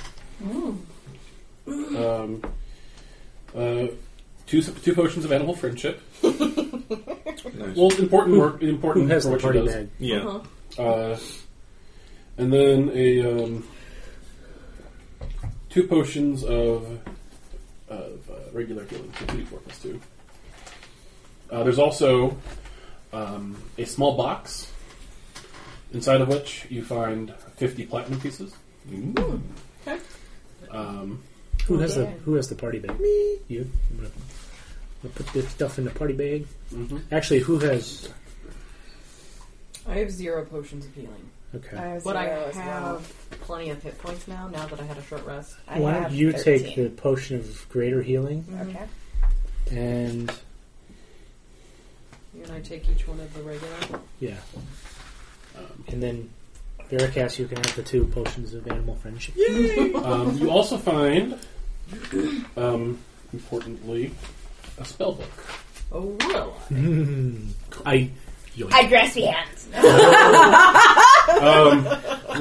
Um, uh, two, s- two potions of animal friendship.
Nice.
Uh-huh.
Well, important work, important
Who has
for
the
what she
party
does.
bag?
yeah.
Uh, and then a um, two potions of of uh, regular healing, so two d four plus two. Uh, there's also um, a small box inside of which you find fifty platinum pieces.
okay.
Um,
Who has the Who has the party bag? You. I'm gonna, I'm gonna put this stuff in the party bag.
mhm.
Actually, who has?
I have zero potions of healing.
Okay.
I was
But I
there as
have
well.
plenty of hit points now, now that I had a short rest.
I
Why
have
don't you
13.
take the potion of greater healing
Mm-hmm.
Okay.
and
You and I take each one of the regular.
yeah, Um, and then Veracast, you can have the two potions of animal friendship.
Um, you also find, um, importantly, a spell book.
Oh, well.
[laughs] I.
I grasped the hands.
Um,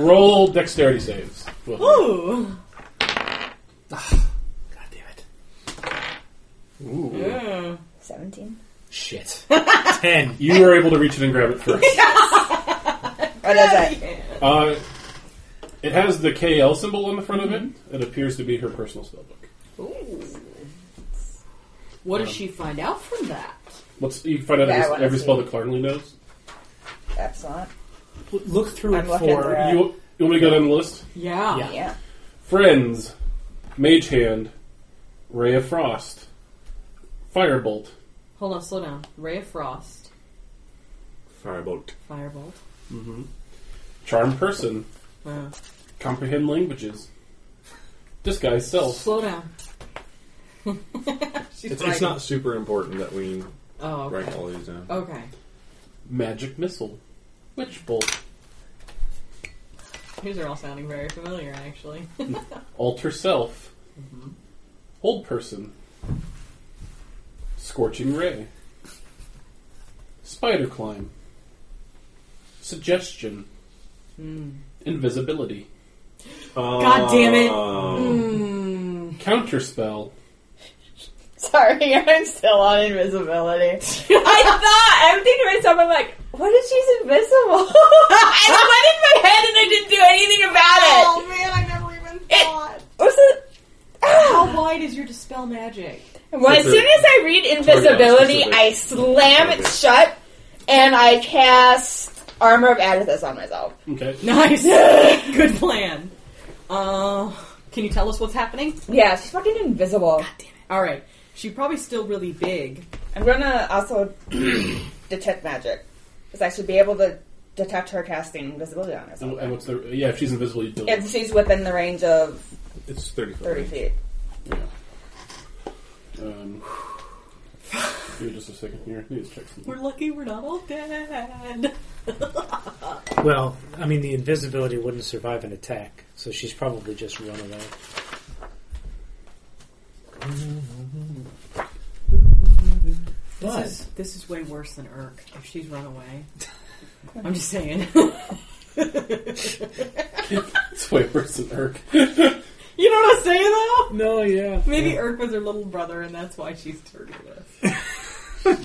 roll dexterity saves. both of you.
Ooh.
God damn it.
Yeah.
Seventeen.
Shit. Ten.
You were able to reach it and grab it first.
What is Oh, it?
Uh, it has the KL symbol on the front
Mm-hmm.
of it. It appears to be her personal spellbook.
Ooh. What did she find out from that?
Let's you can find out
Yeah, I
every,
wanna
every
see.
spell that Clarnley knows.
Excellent.
Look through
I'm
it
looking
for.
through it.
You, you want me to go down the list?
Yeah.
Yeah.
Yeah.
Friends, Mage Hand, Ray of Frost, Firebolt.
Hold on, slow down. Ray of Frost,
Firebolt.
Firebolt.
Charm Person,
Uh,
Comprehend Languages, Disguise Self.
slow down. [laughs] She's
It's,
right.
it's not super important that we
Oh, okay.
write all these down.
Okay.
Magic Missile, Witch Bolt,
These are all sounding very familiar,
[laughs]
actually.
Alter Self, Hold Person, Scorching Ray, Spider Climb, Suggestion, Invisibility,
God damn it.
Uh, Hmm.
Counterspell,
Sorry, [laughs] I'm still on [laughs] invisibility. I thought I'm thinking to myself, I'm like, what if she's invisible? [laughs] and it went in my head and I didn't do anything about it.
Oh, man, I never even
It- Was Ah! it? Oh,
How wide is your dispel magic?
Well, as
It's a-
soon as I read invisibility,
specific.
I slam it shut and I cast armor of Adithus on myself.
okay,
Nice. [laughs] Good plan. Uh, can you tell us what's happening?
Yeah, she's fucking invisible.
All right. She probably still really big.
I'm gonna also [clears throat] detect magic. It's actually be able to detect her casting invisibility on
and
herself.
and what's the yeah? If she's invisible, you don't.
If she's within the range of
It's 30 foot.
30 feet.
Yeah. Um, Give me just a second here. Let me just check something.
We're lucky we're not all dead.
Well, I mean, the invisibility wouldn't survive an attack, so she's probably just run away.
This is, this is way worse than Irk if she's run away. I'm just saying. [laughs]
It's way worse than Irk.
You know what I'm saying though?
No, yeah.
Maybe Irk was her little brother and that's why she's turtleless.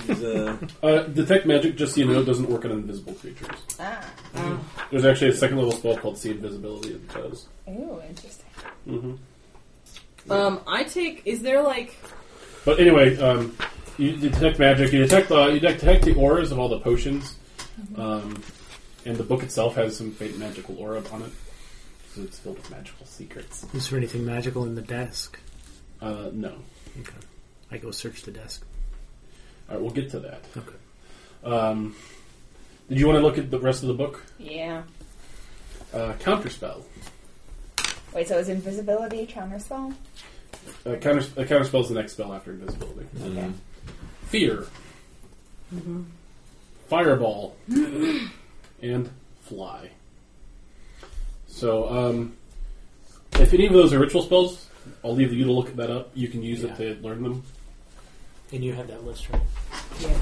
He's, uh,
Uh, detect magic, just so you know, doesn't work on invisible creatures.
Ah.
There's actually a second level spell called See Invisibility that does.
Oh. Ooh, interesting.
hmm
Um, I take. Is there like?
But anyway, um, you detect magic. You detect uh, you detect the auras of all the potions, um, and the book itself has some faint magical aura on it. So it's filled with magical secrets.
Is there anything magical in the desk?
Uh, no,
Okay. I go search the desk.
all right, we'll get to that.
Okay.
Um, did you want to look at the rest of the book?
Yeah.
Uh, counterspell.
Wait, so is invisibility counterspell?
Uh, counter uh, counterspell is the next spell after invisibility.
mm.
Okay.
Fear. Fireball. and fly. So, um, if any of those are ritual spells, I'll leave you to look that up. You can use it to learn them.
And you have that list, right?
Yeah.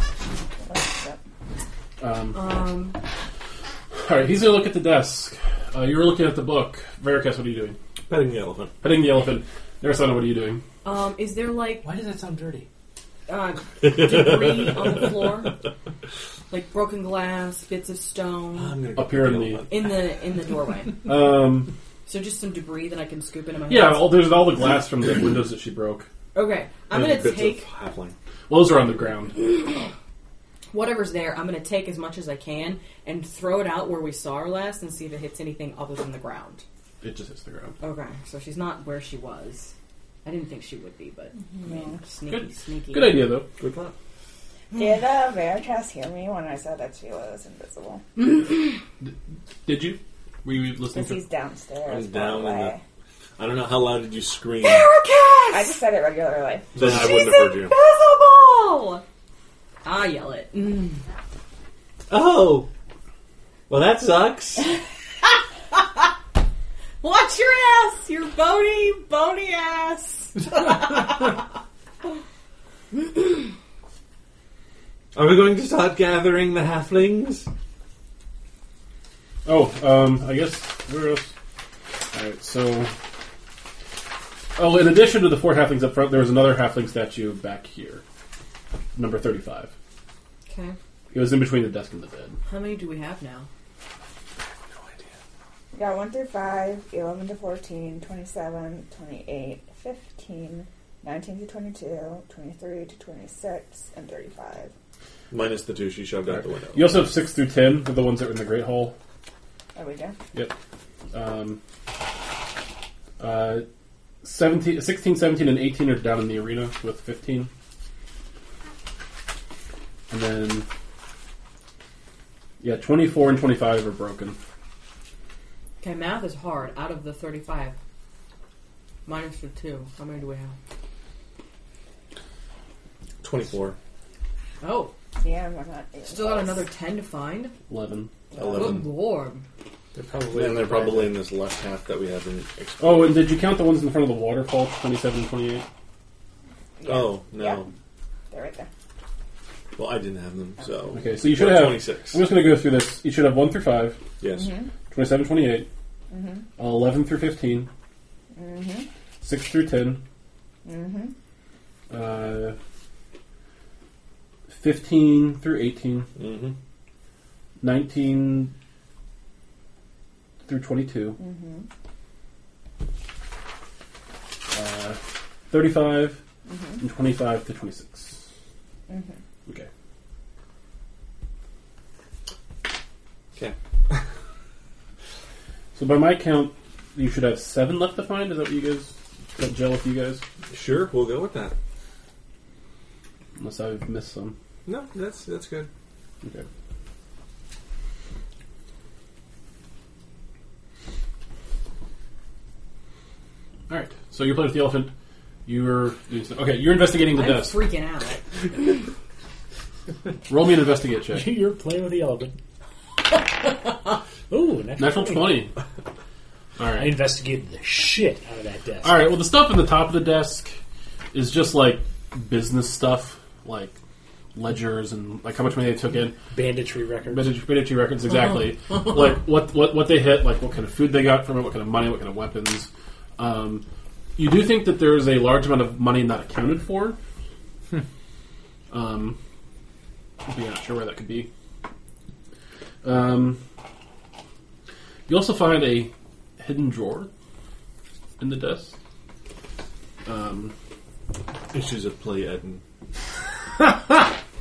Um,
Um.
all right, he's going to look at the desk. Uh, you were looking at the book. Veracast, what are you doing?
petting the elephant.
Petting the elephant. Narasana, what are you doing?
Um. Is there like
Why does that sound dirty?
uh, debris on the floor? Like broken glass, bits of stone
I'm gonna
Up here in
pet
the-
elephant.
in the in the doorway.
Um,
So just some debris that I can scoop into my.
yeah,
hands.
all, there's all the glass from the windows that she broke.
Okay. I'm
And
gonna
bits
take
of halfling.
Well, those are on the ground.
whatever's there. I'm gonna take as much as I can and throw it out where we saw her last and see if it hits anything other than the ground.
It just hits the ground.
Okay. So she's not where she was. I didn't think she would be, but I
Mm.
mean, sneaky,
Good-
sneaky.
Good idea, though.
Good plan.
Did uh, Veracast hear me when I said that Sheila was invisible?
Did you? Were you listening
Because
to?
he's downstairs.
I'm down
by the
in
way.
I don't know how loud did you scream.
I just said it regularly.
Then I wouldn't have
[laughs]
heard you.
Invisible! I yell it. Mm.
Oh, well that sucks.
Watch your ass, your bony, bony ass.
Are we going to start gathering the halflings?
Oh, um, I guess where else? All right, so. Oh, in addition to the four halflings up front, there was another halfling statue back here, number thirty-five.
Okay,
It was in between the desk and the bed.
how many do we have now?
We got 1 through 5, 11 to 14, 27, 28, 15, 19 to 22, 23 to 26, and 35.
Minus the two she shoved out the window.
You also have six through ten, they're the ones that were in the great hall.
Are we done?
Yep. Um, uh, 17, 16, 17, and 18 are down in the arena with 15. And then, yeah, 24 and 25 are broken.
Okay, math is hard. Out of the thirty-five, minus the two, how many do we have?
Twenty-four.
Oh,
Yeah, we're not. even
still got
close.
another ten to find.
11.
Eleven.
Good lord!
They're probably
And they're probably in this left half that we haven't explored.
Oh, and did you count the ones in front of the waterfall, 27 and 28?
Yeah.
Oh, no.
They're right there. [laughs]
Well, I didn't have them, so.
Okay, so you should
We're at
have.
26.
I'm just going to go through this. You should have 1 through 5,
Yes.
27, 28, 11 through 15, 6 through 10, uh, 15 through 18,
Mm-hmm.
19 through 22, uh, 35, and 25 to 26. Okay.
Okay.
[laughs] So by my count, you should have seven left to find. Is that what you guys? Is that gel with you guys?
Sure, we'll go with that.
Unless I've missed some.
No, that's that's good.
Okay. All right. So you're playing with the elephant. You're okay. You're investigating the
I'm
desk.
freaking out.
Roll me an investigate
[laughs]
check.
[laughs] You're playing with the elephant. [laughs] Ooh, natural,
Natural 20.
I
Alright.
investigated the shit out of that desk.
Alright, well, the stuff in the top of the desk is just like business stuff, like ledgers and like how much money they took in.
Banditry records.
Benedict records exactly. like what, what what they hit, like what kind of food they got from it, what kind of money, what kind of weapons. Um, you do think that there is a large amount of money not accounted for. um, but you're not sure where that could be. Um, you also find a hidden drawer in the desk. Um,
Issues of play, Eden.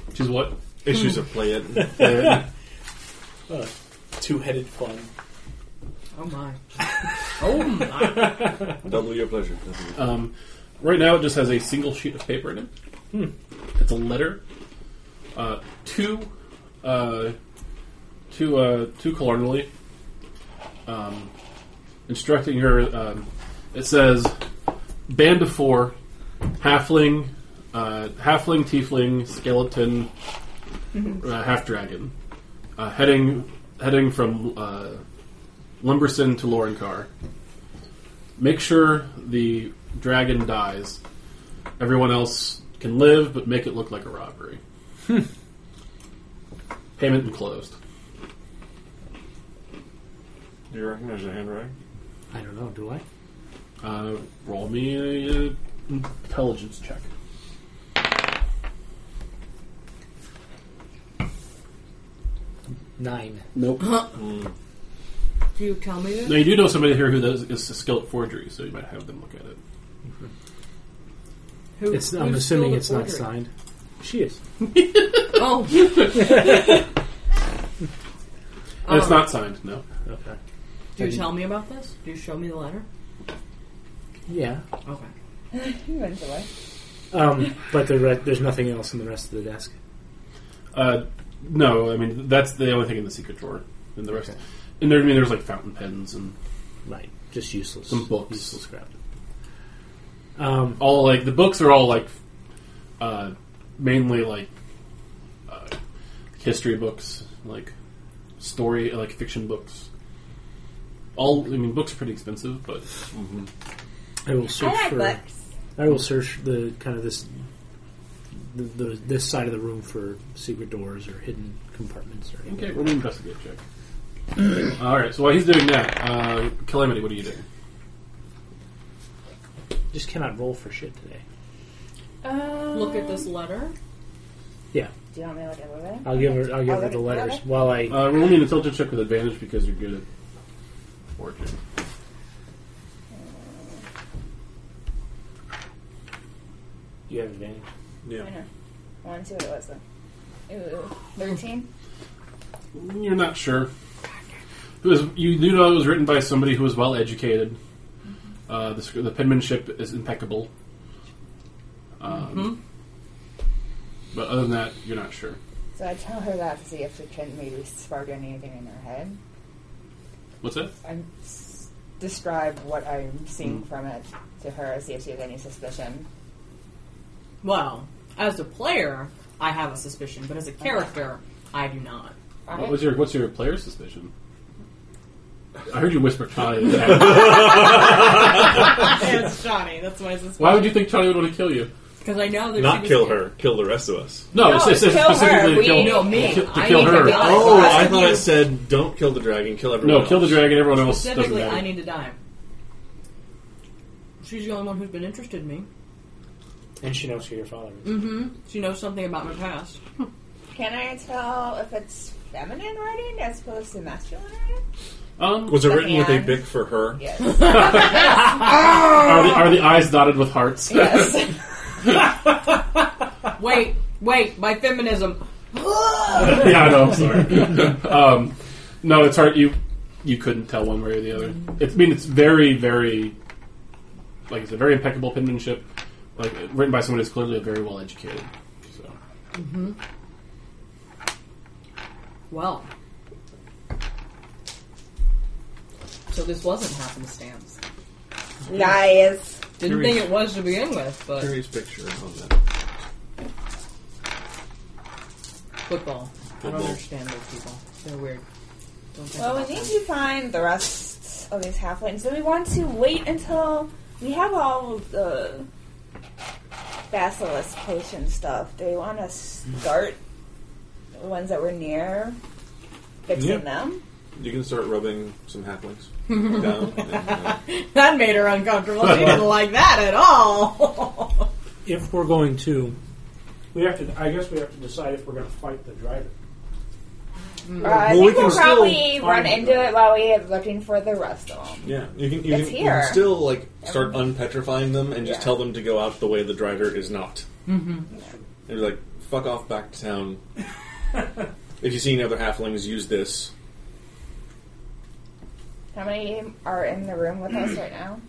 which is what?
Issues of play, Eden.
Uh,
Two-headed fun.
Oh
[laughs]
my. Oh my.
Double your pleasure.
Um, right now, it just has a single sheet of paper in it. It's a letter. Uh, two, uh, two, uh, two colonially. Um, instructing her. Um, it says, "Band of four, halfling, uh, halfling, tiefling, skeleton, uh, half dragon, uh, heading heading from uh, Lumberson to Lorencar." make sure the dragon dies. Everyone else can live, but make it look like a robbery. Payment enclosed.
Do you recognize the handwriting?
I don't know, do I?
Uh, roll me a, uh intelligence check.
Nine.
Nope.
Do you tell me this?
Now you do know somebody here who does is a skilled at forgery, so you might have them look at it.
Who,
It's, I'm
who's
assuming
still
it's not
ordering?
signed. She is.
Oh, [laughs]
And it's not signed. No.
Okay.
do you tell me about this? Do you show me the letter?
Yeah.
Okay.
He runs away.
Um, but the re- there's nothing else in the rest of the desk.
Uh, no, I mean that's the only thing in the secret drawer. And the rest, and there, I mean, there's like fountain pens and
Right. Just useless.
Some books.
Useless crap. Um,
all like the books are all like uh, mainly like uh, history books, like story, like fiction books. All I mean, books are pretty expensive, but
I will search
I
for.
like books.
I will search the kind of this the, the this side of the room for secret doors or hidden compartments or anything.
okay, we'll investigate check. [coughs] all right, so while he's doing that, uh, Calamity, what are you doing?
Just cannot roll for shit today.
Um,
Look at this letter.
Do you want me to look at everything?
I'll give her. I'll give her the letters while I.
Uh, roll me an intelligence check with advantage because you're good at fortune.
you have advantage.
Yeah.
I want to see what it was then. Ooh, 13?
Mm, You're not sure. It was, you do know it was written by somebody who was well educated.
Mm-hmm.
Uh, the, sc- the penmanship is impeccable. Um,
Mm-hmm.
But other than that, you're not sure.
So I tell her that to see if we can maybe spark anything in her head.
What's that?
I s- describe what I'm seeing from it to her, see if she has any suspicion.
Well, as a player, I have a suspicion, but as a character, I do not. [laughs]
What
Alright.
was your What's your player suspicion? I heard you whisper Charlie.
[laughs] it's Johnny. That's my suspicion.
Why would you think Charlie would want to kill you?
Because I know that
Not
she
kill
was,
her. Kill the rest of us.
No,
No,
it's, it's, it's
kill her.
specifically to
We-
kill,
No, me.
to, to
I
kill
need to
her.
die.
Oh, I thought it said don't kill the dragon. Kill everyone.
no, kill the
else."
dragon. Everyone else doesn't
Specifically,
matter.
I need to die. She's the only one who's been interested in me.
And she knows who your father
Mm.
is.
Mm-hmm. She knows something about my past.
Can I tell if it's feminine writing as opposed to masculine [laughs] writing?
um,
Was it written with a
hand.
bic for her?
Yes.
are, the, are the eyes dotted with
[laughs]
hearts?
yes. [laughs]
Wait, wait, my feminism.
[laughs] yeah, I know. I'm sorry. [laughs] um, no, it's hard. You you couldn't tell one way or the other. It's, I mean, it's very, very, like I said, very impeccable penmanship, like written by someone who's clearly very well educated. So,
Well. So this wasn't happenstance.
Nice.
Didn't think it was to begin with, but
Curious picture on that.
Football. I don't
Football.
understand those people. They're weird. Don't think
Well,
about
we need
them.
to find the rest of these halflings, so we want to wait until we have all the basilisk potion stuff. Do we want to start the ones that were near fixing
Yeah.
them?
You can start rubbing some halflings down. And, uh,
[laughs] That made her uncomfortable. She didn't like that at all. [laughs]
If we're going to,
We have to. I guess we have to decide if we're going to fight the driver.
Uh, I
Well, we
think
can
we'll
still
probably
find
run
them.
into it while we are looking for the rest of them.
yeah, you can. You can,
It's
you
here.
can still like start unpetrifying them and just
Yeah.
tell them to go out the way the driver is not. Mm-hmm. And be like, "Fuck off, back
[laughs]
to town." if you see any other halflings, use this.
How many are in the room with us
[clears throat]
right now?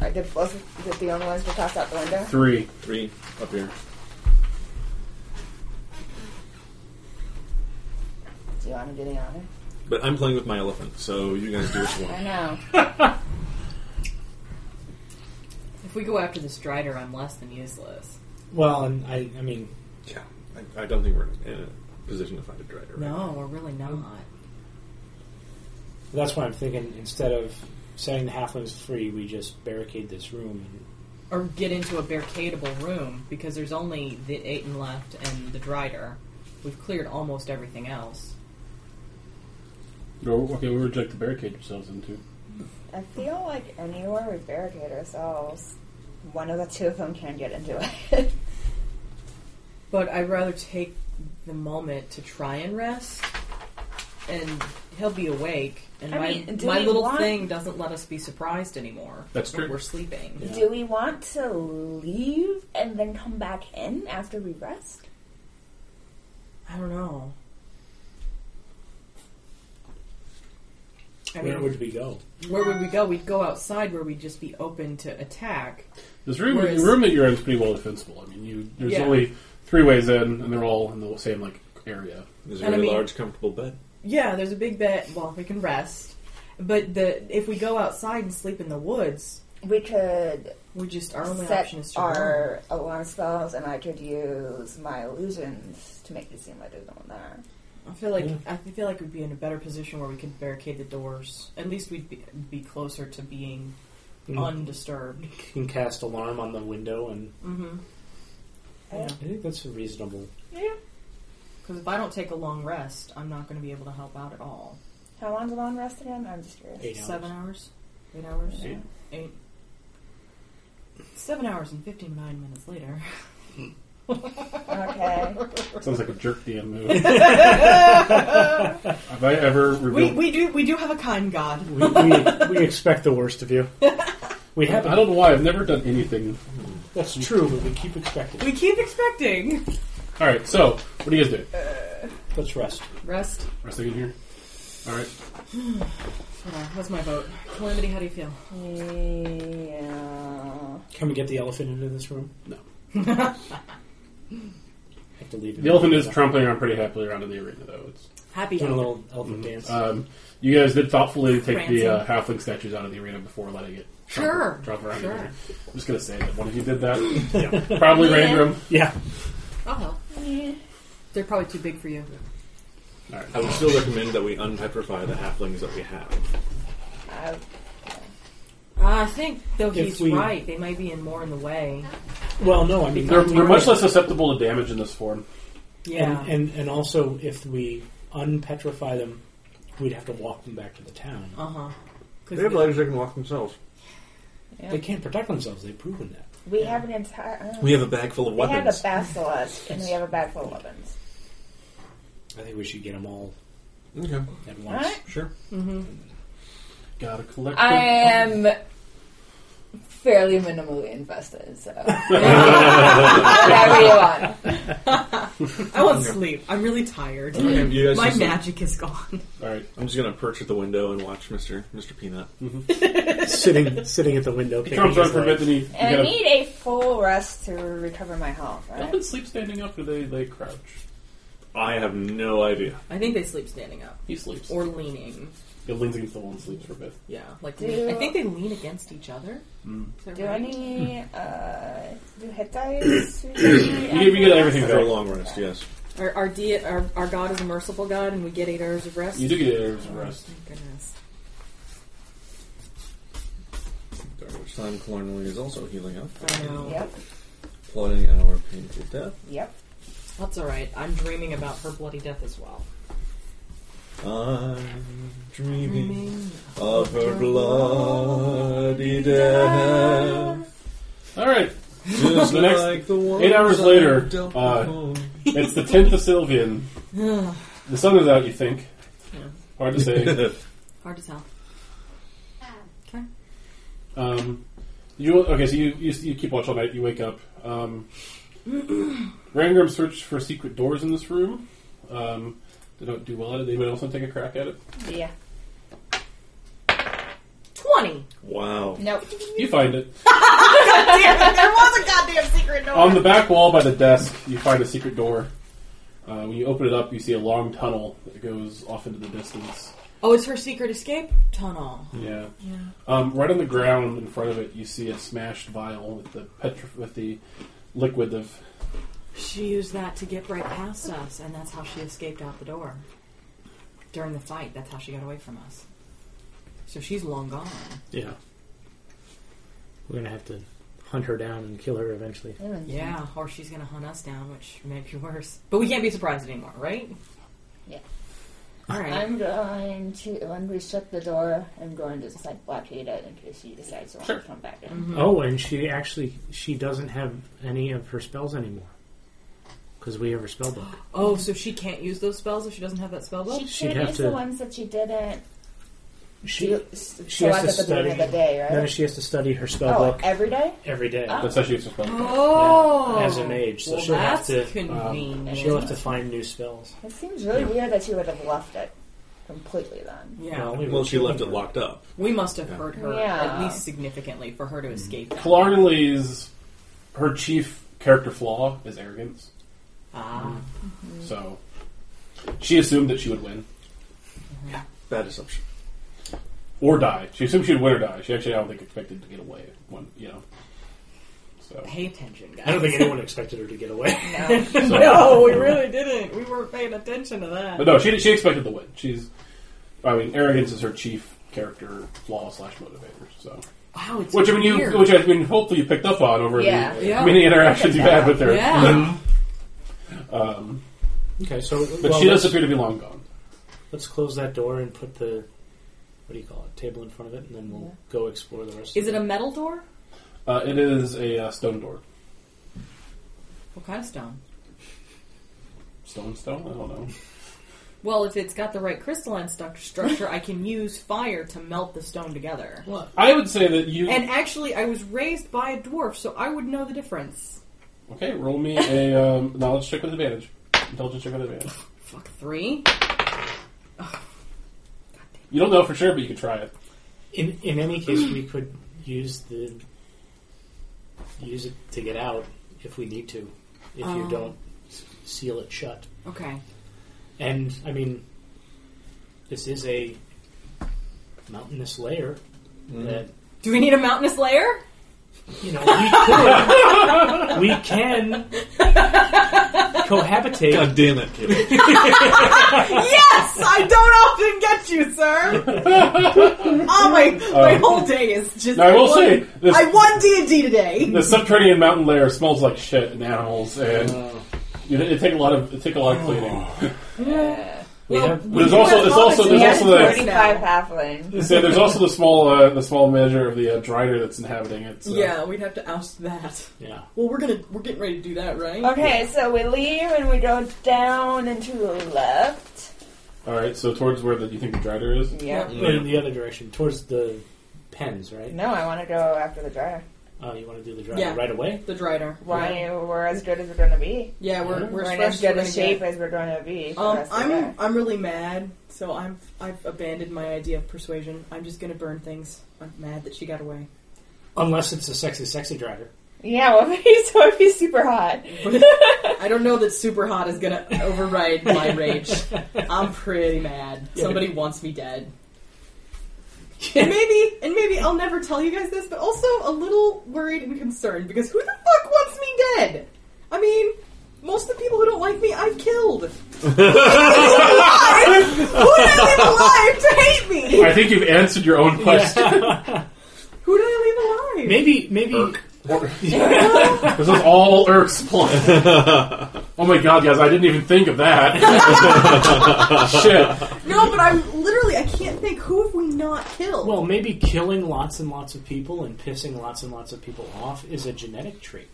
Are they both the- the only ones we tossed out the window?
Three.
Three up here.
Do you want to do the honor?
But I'm playing with my elephant, so you guys do what you
I
want.
know.
if we go after this Strider, I'm less than useless.
Well, and I. I mean,
Yeah, I, I don't think we're in a position to fight a driver. Right?
No, we're really not.
that's why I'm thinking instead of setting the halflings free, we just barricade this room. And,
Or get into a barricadable room because there's only the Aiden left and the Drider. We've cleared almost everything else.
No, okay, we reject the barricade ourselves into.
I feel like anywhere we barricade ourselves, one of the two of them can get into it. [laughs]
But I'd rather take the moment to try and rest, and he'll be awake. And
I
my,
mean, do
my
we
little
want-
thing doesn't let us be surprised anymore.
That's
when
true.
We're sleeping.
Do we want to leave and then come back in after we rest?
I don't know. I
where
mean,
would we go?
where would we go? We'd go outside where we'd just be open to attack.
This room,
Whereas-
the room that you're in is pretty well defensible. I mean, you there's
Yeah.
only three ways in, and they're all in the same like area.
There's a
And I
very
mean-
large, comfortable bed.
Yeah, there's a big bed. Well, we can rest. But the if we go outside and sleep in the woods,
We could
we just our only
set
option is to run.
our alarm spells, and I could use my illusions to make it seem like there's no one there.
I feel like I feel like we'd be in a better position where we could barricade the doors. At least we'd be, be closer to being
Mm.
undisturbed.
Can cast alarm on the window, and
Mm-hmm.
I think that's a
[laughs]
reasonable.
Because if I don't take a long rest, I'm not going to be able to help out at all.
How long's a long rest again? I'm just curious.
Eight hours.
Seven hours, eight hours,
Eight.
Eight. Seven hours and fifty nine minutes later.
Okay.
Sounds like a jerk DM
[laughs]
move. Have I ever
We,
revealed?
we do we do have a kind god.
we, we, we expect the worst of you. We
I
haven't.
don't know why I've never done anything.
That's true, but we keep expecting.
We keep expecting
All right, so what do you guys do?
Let's rest.
rest.
Resting in here. All right.
Hold on, what's my vote? Calamity, how do you feel?
yeah.
Can we get the elephant into this room?
No.
have to leave. it.
The elephant is trampling around pretty happily around in the arena, though. It's
Happy.
Doing a little elephant dance.
Um, you guys did thoughtfully take the
Prancing.
uh, halfling statues out of the arena before letting it tromp-
Sure.
tromp around
Sure.
in here. I'm just gonna say that one of you did that. Probably random.
yeah.
Oh well. They're probably too big for you.
All right.
I would still recommend that we unpetrify the halflings that we have.
I,
Uh, I think though
If
he's
we-
right, they might be in more in the way.
Well, no, I mean
They're, they're much less susceptible to damage in this form.
Yeah.
And, and and also, if we unpetrify them, we'd have to walk them back to the town.
uh huh.
They have legs; they can walk themselves.
They can't protect themselves. They've proven that.
we have an entire. I don't
We have a bag full of
We have a
weapons.
basilisk and we have a bag full of weapons.
I think we should get them all
okay,
at
All
once.
right.
sure.
Mm-hmm.
Got to collect.
I am fairly minimally invested, so whatever you want.
I want sleep. I'm really tired.
Okay, you guys
My
just-
magic is gone. [laughs]
All right.
I'm just gonna perch at the window and watch Mr. Mr. Peanut.
[laughs] sitting sitting at the window.
He Mm-hmm. trumps
kicking
on
his
for a
legs.
bit, then he. you
And I
gotta-
need a full rest to recover my health, right?
Elephants sleep standing up, or they they crouch.
I have no idea.
I think they sleep standing up
He sleeps.
or leaning.
he leans against the wall and sleeps for a bit.
Yeah, like
Do-
I think they lean against each other. Is that
Do
right?
any uh do hit dice?
You, you get everything
After a
back.
long rest, yes.
Our our, de- our our God is a merciful God, and we get eight hours of rest.
You do get hours of rest.
Thank goodness.
During which time, Cornwall is also healing up,
I know.
Yep,
plotting our painful death.
yep.
That's all right. I'm dreaming about her bloody death as well.
I'm dreaming of her bloody death.
All right.
Just
The next-
like the ones
eight hours
I
later,
dumped
uh,
before.
[laughs] It's the 10th of Sylvian. The sun is out, you think.
Yeah.
Hard to say.
Hard to tell.
Um, you okay? So you, you you keep watch all night. You wake up. Um, Rangram searched for secret doors in this room. Um, they don't do well at it. Anybody else want to take a crack at it?
Yeah.
Twenty.
wow.
Nope. [laughs]
You find it
there was a goddamn secret door.
on the back wall by the desk. You find a secret door. Uh, when you open it up, you see a long tunnel that goes off into the distance.
Oh, it's her secret escape tunnel.
Yeah.
Yeah.
Um, right on the ground in front of it, you see a smashed vial with the petri- with the liquid of.
She used that to get right past us, and that's how she escaped out the door. During the fight, that's how she got away from us. So she's long gone.
Yeah. We're gonna have to hunt her down and kill her eventually.
Yeah,
Mm-hmm.
or she's gonna hunt us down, which may be [laughs] worse. But we can't be surprised anymore, right?
Yeah.
All right.
I'm going to, when we shut the door, I'm going to just like blockade it in case she decides to want to come back in.
Mm-hmm.
Oh, and she actually she doesn't have any of her spells anymore because we have her spell
[gasps]
book.
oh, so she can't use those spells if she doesn't have that spell book.
She
She'd
can't
have
use
to-
the ones that she didn't
She
do, s-
she has to
select at the
study.
beginning of the day,
No,
right?
she has to study her spell
Oh,
book
every day?
every day
Oh.
That's how she used to spell. it.
Oh,
as a mage, so
well,
she'll have
that's
to um,
convenient.
she'll have to find new spells.
It seems really weird that she would have left it completely then.
yeah,
Well, we
Well, she left it
locked.
locked up.
we must have hurt her
Yeah.
at least significantly for
Mm-hmm.
her to escape. That.
Killarnley's her chief character flaw is arrogance.
Ah,
So she assumed that she would win
Bad assumption.
or die. She assumed she would win or die. She actually, I don't think, expected to get away. One, you know. So,
pay attention, guys.
I don't think anyone expected her to get
[laughs]
away.
so-
no, we really didn't. We weren't paying attention to that.
but no, she she expected the win. She's, I mean, arrogance is her chief character flaw slash motivator. So,
Wow, it's
which I mean,
weird.
you, which I mean, hopefully you picked up on over
Yeah.
the
Yeah.
many interactions you've had with her. Mm-hmm.
yeah.
Um,
Okay, so
but
well,
she does
let's,
appear to be long gone.
let's close that door and put the what do you call it table in front of it, and then we'll go explore the rest.
Is
of
it a metal door?
Uh, it is a uh, stone door.
What kind of stone?
Stone, stone. I don't know.
Well, if it's got the right crystalline stu- structure, I can use fire to melt the stone together.
I would say that you.
And actually, I was raised by a dwarf, so I would know the difference.
Okay, roll me a um, knowledge check with advantage. Intelligence check with advantage.
Fuck three.
You don't know for sure, but you can try it.
In in any case,
[clears throat]
we could use the use it to get out if we need to, if you
Um.
don't s- seal it shut.
Okay.
And I mean, this is a mountainous layer that
Do we need a mountainous layer?
you know we could
[laughs]
we can cohabitate.
God damn it, kid.
yes, I don't often get you, sir.
[laughs]
oh my! My
Um,
whole day is just.
Now, I will say this,
won D and D today.
the subterranean mountain layer smells like shit and animals, and
Oh.
you know, it take a lot of it take a lot of cleaning.
we have
But there's also there's also there's
Yeah,
also the
35 halfling.
so there's also the small uh, the small measure of the uh, drider that's inhabiting it. So.
Yeah, we'd have to oust that.
yeah.
Well, we're gonna we're getting ready to do that, right?
Okay, so we leave and we go down and to the left.
All right, so towards where the, you think the drider is.
Yeah.
Or in the other direction, towards the pens, right?
No, I want to go after the dryer.
Oh, you want to do the drive
Yeah.
right away?
The drider.
Why we're as good as we're going to be.
Yeah, we're we're,
We're, in
fresh,
as good
we're
a
gonna
shape
get-
as we're going to be. for the
Um,
rest of the
I'm
day.
I'm really mad, so I'm I've abandoned my idea of persuasion. I'm just gonna burn things. I'm mad that she got away.
Unless it's a sexy, sexy driver.
Yeah, [laughs] well, he's going to be super hot.
I don't know that super hot is gonna override my rage. I'm pretty mad. Somebody wants me dead. And maybe and maybe I'll never tell you guys this, but also a little worried and concerned because who the fuck wants me dead? I mean, most of the people who don't like me, I've killed. Who's alive? Who did I leave alive to hate me?
I think you've answered your own question.
Who did I leave alive?
Maybe, maybe.
This is all Erk's plan. oh my god, guys, I didn't even think of that. Shit.
No, but I'm literally I can't think. Who have we not killed?
Well, maybe killing lots and lots of people and pissing lots and lots of people off is a genetic trait.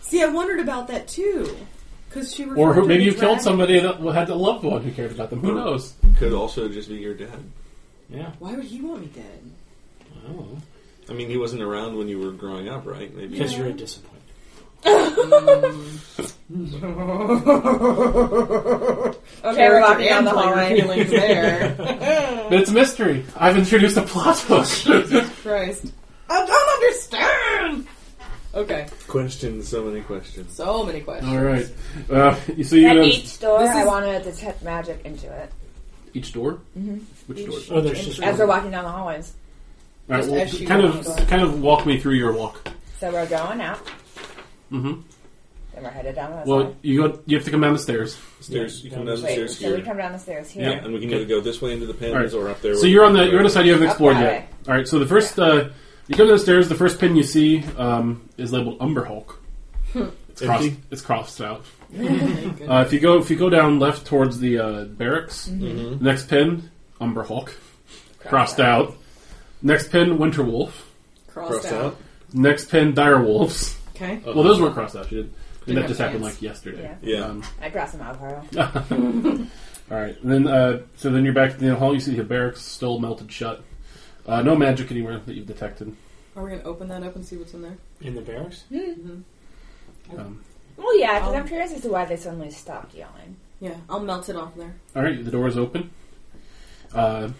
See, I wondered about that too, because she.
Or
referred
who,
to
maybe
me
you've
as
killed
Rag.
somebody that had a loved one who cared about them. Who knows?
Could also just be your dad.
Yeah.
Why would he want me dead?
Oh.
I mean, he wasn't around when you were growing up, right? Maybe.
Because you're a disappointment.
Okay, we're walking down the
Damn, like,
hallway.
feelings there.
But it's a mystery. I've introduced a plot [laughs] hook.
[laughs] Christ. I don't understand! Okay,
Questions, so many questions.
so many questions.
all right. Uh, you- so you
At
guys
each door,
I
I want
wanted to detect magic into it.
each door. Mm-hmm. Which door?
Oh, there's just
As we're walking down the hallways.
All right,
Just
well,
as she
kind
walks.
of, kind of walk me through your walk.
So we're going out,
Mm-hmm.
then we're headed down the
Well, you go, you have to come down the stairs.
Stairs. you come down the
Wait,
stairs
so we
here,
come down the stairs here.
Yeah.
and we can either go this way into the pins
Alright.
or up there.
So
where
you're
we
on the
go.
you're on the side you haven't
Up
explored
that
yet.
way.
All right. So the first uh, you come down the stairs. The first pin you see um, is labeled Umber Hulk. It's crossed,
Empty?
it's crossed [laughs] out. uh, if you go if you go down left towards the uh, barracks,
Mm-hmm.
the next pin Umber Hulk, crossed out. Next pin Winter Wolf.
Crossed,
Cross
out.
out.
Next pin Dire Wolves.
Okay.
Well, those weren't crossed out. You did.
Didn't
that
have
just happened
pants.
like yesterday.
Yeah.
Uh-huh. Yeah.
Um,
I grass them out, Carl.
All right, and then uh, so then you're back to the hall. You see the barracks still melted shut. Uh, no magic anywhere that you've detected.
Are we gonna open that up and see what's in there?
in the barracks.
Mm-hmm.
Um,
Well, yeah, because I'm curious as to why they suddenly stopped yelling.
Yeah, I'll melt it off there.
all right, the door is open. Uh,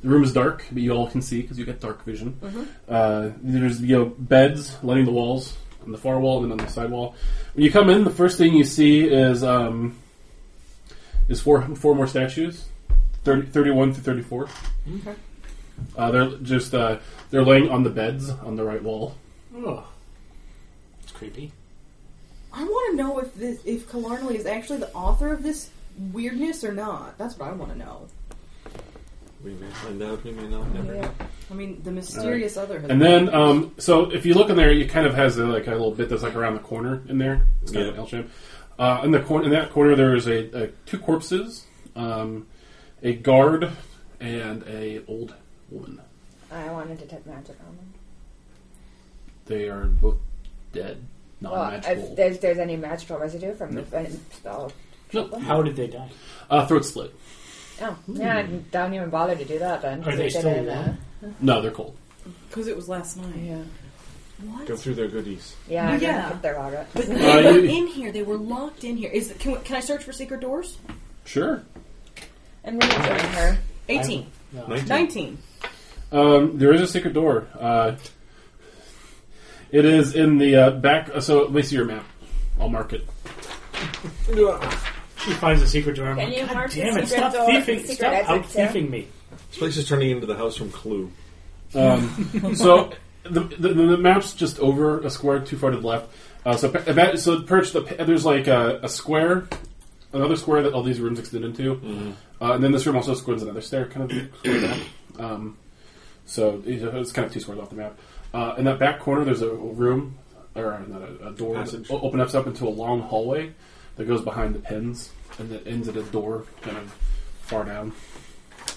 the room is dark, but you all can see because you got dark vision.
Mm-hmm.
Uh, there's you know beds lining the walls on the far wall and then on the side wall. When you come in, the first thing you see is um, is four four more statues, 30, 31 through thirty four.
Okay.
Uh, they're just uh, they're laying on the beds on the right wall.
Oh. It's creepy.
I want to know if this, if Killarnley is actually the author of this weirdness or not. That's what I want to know.
We may find out. We may not. Never. know.
I mean, the mysterious other has
And then, um, so if you look in there, it kind of has a, like a little bit that's like around the corner in there. It's kind of
Yeah.
L shape. Uh, in the corner, in that corner, there is a, a two corpses, um, a guard, and a old woman.
I wanted to detect magic on them.
They are both dead,
Well,
non-magical.
if there's, there's any magical residue from the uh, spell.
Nope.
How did they die?
Uh, throat slit.
Oh, yeah, I don't even bother to do that then.
Are they
Did
still
it, uh,
alive?
No, they're cold.
because it was last night.
Yeah.
What?
Go through their goodies.
Yeah, I
Yeah.
yeah. Get their water.
Uh,
They were
you-
in here. They were locked in here. Is it, can, we- can I search for secret doors?
Sure.
And we're join her.
18.
No.
19.
19.
Um, there is a secret door. Uh, it is in the uh, back. So let me see your map. I'll mark it.
She finds a secret door. I'm
Can
like,
you
God
mark the
damn
secret
it! Stop
door-
thieving!
secret
Stop
exit,
out
yeah?
thieving me.
This place is turning into the house from Clue.
Um, so the, the the map's just over a square too far to the left. Uh, so pa- about, so perch the pa- there's like a, a square, another square that all these rooms extend into, uh, and then this room also squids another stair kind of square down. Um, so it- it's kind of two squares off the map. Uh, in that back corner, there's a room or uh, not a, a door
Passage.
that o- opens up into a long hallway that goes behind the pins and that ends at a door kind of far down.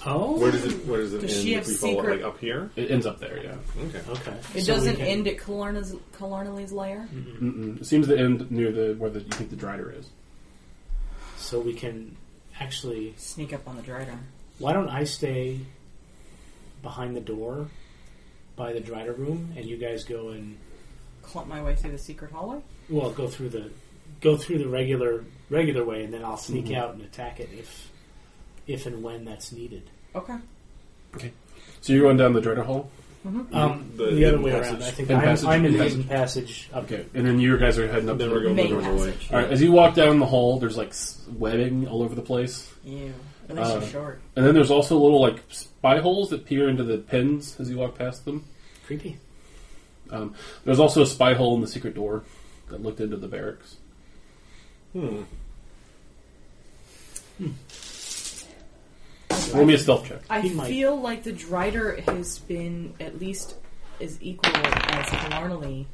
Oh.
Where does it? Where does it
Does
end?
she
if
have
we follow it,
secret-
like up here.
It ends up there, yeah.
Okay.
Okay.
It
So we
doesn't
can-
end at Killarna's, Killarnley's lair.
Mm-mm. It seems to end near the where the, you think the drider is.
So we can actually.
Sneak up on the Drider.
Why don't I stay behind the door by the drider room, and you guys go and
Clump my way through the secret hallway.
well go through the go through the regular regular way, and then I'll sneak
Mm-hmm.
out and attack it if if and when that's needed.
Okay.
So you're going down the drider hall.
Um,
The
the, other
hidden
way
passage.
around. I think
Hidden
I'm,
passage.
I'm in
Hidden
hidden passage. Up
Okay, and then you guys are heading up.
Then
to
we're
the-
going the
Main
normal way.
passage.
All right, as you walk down the hall, there's like s- webbing all over the place,
Ew. At least
Um,
Uh,
you're short.
and then there's also little like spy holes that peer into the pins as you walk past them.
Creepy.
Um, there's also a spy hole in the secret door that looked into the barracks.
Hmm.
Roll me a stealth check.
I
He might.
feel like the Drider has been at least as equal as Killarney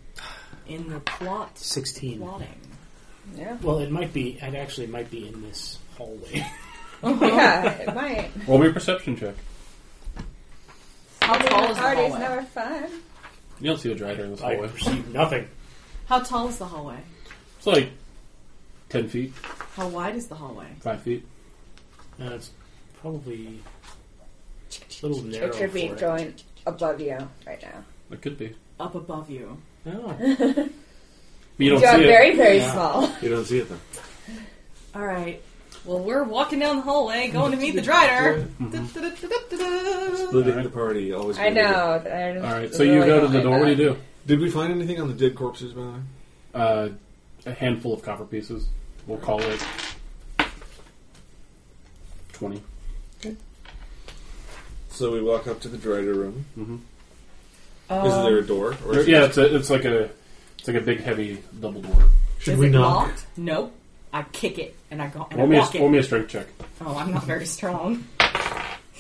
in the plot.
16.
Plotting.
Yeah.
Well, it might be. It actually might be in this hallway.
[laughs]
[laughs]
Yeah, it might.
Roll me a perception check.
How tall is the
Party's
hallway?
never fun.
You don't see a drider in this
I
hallway.
perceive nothing.
How tall is the hallway?
It's like ten feet,
How wide is the hallway?
five feet.
Uh, it's probably a little narrow.
It should be
for it.
going above you right now.
It could be.
Up above you.
[laughs]
Oh,
But you don't
You are
see it.
very, very
Yeah.
small. [laughs]
You don't see it though.
All right. Well, we're walking down the hallway, going to
[laughs]
meet the Drider.
Mm-hmm.
Da-da-da-da-da-da.
Splitting the party always.
I
been a good-
know. I
All right, so you go to the door. What do you do?
Did we find anything on the dead corpses, by the way?
Uh, a handful of copper pieces. We'll call it twenty.
So we walk up to the drider room.
Mhm.
Is there a door? Or is it
yeah, it's
just-
a, it's like a it's like a big heavy double door.
Should
Is
we
it
knock?
locked? Nope. I kick it and I go and I
Roll me, a,
walk
roll
it.
me a strength check.
Oh, I'm not
[laughs]
very strong. [laughs]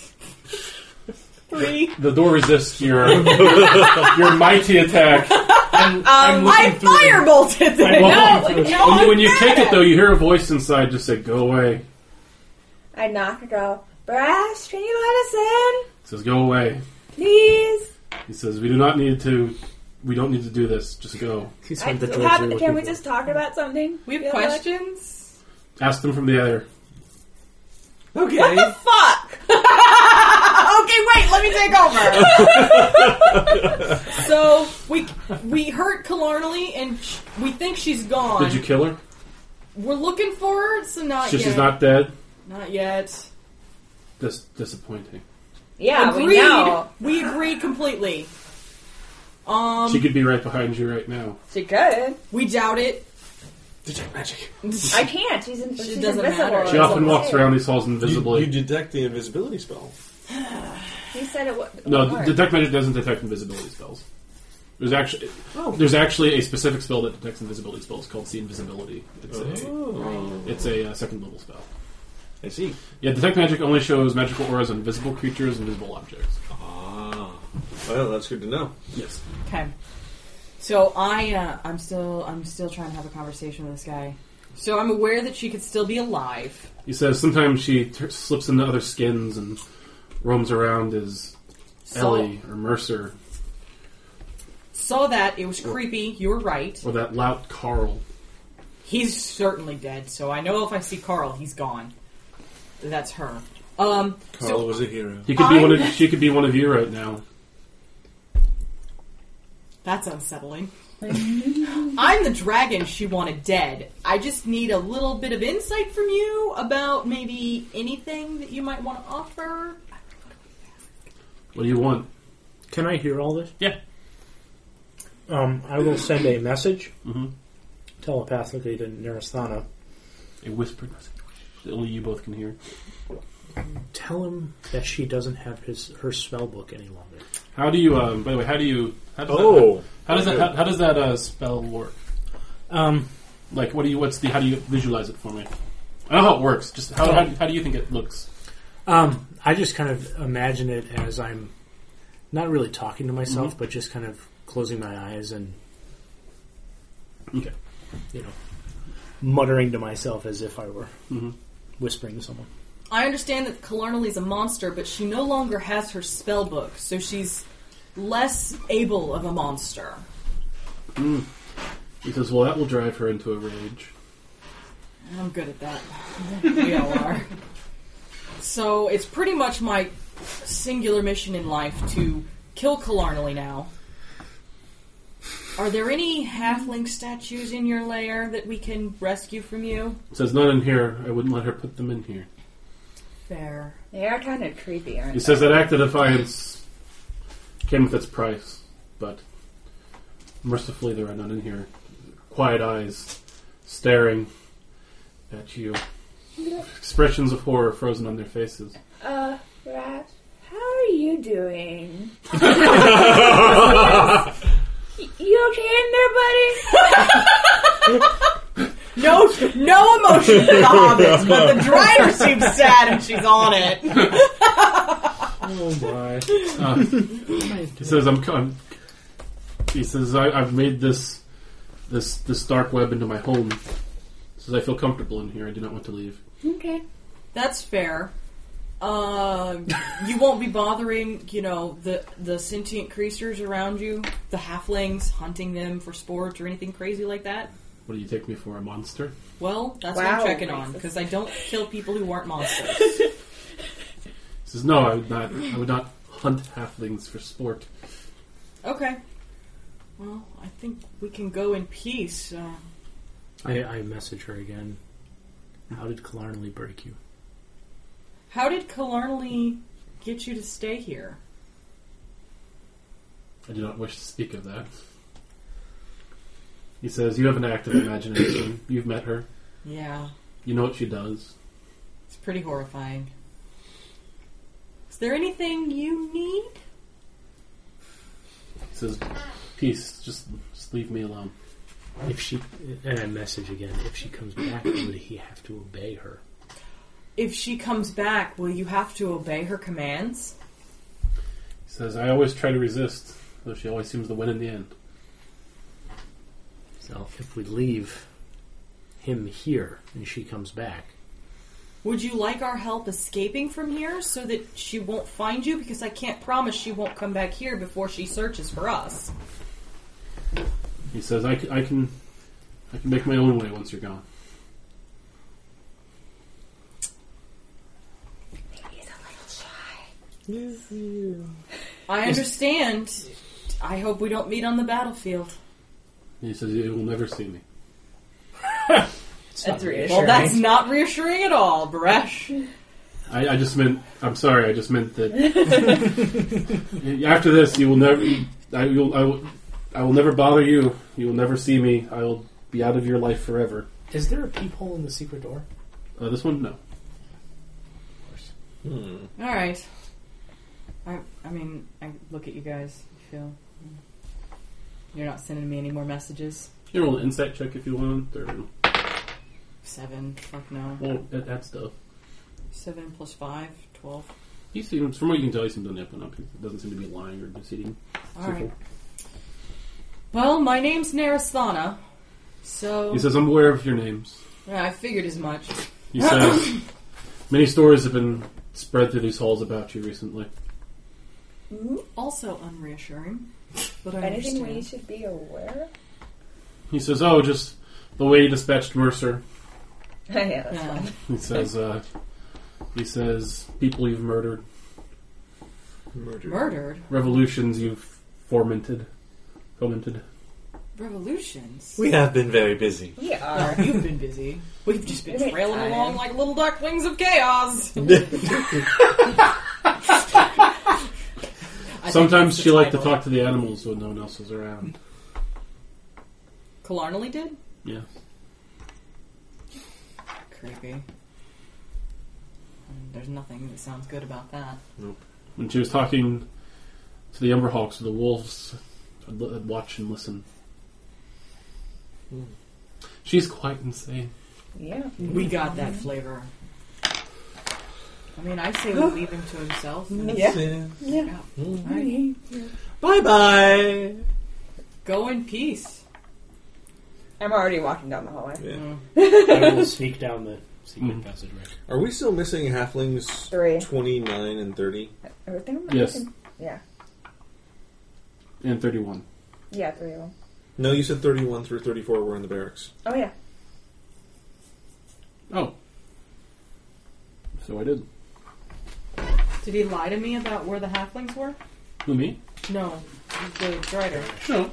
Three.
The door resists your [laughs] your mighty attack.
Um, I firebolted it.
Well,
No,
when,
no,
you, when you
I'm
kick
mad.
it though, you hear a voice inside just say, "Go away." It
I knock and go, Brash, can you let us in?
says, "Go away."
Please?
He says, "We do not need to. We don't need to do this. Just go."
he's
I,
from the
have-
drugs we were
can we
looking
just talk about something?
We have
Feel like-
questions.
Ask them from the other.
Okay.
Fuck. okay, wait. Let me take over.
[laughs]
so we we hurt Killarney and sh- we think she's gone.
Did you kill her?
We're looking for her, so not
So
yet.
she's not dead.
Not yet.
Dis- disappointing.
Yeah, we
agreed.
know.
[laughs] We agree completely. Um,
She could be right behind you right now.
She could.
we doubt it.
detect magic?
I can't. She's, in, she's
doesn't
invisible.
matter.
She
That's
often
That's
walks
what
around these halls
You,
invisibly.
you detect the invisibility spell.
He said it wa-
no,
worked.
detect magic doesn't detect invisibility spells. There's actually
Oh.
there's actually a specific spell that detects invisibility spells called see invisibility. It's
Oh.
a it's a uh, second level spell.
I see.
Yeah, detect magic only shows magical auras on visible creatures and visible objects.
Ah, well, that's good to know.
Yes.
Okay. So I, uh, I'm still, I'm still trying to have a conversation with this guy. So I'm aware that she could still be alive.
He says sometimes she t- slips into other skins and roams around as
Saw-
Ellie or Mercer
Saw that it was creepy. You were right.
or that lout Carl.
He's certainly dead. So I know if I see Carl, he's gone. That's her. Um.
Carl
So
was a hero.
He could be
I'm-
one of she could be one of you right now.
That's unsettling. [laughs] I'm the dragon she wanted dead. I just need a little bit of insight from you about maybe anything that you might want to offer.
What do you want?
at. Can I hear all this?
Yeah.
Um, I will send a message
Mhm.
telepathically to Narasthana.
A whispered message that only you both can hear.
Tell him that she doesn't have his her spell book any longer.
How do you? Um, by the way, how do you? How does
Oh.
that, how does that? How, how does that uh, spell work?
Um,
Like, what do you? What's the? How do you visualize it for me? I know how it works. Just how? How, how do you think it looks?
um, I just kind of imagine it as I'm not really talking to myself, but just kind of closing my eyes and
Okay.
you know muttering to myself as if I were
Mhm.
whispering to someone.
I understand that Killarnally is a monster, but she no longer has her spell book, so she's less able of a monster.
He says, "Well, that will drive her into a rage."
I'm good at that. we all are. So it's pretty much my singular mission in life to kill Killarnally now. Are there any halfling statues in your lair that we can rescue from you?
He says, "Not in here. I wouldn't let her put them in here."
Fair.
They are kind of creepy, aren't
He
they?
says that act of defiance came with its price, but mercifully there are none in here. Quiet eyes staring at you. Expressions of horror frozen on their faces.
Uh, Brash, how are you [laughs] doing? Y- you okay in there, buddy?
No, no emotion for the hobbits, but the driver seems sad and she's on it.
Oh my.
Uh, he says, "I'm." co- I'm he says, I, "I've made this this this dark web into my home." He says, "I feel comfortable in here. I do not want to leave."
Okay.
That's fair. Uh, you won't be bothering, you know, the the sentient creatures around you, the halflings, hunting them for sport or anything crazy like that.
What do you take me for, a monster?
Well, that's
Wow,
what I'm checking on
racist.
because I don't kill people who aren't monsters.
He says, "No, I would not. I would not hunt halflings for sport."
Okay. Well, I think we can go in peace. Uh,
I, I message her again. How did Killarnley break you?
how did Killarney get you to stay here?
I do not wish to speak of that. He says, You have an active imagination. You've met her.
Yeah,
You know what she does.
it's pretty horrifying. Is there anything you need?
He says, Peace, just, just leave me alone.
If she and I message again. If she comes back, would he have to obey her?
If she comes back, will you have to obey her commands?
He says, I always try to resist, though she always seems to win in the end.
So if we leave him here and she comes back,
Would you like our help escaping from here so that she won't find you? Because I can't promise she won't come back here before she searches for us.
He says, I, c- I can I can make my own way once you're gone.
I understand. I hope we don't meet on the battlefield.
And he says, You will never see me.
it's
That's
not-
reassuring.
Well, that's not reassuring at all, Bresh.
I, I just meant, I'm sorry, I just meant
[laughs]
that after this, you will never, I will, I will, I will never bother you. You will never see me. I will be out of your life forever.
Is there a peephole in the secret [laughs] door?
Uh, this one, no.
All right. I I mean, I look at you guys. I feel you're not sending me any more messages.
You can roll an insight check if you want, or
Seven. Fuck no.
well, that, that stuff.
Seven plus five. Twelve.
He seems, from what you can tell, he seems on the up and up. He doesn't seem to be lying or deceiving.
All right. Well, my name's Narasthana, so
He says, "I'm aware of your names."
Yeah, I figured as much.
He says, "Many stories have been spread through these halls about you recently."
Mm-hmm. Also unreassuring, but I
Anything we
understand.
should be aware? [laughs]
He says, "Oh, just the way you dispatched Mercer."
of? yeah, that's
Yeah.
fine.
He says, uh, "He says people you've murdered,
Murdered.
revolutions you've fomented, fomented."
Revolutions.
We have been very busy.
We are.
You've been busy. We've just been
We're
trailing
tired.
along like little ducklings of
[laughs]
chaos. I think
Sometimes
that's the
she liked to
title.
talk to the animals when no one else was around.
Killarney did?
Yeah.
Creepy. Mm, There's nothing that sounds good about that.
when she was talking to the Emberhawks, the wolves, I'd, l- I'd watch and listen.
Hmm.
She's quite insane.
Yeah.
We got that flavor. I mean, I say we leave him to himself. and-
Yeah.
All right.
Bye bye.
Go in peace.
I'm already walking down the hallway.
I will sneak down the secret
Mhm.
passage.
[laughs]
Are we still missing halflings?
Three.
Twenty-nine and thirty.
Everything I'm
Yes.
missing? Yeah.
And 31.
Yeah, three of them.
No, you said thirty-one through thirty-four were in the barracks.
Oh, yeah.
Oh. So I did.
Did he lie to me about where the halflings were?
Who, me?
No, the writer.
No.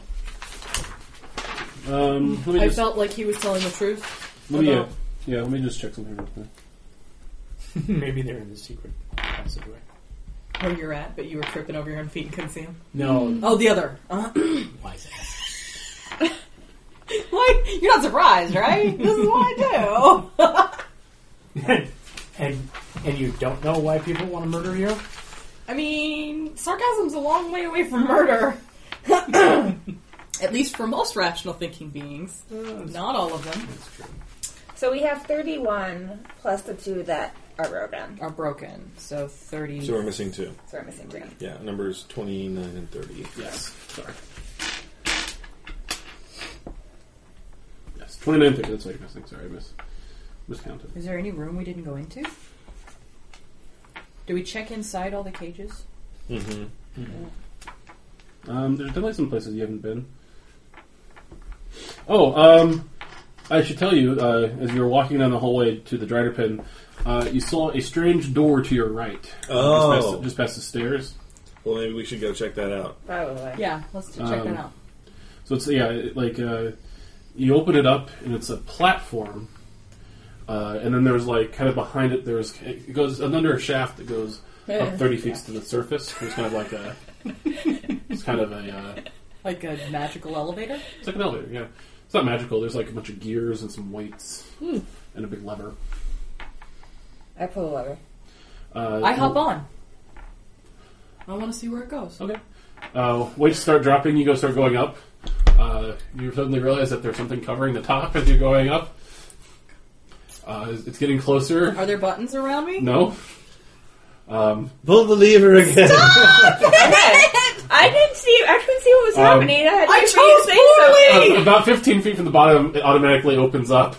Um, let me
I
just,
felt like he was telling the truth.
let me, uh,
about-
yeah, let me just check something real quick.
Maybe they're in the secret passage.
Where you're at, but you were tripping over your own feet and couldn't see him.
No,
Oh, the other. [laughs] Uh,
wise ass.
like you're not surprised, right? [laughs] this is what I do. [laughs]
[laughs]
and and you don't know why people want to murder you.
I mean, sarcasm's a long way away from murder. [coughs] At least for most rational thinking beings. Not all of them.
So we have 31 plus the two that are broken.
Are broken. So 30.
So we're missing two.
So we're missing two.
Yeah, numbers 29 and 30.
Yes. Sorry. Yes. 29 30. That's what you're missing. Sorry, I mis- miscounted.
Is there any room we didn't go into? Do we check inside all the cages?
Mm-hmm.
Um, there's definitely some places you haven't been. Oh, um, I should tell you, uh, as you were walking down the hallway to the Drider Pen, uh, you saw a strange door to your right.
Oh.
Just past, just past the stairs.
Well, maybe we should go check that out.
Probably. [laughs]
Yeah, let's check
Um,
that out.
So it's yeah, it- like uh, you open it up and it's a platform, uh, and then there's like kind of behind it there's it goes under a shaft that goes up thirty feet to the surface. It's kind of like a it's kind of a uh,
Like a magical elevator?
it's like an elevator. Yeah, it's not magical. There's like a bunch of gears and some weights and a big lever.
I pull the lever.
Uh,
I hop on. I want to see where it goes.
oh, Okay. Uh, weights start dropping. You go start going up. Uh, you suddenly realize that there's something covering the top as you're going up. Uh, it's getting closer.
Are there buttons around me?
No. Um,
Pull the lever again.
I didn't see. I couldn't see what was
Um,
happening. I had to
I
wait for you to
chose
say
poorly!
something.
ab- Uh, about 15 feet from the bottom, it automatically opens up.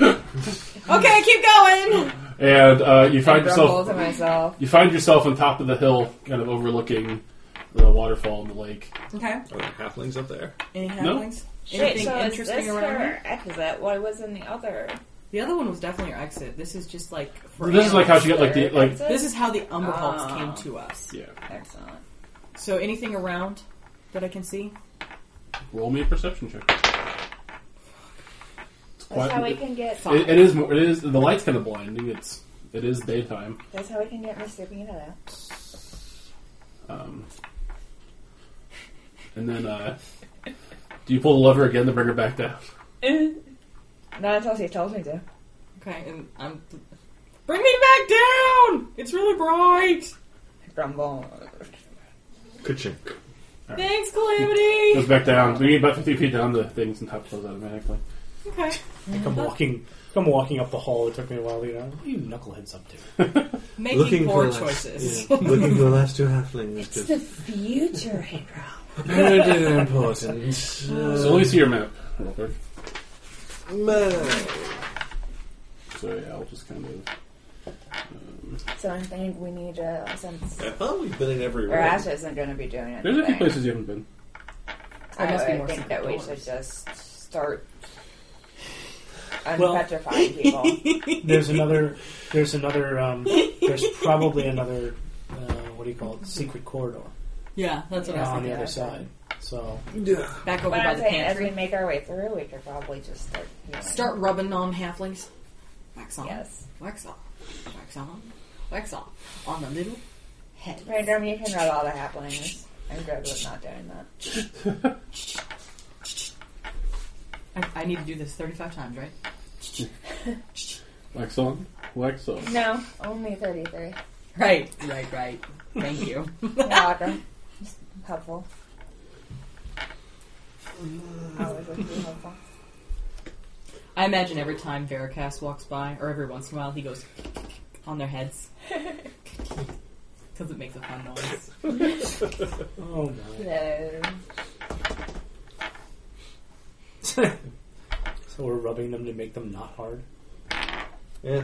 Okay, keep going!
And uh, you find
Grumble
yourself
to myself.
you find yourself on top of the hill, kind of overlooking the waterfall and the lake.
Okay.
Are there halflings up there?
Any
No.
happenings?
Shit,
Anything
so
interesting
is this
around me?
her exit? What was in the other?
The other one was definitely our exit. This is just like. For
This is like how she got like the
Third
like
exit?
This is how the Umberhulks
Ah.
came to us.
yeah.
Excellent.
So anything around that I can see?
Roll me a perception check. It's
That's how we
quite.
can get.
It, it is more. It is the light's kind of blinding. It's it is daytime.
That's how we can get Miss Sabina out.
Um, and then uh, do you pull the lever again to bring her back down?
[laughs]
Not until she tells me to.
Okay, and I'm. Bring me back down! It's really bright!
Grumble.
Kachink.
Thanks, Calamity!
Goes back down. We get about 50 feet down the things and top close automatically.
Okay.
I come walking, come walking up the hall. It took me a while to get out. Mm-hmm. What are you knuckleheads up to?
Making
Looking for
poor
the last-
choices.
yeah, looking for the last two halflings.
It's
'cause
[laughs]
the future, Abram.
they're they're important. Uh,
So let me see your map real quick.
man.
So yeah, I'll just kind of. Um,
So I think we need to, since
I thought we've been in every
our
room.
Ash isn't going to be doing anything.
there's a few places you haven't been.
I
There must be
would
more
think that we
secret
should
doors.
just start
Well-
[laughs]
unpetrifying people.
There's another. There's another. Um, there's probably another. Uh, what do you call it? Secret corridor
Yeah, that's what I was
on
thinking.
the other
that.
side. So
Yeah.
Back over
But
by
I'm
the
saying, as
pantry.
we make our way through, we could probably just start. healing.
Start rubbing on halflings. Wax on.
Yes.
Wax on. Wax on. Wax on. On the little head.
Random, you can rub all the happenings. I'm good with not doing that.
I, I need to do this 35 times, right?
Wax on, wax off.
No, only [laughs] 33.
Right, right, right. Thank you.
You're welcome. Just helpful. Always looking to be helpful.
I imagine every time Veracast walks by, or every once in a while, he goes on their heads. Because it makes a fun noise.
oh no.
No.
So we're rubbing them to make them not hard. [laughs]
Yeah.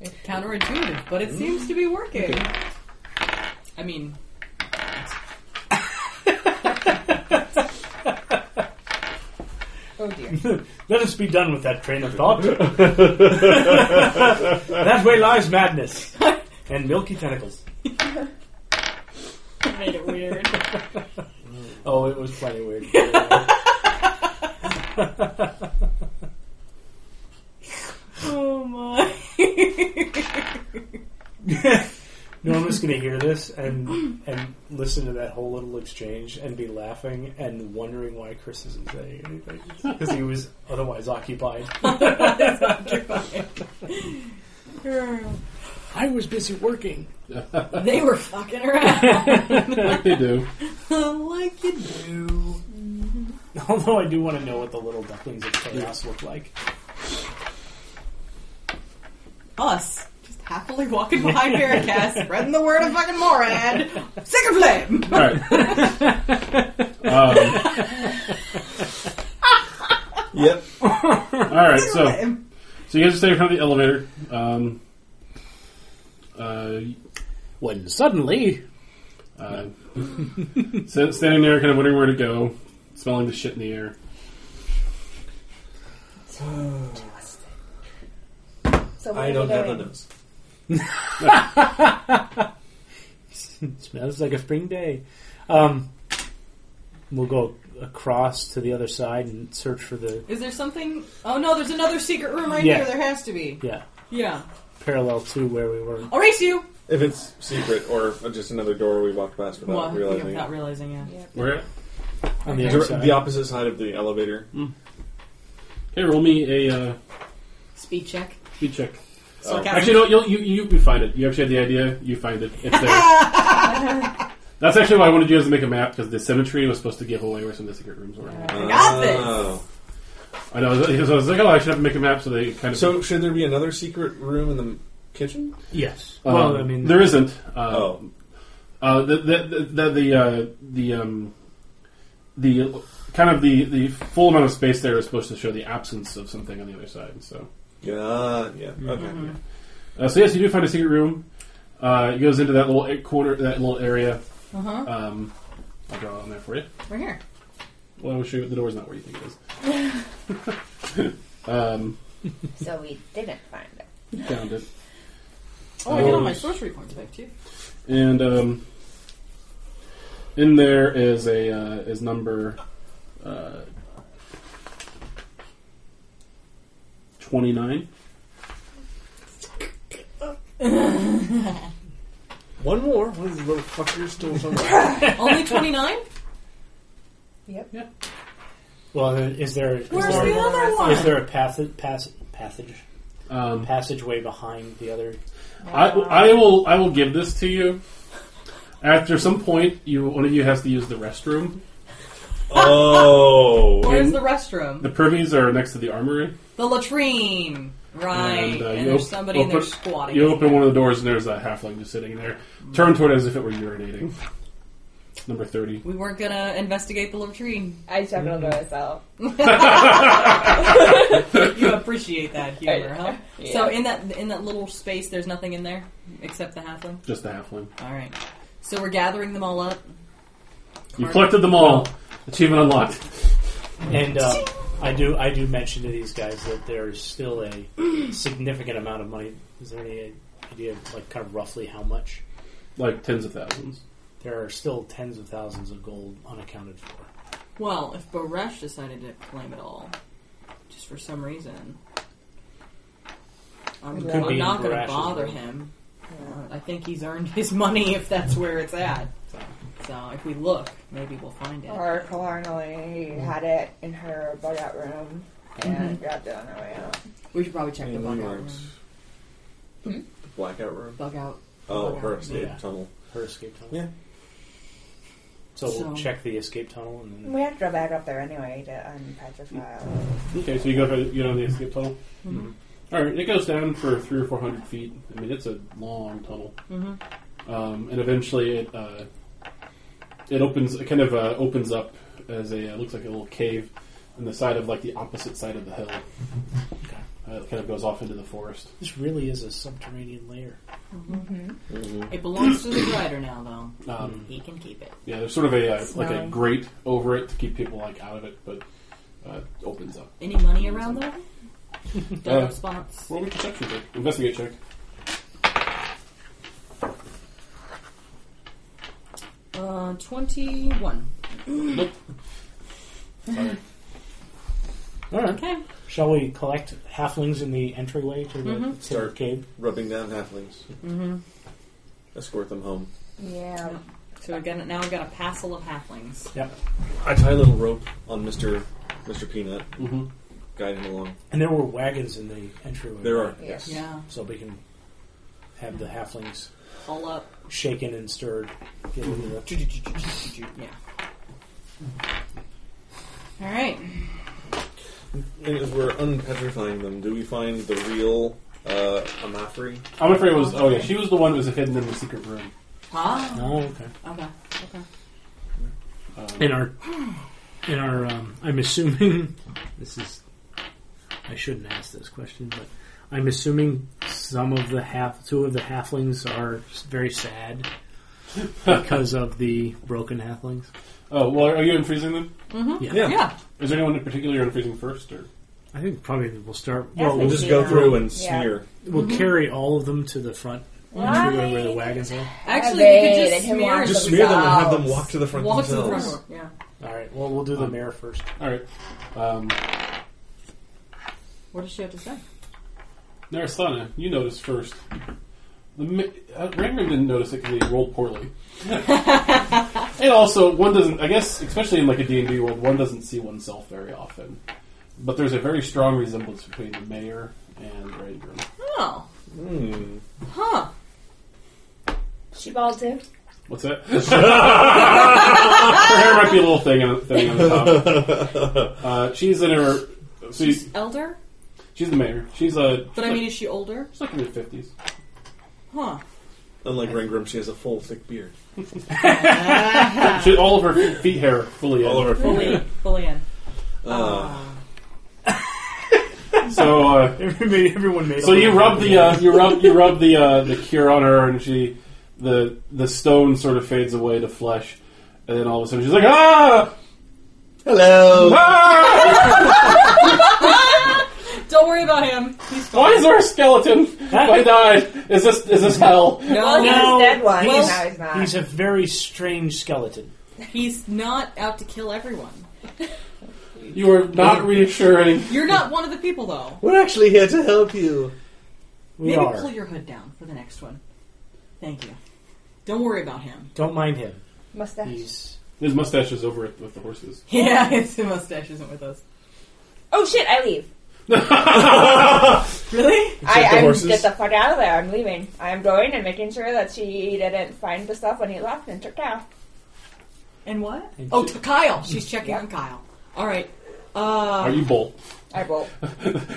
It's counterintuitive, but it seems to be working. Mm. I mean, oh dear.
Let us be done with that train of thought. that way lies madness and milky tentacles.
made it weird.
Oh, it was plenty weird.
[laughs] Oh my.
[laughs] Norma's gonna hear this and and listen to that whole little exchange and be laughing and wondering why Chris isn't saying anything because he was otherwise occupied. I was busy [laughs] working.
they were [laughs] fucking around.
like they do.
like you do.
Although I do want to know what the little ducklings of chaos look like.
Us. Just happily walking [laughs] behind Veracast, spreading the word of fucking Morad. Second flame!
All right. um,
[laughs]
Yep.
all right. So.
Flame.
So you guys stay in front of the elevator. Um, uh,
When suddenly, [laughs]
uh, so standing there, kind of wondering where to go, smelling the shit in the air.
So what
I
are
don't
we
have the
doing?
notes.
smells like a spring day. Um, we'll go across to the other side and search for the
Is there something? Oh no, there's another secret room right
Yeah.
here. There has to be.
yeah
Yeah.
parallel to where we were.
I'll race you!
If it's secret or just another door we walked past without
Well,
realizing it.
Not realizing, yeah.
Where? at?
On the
Dir-
other side.
the opposite side of the elevator.
Mm,
Okay, roll me a uh,
Speed check.
speed check.
So I
Actually, no, you'll, you you you find it. You actually had the idea. You find it. It's there. That's actually why I wanted you guys to make a map because the symmetry was supposed to give away where some of the secret rooms were.
got this.
Oh.
I know. So I was like, oh, I should have to make a map so they kind of.
So should there be another secret room in the kitchen?
yes.
Um,
well, I mean,
there isn't. Uh,
Oh,
Uh, the the the the uh, the, um, the kind of the, the full amount of space there is supposed to show the absence of something on the other side. So,
yeah, yeah. Okay.
uh, so yes, you do find a secret room. Uh, it goes into that little e- corner, that little area.
Mm-hmm.
Uh-huh.
Um, I'll draw it on there for you.
Right here.
Well, I wish you, the door's not where you think it
[laughs]
is. um,
So we didn't find it.
found it,
Oh, I get all my sorcery points back too.
and um, in there is a uh, is number uh, twenty nine.
One more. One of these little fuckers stole something.
[laughs] Only 29?
well, then, is there is
Where's
there,
the other one?
is there a passage pass, passage
Um,
passageway behind the other?
I, I will I will give this to you. After some point, you one of you has to use the restroom.
oh,
Where's
And-
the restroom?
The privies are next to the armory.
The latrine. Right. And,
uh,
there's
op-
somebody in there squatting.
You open one of the doors and there's that halfling just sitting there. Turn toward it as if it were urinating. Number thirty.
we weren't gonna investigate the latrine.
I just have to go
Mm-hmm.
myself.
You appreciate that humor, huh?
Yeah.
So in that in that little space, there's nothing in there except the halfling.
Just the halfling.
All right. So we're gathering them all up.
You collected them all. Achievement unlocked.
And uh, I do I do mention to these guys that there's still a significant amount of money. Is there any idea, of, like, kind of roughly how much?
Like tens of thousands.
There are still tens of thousands of gold unaccounted for.
Well, if Boresh decided to claim it all, just for some reason, I'm,
It could
I'm
be in
not going to
Boresh's
bother
room.
him. I think he's earned [laughs] his money if that's where it's at. So, so if we look, maybe we'll find it.
Or Killarnally had it in her buyout room
Mm-hmm.
and grabbed it on her way out.
We should probably check the
And
bug
we
out room.
weren't.
Hmm?
The blackout room.
Bug out.
Oh,
Bug
her
out.
escape
Yeah.
tunnel.
Her escape tunnel.
Yeah.
So,
So-
we'll check the escape tunnel
Mm.
and then
We have to go back up there anyway to unpatch the file.
Okay, so you go for you know the escape tunnel. Mm-hmm. All right, it goes down for three or four hundred feet. I mean, it's a long tunnel, um, and eventually it uh, it opens. It kind of uh, opens up as a uh, looks like a little cave on the side of like the opposite side of the hill. Uh, it kind of goes off into the forest.
this really is a subterranean layer.
It belongs to the rider now, though.
Um,
He can keep it.
yeah, there's sort of a uh, like a
Smelly.
grate over it to keep people like out of it, but uh, it opens up.
Any money around though? Dug
Uh,
up spots.
Roll me perception check. Investigate check.
Uh, twenty-one.
Nope. Sorry.
All right.
Okay.
Shall we collect halflings in the entryway to the,
Mm-hmm.
to the
Start.
cave?
Rubbing down halflings. Mm-hmm. Escort them home.
Yeah.
Mm.
So we got now. We've got a passel of halflings.
Yep.
I tie a little rope on Mister Mister Peanut.
Mhm.
Guide him along.
And there were wagons in the entryway.
There are.
Yeah.
Yes.
Yeah.
So we can have the halflings
All up.
shaken and stirred. Get into the-
Yeah. All right.
And as we're unpetrifying them, do we find the real uh, Amafri?
I'm afraid it was. Oh yeah, she was the one that was hidden in the secret room.
Ah.
Oh, okay.
Okay. Okay.
In our, in our, um, I'm assuming [laughs] this is. I shouldn't ask this question, but I'm assuming some of the half, two of the halflings are very sad because of the broken halflings.
Oh well, are you unfreezing them?
Yeah.
Is there anyone in particular you're unfreezing first, or
I think probably we'll start.
Yeah,
Well,
I
We'll
we'll,
just
Yeah.
go through and
Yeah.
smear.
we'll carry all of them to the front
Why?
entryway where the wagons are.
Actually,
They-
you could
they
just
can
smear
walk
Just
just
smear them and have them walk to the front
walk to the front
themselves.
door. Yeah.
All right. Well, we'll do
Um,
the mayor
[laughs]
first.
all right? Um,
What does she have to say?
Narasana, you notice first. The mi- uh, Rangram didn't notice it because he rolled
[laughs]
poorly. and also, one doesn't. I guess, especially in like a D and D world, one doesn't see oneself very often. But there's a very strong resemblance between the mayor and Rangram.
Oh.
Hmm.
Huh.
She balled too.
What's that? Her hair might be a little thing on, thing on the top. Uh, she's in her. So she's,
Elder?
she's the mayor. She's a.
But I mean, is she older?
she's like in her fifties.
Huh.
Unlike Rengrim, she has a full, thick beard.
She, all of her feet hair fully.
All
in.
over.
Fully, fully in.
Uh,
So. Uh,
Everybody, everyone made.
So you rub the uh, you rub you rub the uh, the cure on her, and she the the stone sort of fades away to flesh, and then all of a sudden she's like ah,
Hello.
ah!
Don't worry about him. He's fine.
Why is there a skeleton? I died. Is this is this hell?
Well, he
No.
was dead once.
Well,
now he's not.
He's a very strange skeleton.
He's not out to kill everyone.
You are not reassuring.
You're not one of the people, though.
We're actually here to help you.
We
Maybe
are.
pull your hood down for the next one. Thank you. Don't worry about him.
Don't mind him.
Mustache.
He's
His mustache is over it with the horses.
[laughs] Yeah, his mustache isn't with us.
Oh shit! I leave.
Really?
I
the
I'm,
horses?
get the fuck out of there. I'm leaving. I'm going and making sure that she didn't find the stuff when he left and took down.
And what? Oh, to Kyle. She's checking on Kyle. All right.
Are
Uh,
you bolt?
I will.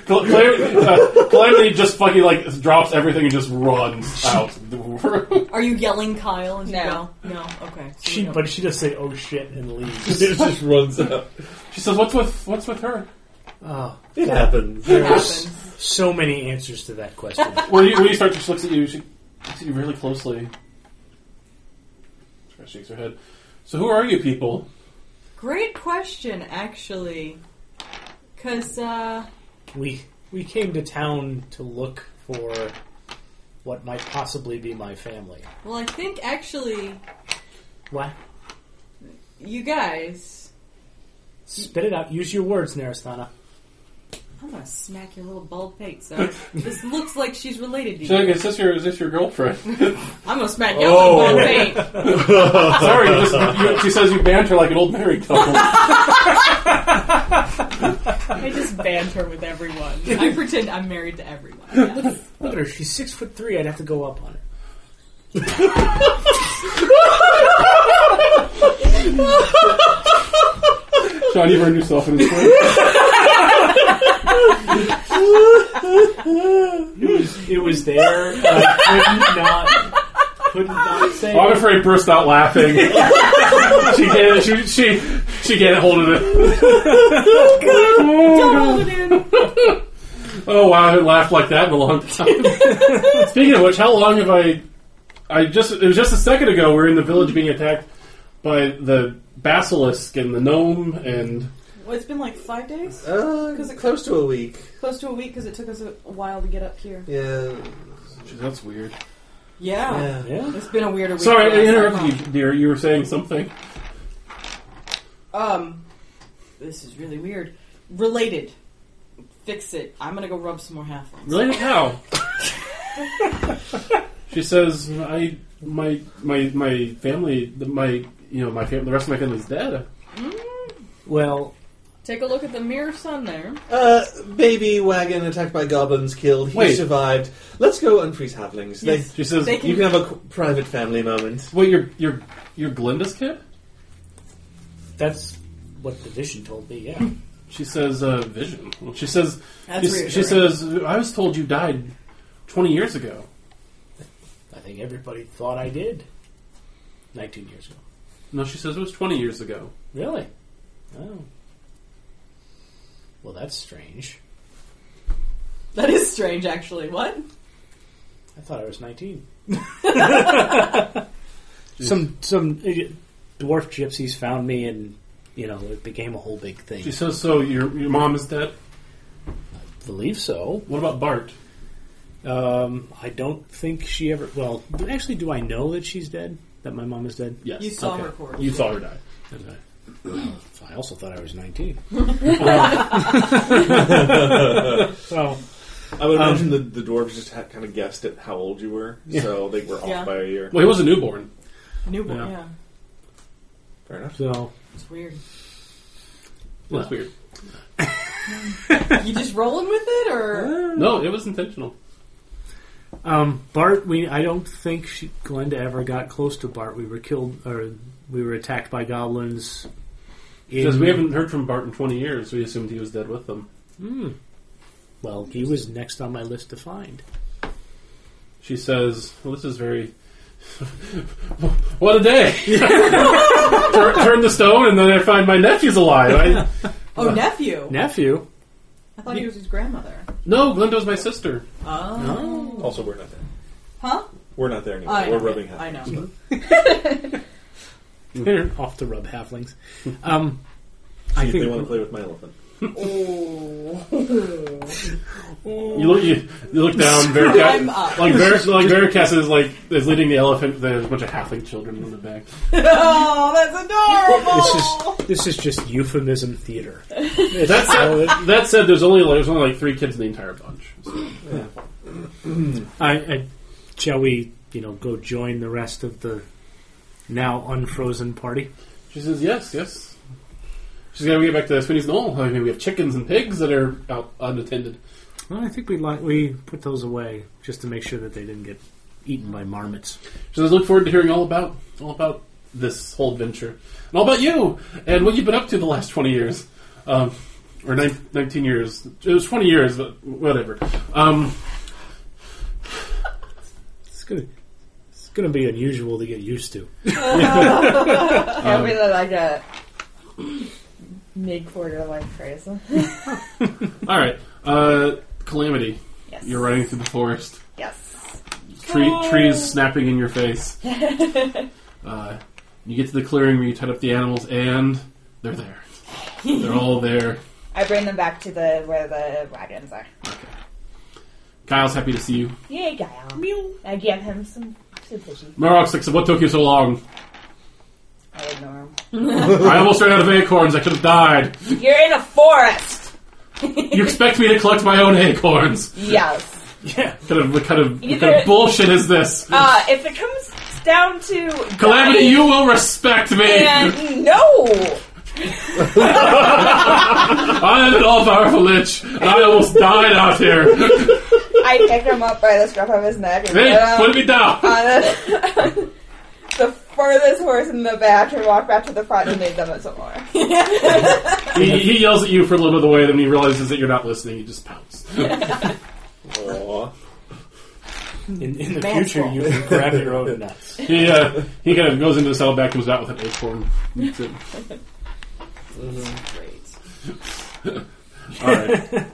Cla- Claire, uh, Calamity just fucking like drops everything and just runs out [laughs] the room.
are you yelling Kyle as
No.
you go? No. Okay. So
She,
we don't-
but she does say, "Oh shit," and leaves.
it just runs out.
She says, "What's with what's with her?"
oh,
It happens.
it happens.
Ah, so many answers to that question.
When you, when you start, she looks at you. She looks at you really closely. She shakes her head. So who are you people?
Great question, actually. Because, uh,
we we came to town to look for what might possibly be my family.
well, I think actually,
What?
you guys.
Spit it out. Use your words, Narasthana.
I'm gonna smack your little bald pate, [laughs] so this looks like she's related to
She's like,
you.
is this your is this your girlfriend?
I'm gonna smack your little bald [laughs] pate.
Sorry, you just, you, she says you banter like an old married couple.
I just banter with everyone. [laughs] I pretend I'm married to everyone. yeah. [laughs]
Look at her. She's six foot three. I'd have to go up on her.
Sean, you burned yourself in his way.
It was there. and I could not couldn't not say. it.
Audifrey burst out laughing. [laughs] she can't she she she can't hold it. In.
Don't hold it in.
Oh wow, I haven't laughed like that in a long time. Speaking of which, how long have I? I just it was just a second ago. We are in the village being attacked by the basilisk and the gnome and.
Well, it's been like five days,
Uh, close to a week.
close to a week, because it took us a while to get up here.
Yeah.
That's weird.
Yeah,
Yeah.
Yeah.
it's been a weirder week.
Sorry,
than
I
last
interrupted
time,
you, dear. You were saying something.
huh? Um, this is really weird. Related. Fix it. I'm gonna go rub some more halflings.
Related how? [laughs] she says, "I my my my family my you know my fam- the rest of my family's dead."
Well,
Take a look at the mirror sun there.
Uh, baby wagon attacked by goblins, killed. He
Wait.
survived. Let's go unfreeze halflings. They-
Yes.
She says,
They
you can have a qu- private family moment.
"Wait, you're you're you're Glinda's kid."
that's what the vision told me. Yeah,
She says, uh, "Vision." She says,
That's
she,
reassuring.
she says, "I was told you died twenty years ago."
I think everybody thought I did. Nineteen years ago.
No, she says it was twenty years ago.
Really? Oh. Well, that's strange.
That is strange, actually. What?
I thought I was nineteen. some some idiot dwarf gypsies found me, and you know it became a whole big thing.
She says, "So your your mom is dead."
believe so.
What about Bart?
Um, I don't think she ever. Well, do- actually, do I know that she's dead? That my mom is dead?
Yes,
You saw
Okay.
her corpse.
you saw her die.
Okay. I also thought I was 19. so,
I would imagine the, the dwarves just ha- kind of guessed at how old you were, so they were off
Yeah.
by a year.
Well, he was a newborn.
Newborn.
Yeah.
Yeah.
Fair enough.
so
it's weird.
[laughs] That's weird.
You just rolling with it, or
Uh,
No, it was intentional.
um, Bart, we I don't think she, Glenda ever got close to Bart. We were killed, or we were attacked by goblins.
She says
in-
we haven't heard from Bart in twenty years. We assumed he was dead with them.
Well, he was next on my list to find.
She says, "Well, this is very." [laughs] what a day! [laughs] turn, turn the stone, and then I find my nephew's alive. I,
oh, nephew?
Nephew.
I thought he was his grandmother.
no, Glenda was my sister.
Oh,
Also, we're not there.
huh?
We're not there anymore.
I
we're
know.
rubbing
I
hands.
know.
They're
Mm.
[laughs] off the rub halflings. Um,
See
I
if
think
they want to play with my elephant.
Oh.
You look, you, you look down. Verica-
I'm up.
like Ver, like Veracast is like is leading the elephant. There's a bunch of halfling children in the back.
[laughs] oh, that's
this
adorable.
is this is just euphemism theater.
That said, that said, there's only like, there's only like three kids in the entire bunch. So,
I, I, shall we, you know, go join the rest of the now unfrozen party?
she says, "Yes, yes." She's gotta get back to Sweeney's Knoll. I mean, we have chickens and pigs that are out unattended.
Well, I think we li- we put those away just to make sure that they didn't get eaten by marmots.
She says, "Look forward to hearing all about all about this whole adventure and all about you and what you've been up to the last twenty years, um, or nine, nineteen years. It was twenty years, but whatever." Um,
It's gonna it's gonna be unusual to get used to.
Can't be like [clears throat] a mid quarter like phrase. [laughs]
all right, uh, Calamity.
Yes.
You're running through the forest.
Yes.
Tree, Trees snapping in
[laughs]
your face. uh, you get to the clearing where you tied up the animals, and they're there. They're all there.
I bring them back to the where the wagons are.
Kyle's happy to see you.
Yay, Gaia. I give him some, some fishy.
Murok's like, "So what took you so long?
I ignore him.
I almost ran out of acorns. I could have died.
You're in a forest.
You expect me to collect my own acorns?
Yes.
What kind of, what kind of, what kind
Either-
of bullshit is this?
Uh, if it comes down to
Calamity,
dying
you will respect me.
[laughs]
and no,
I am an all-powerful lich. and I almost died out here.
I pick him up by the strap of his neck and
Hey,
put
put
him
me down.
on the, [laughs] the furthest horse in the back and walk back to the front and lead them some more.
He, he yells at you for a little bit of the way, then he realizes that you're not listening. He just pouts.
Aw.
In, in the
Man's
future,
fault.
you can grab your own nuts.
He uh, he kind of goes into the saddlebag, comes out with an acorn. That's it. All right,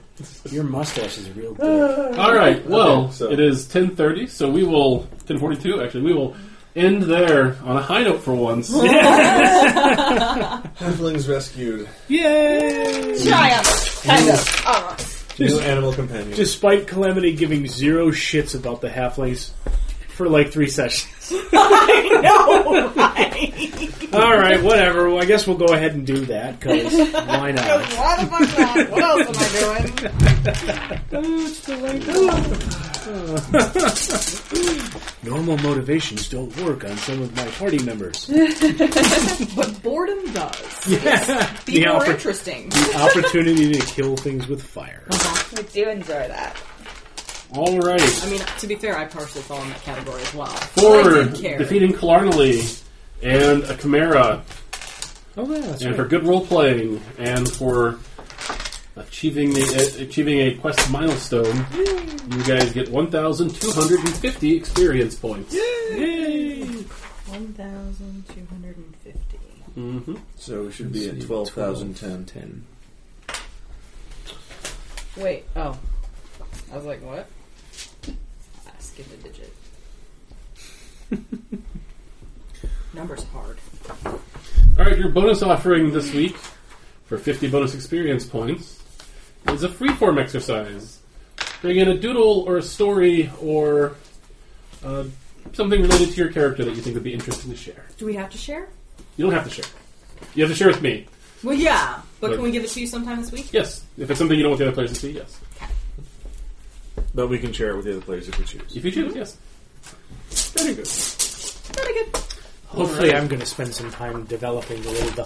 Your mustache is a real. Dick.
all right. Well,
Okay, so-
it is ten thirty, so we will ten forty two. Actually, we will end there on a high note for once.
Halflings rescued.
[laughs] Yay!
Triumph. Kind of. Almost.
New animal companion.
Despite Calamity giving zero shits about the halflings for like three sessions. All right, whatever. Well, I guess we'll go ahead and do that because why not?
Why the fuck not? What else am I doing? [laughs]
Normal motivations don't work on some of my party members.
but boredom does.
Yeah. [laughs]
Be
The
more
oppor-
interesting.
the opportunity to kill things with fire.
I do enjoy that.
All
I
right,
mean, to be fair, I partially fell in that category as well. I
for
did care.
defeating Killarnally and a Chimera.
Oh, yeah, that's
and
right.
for good role playing and for achieving the, uh, achieving a quest milestone, you guys get 1,250 experience points.
One thousand two hundred and fifty.
hmm
So we should be at
Let's see,
12,010.
10.
Wait. Oh, I was like, what? I skipped a digit.
[laughs]
Numbers hard.
All right, your bonus offering this week for 50 bonus experience points is a freeform exercise. Bring in a doodle or a story or uh, something related to your character that you think would be interesting to share.
Do we have to share?
You don't have to share. You have to share with me.
Well, yeah, but
But-
can we give it to you sometime this week?
Yes. If it's something you don't want the other players to see, yes.
But we can share it with the other players if we choose.
If you choose, yes.
Very good.
Very good.
Hopefully, I'm going to spend some time developing the little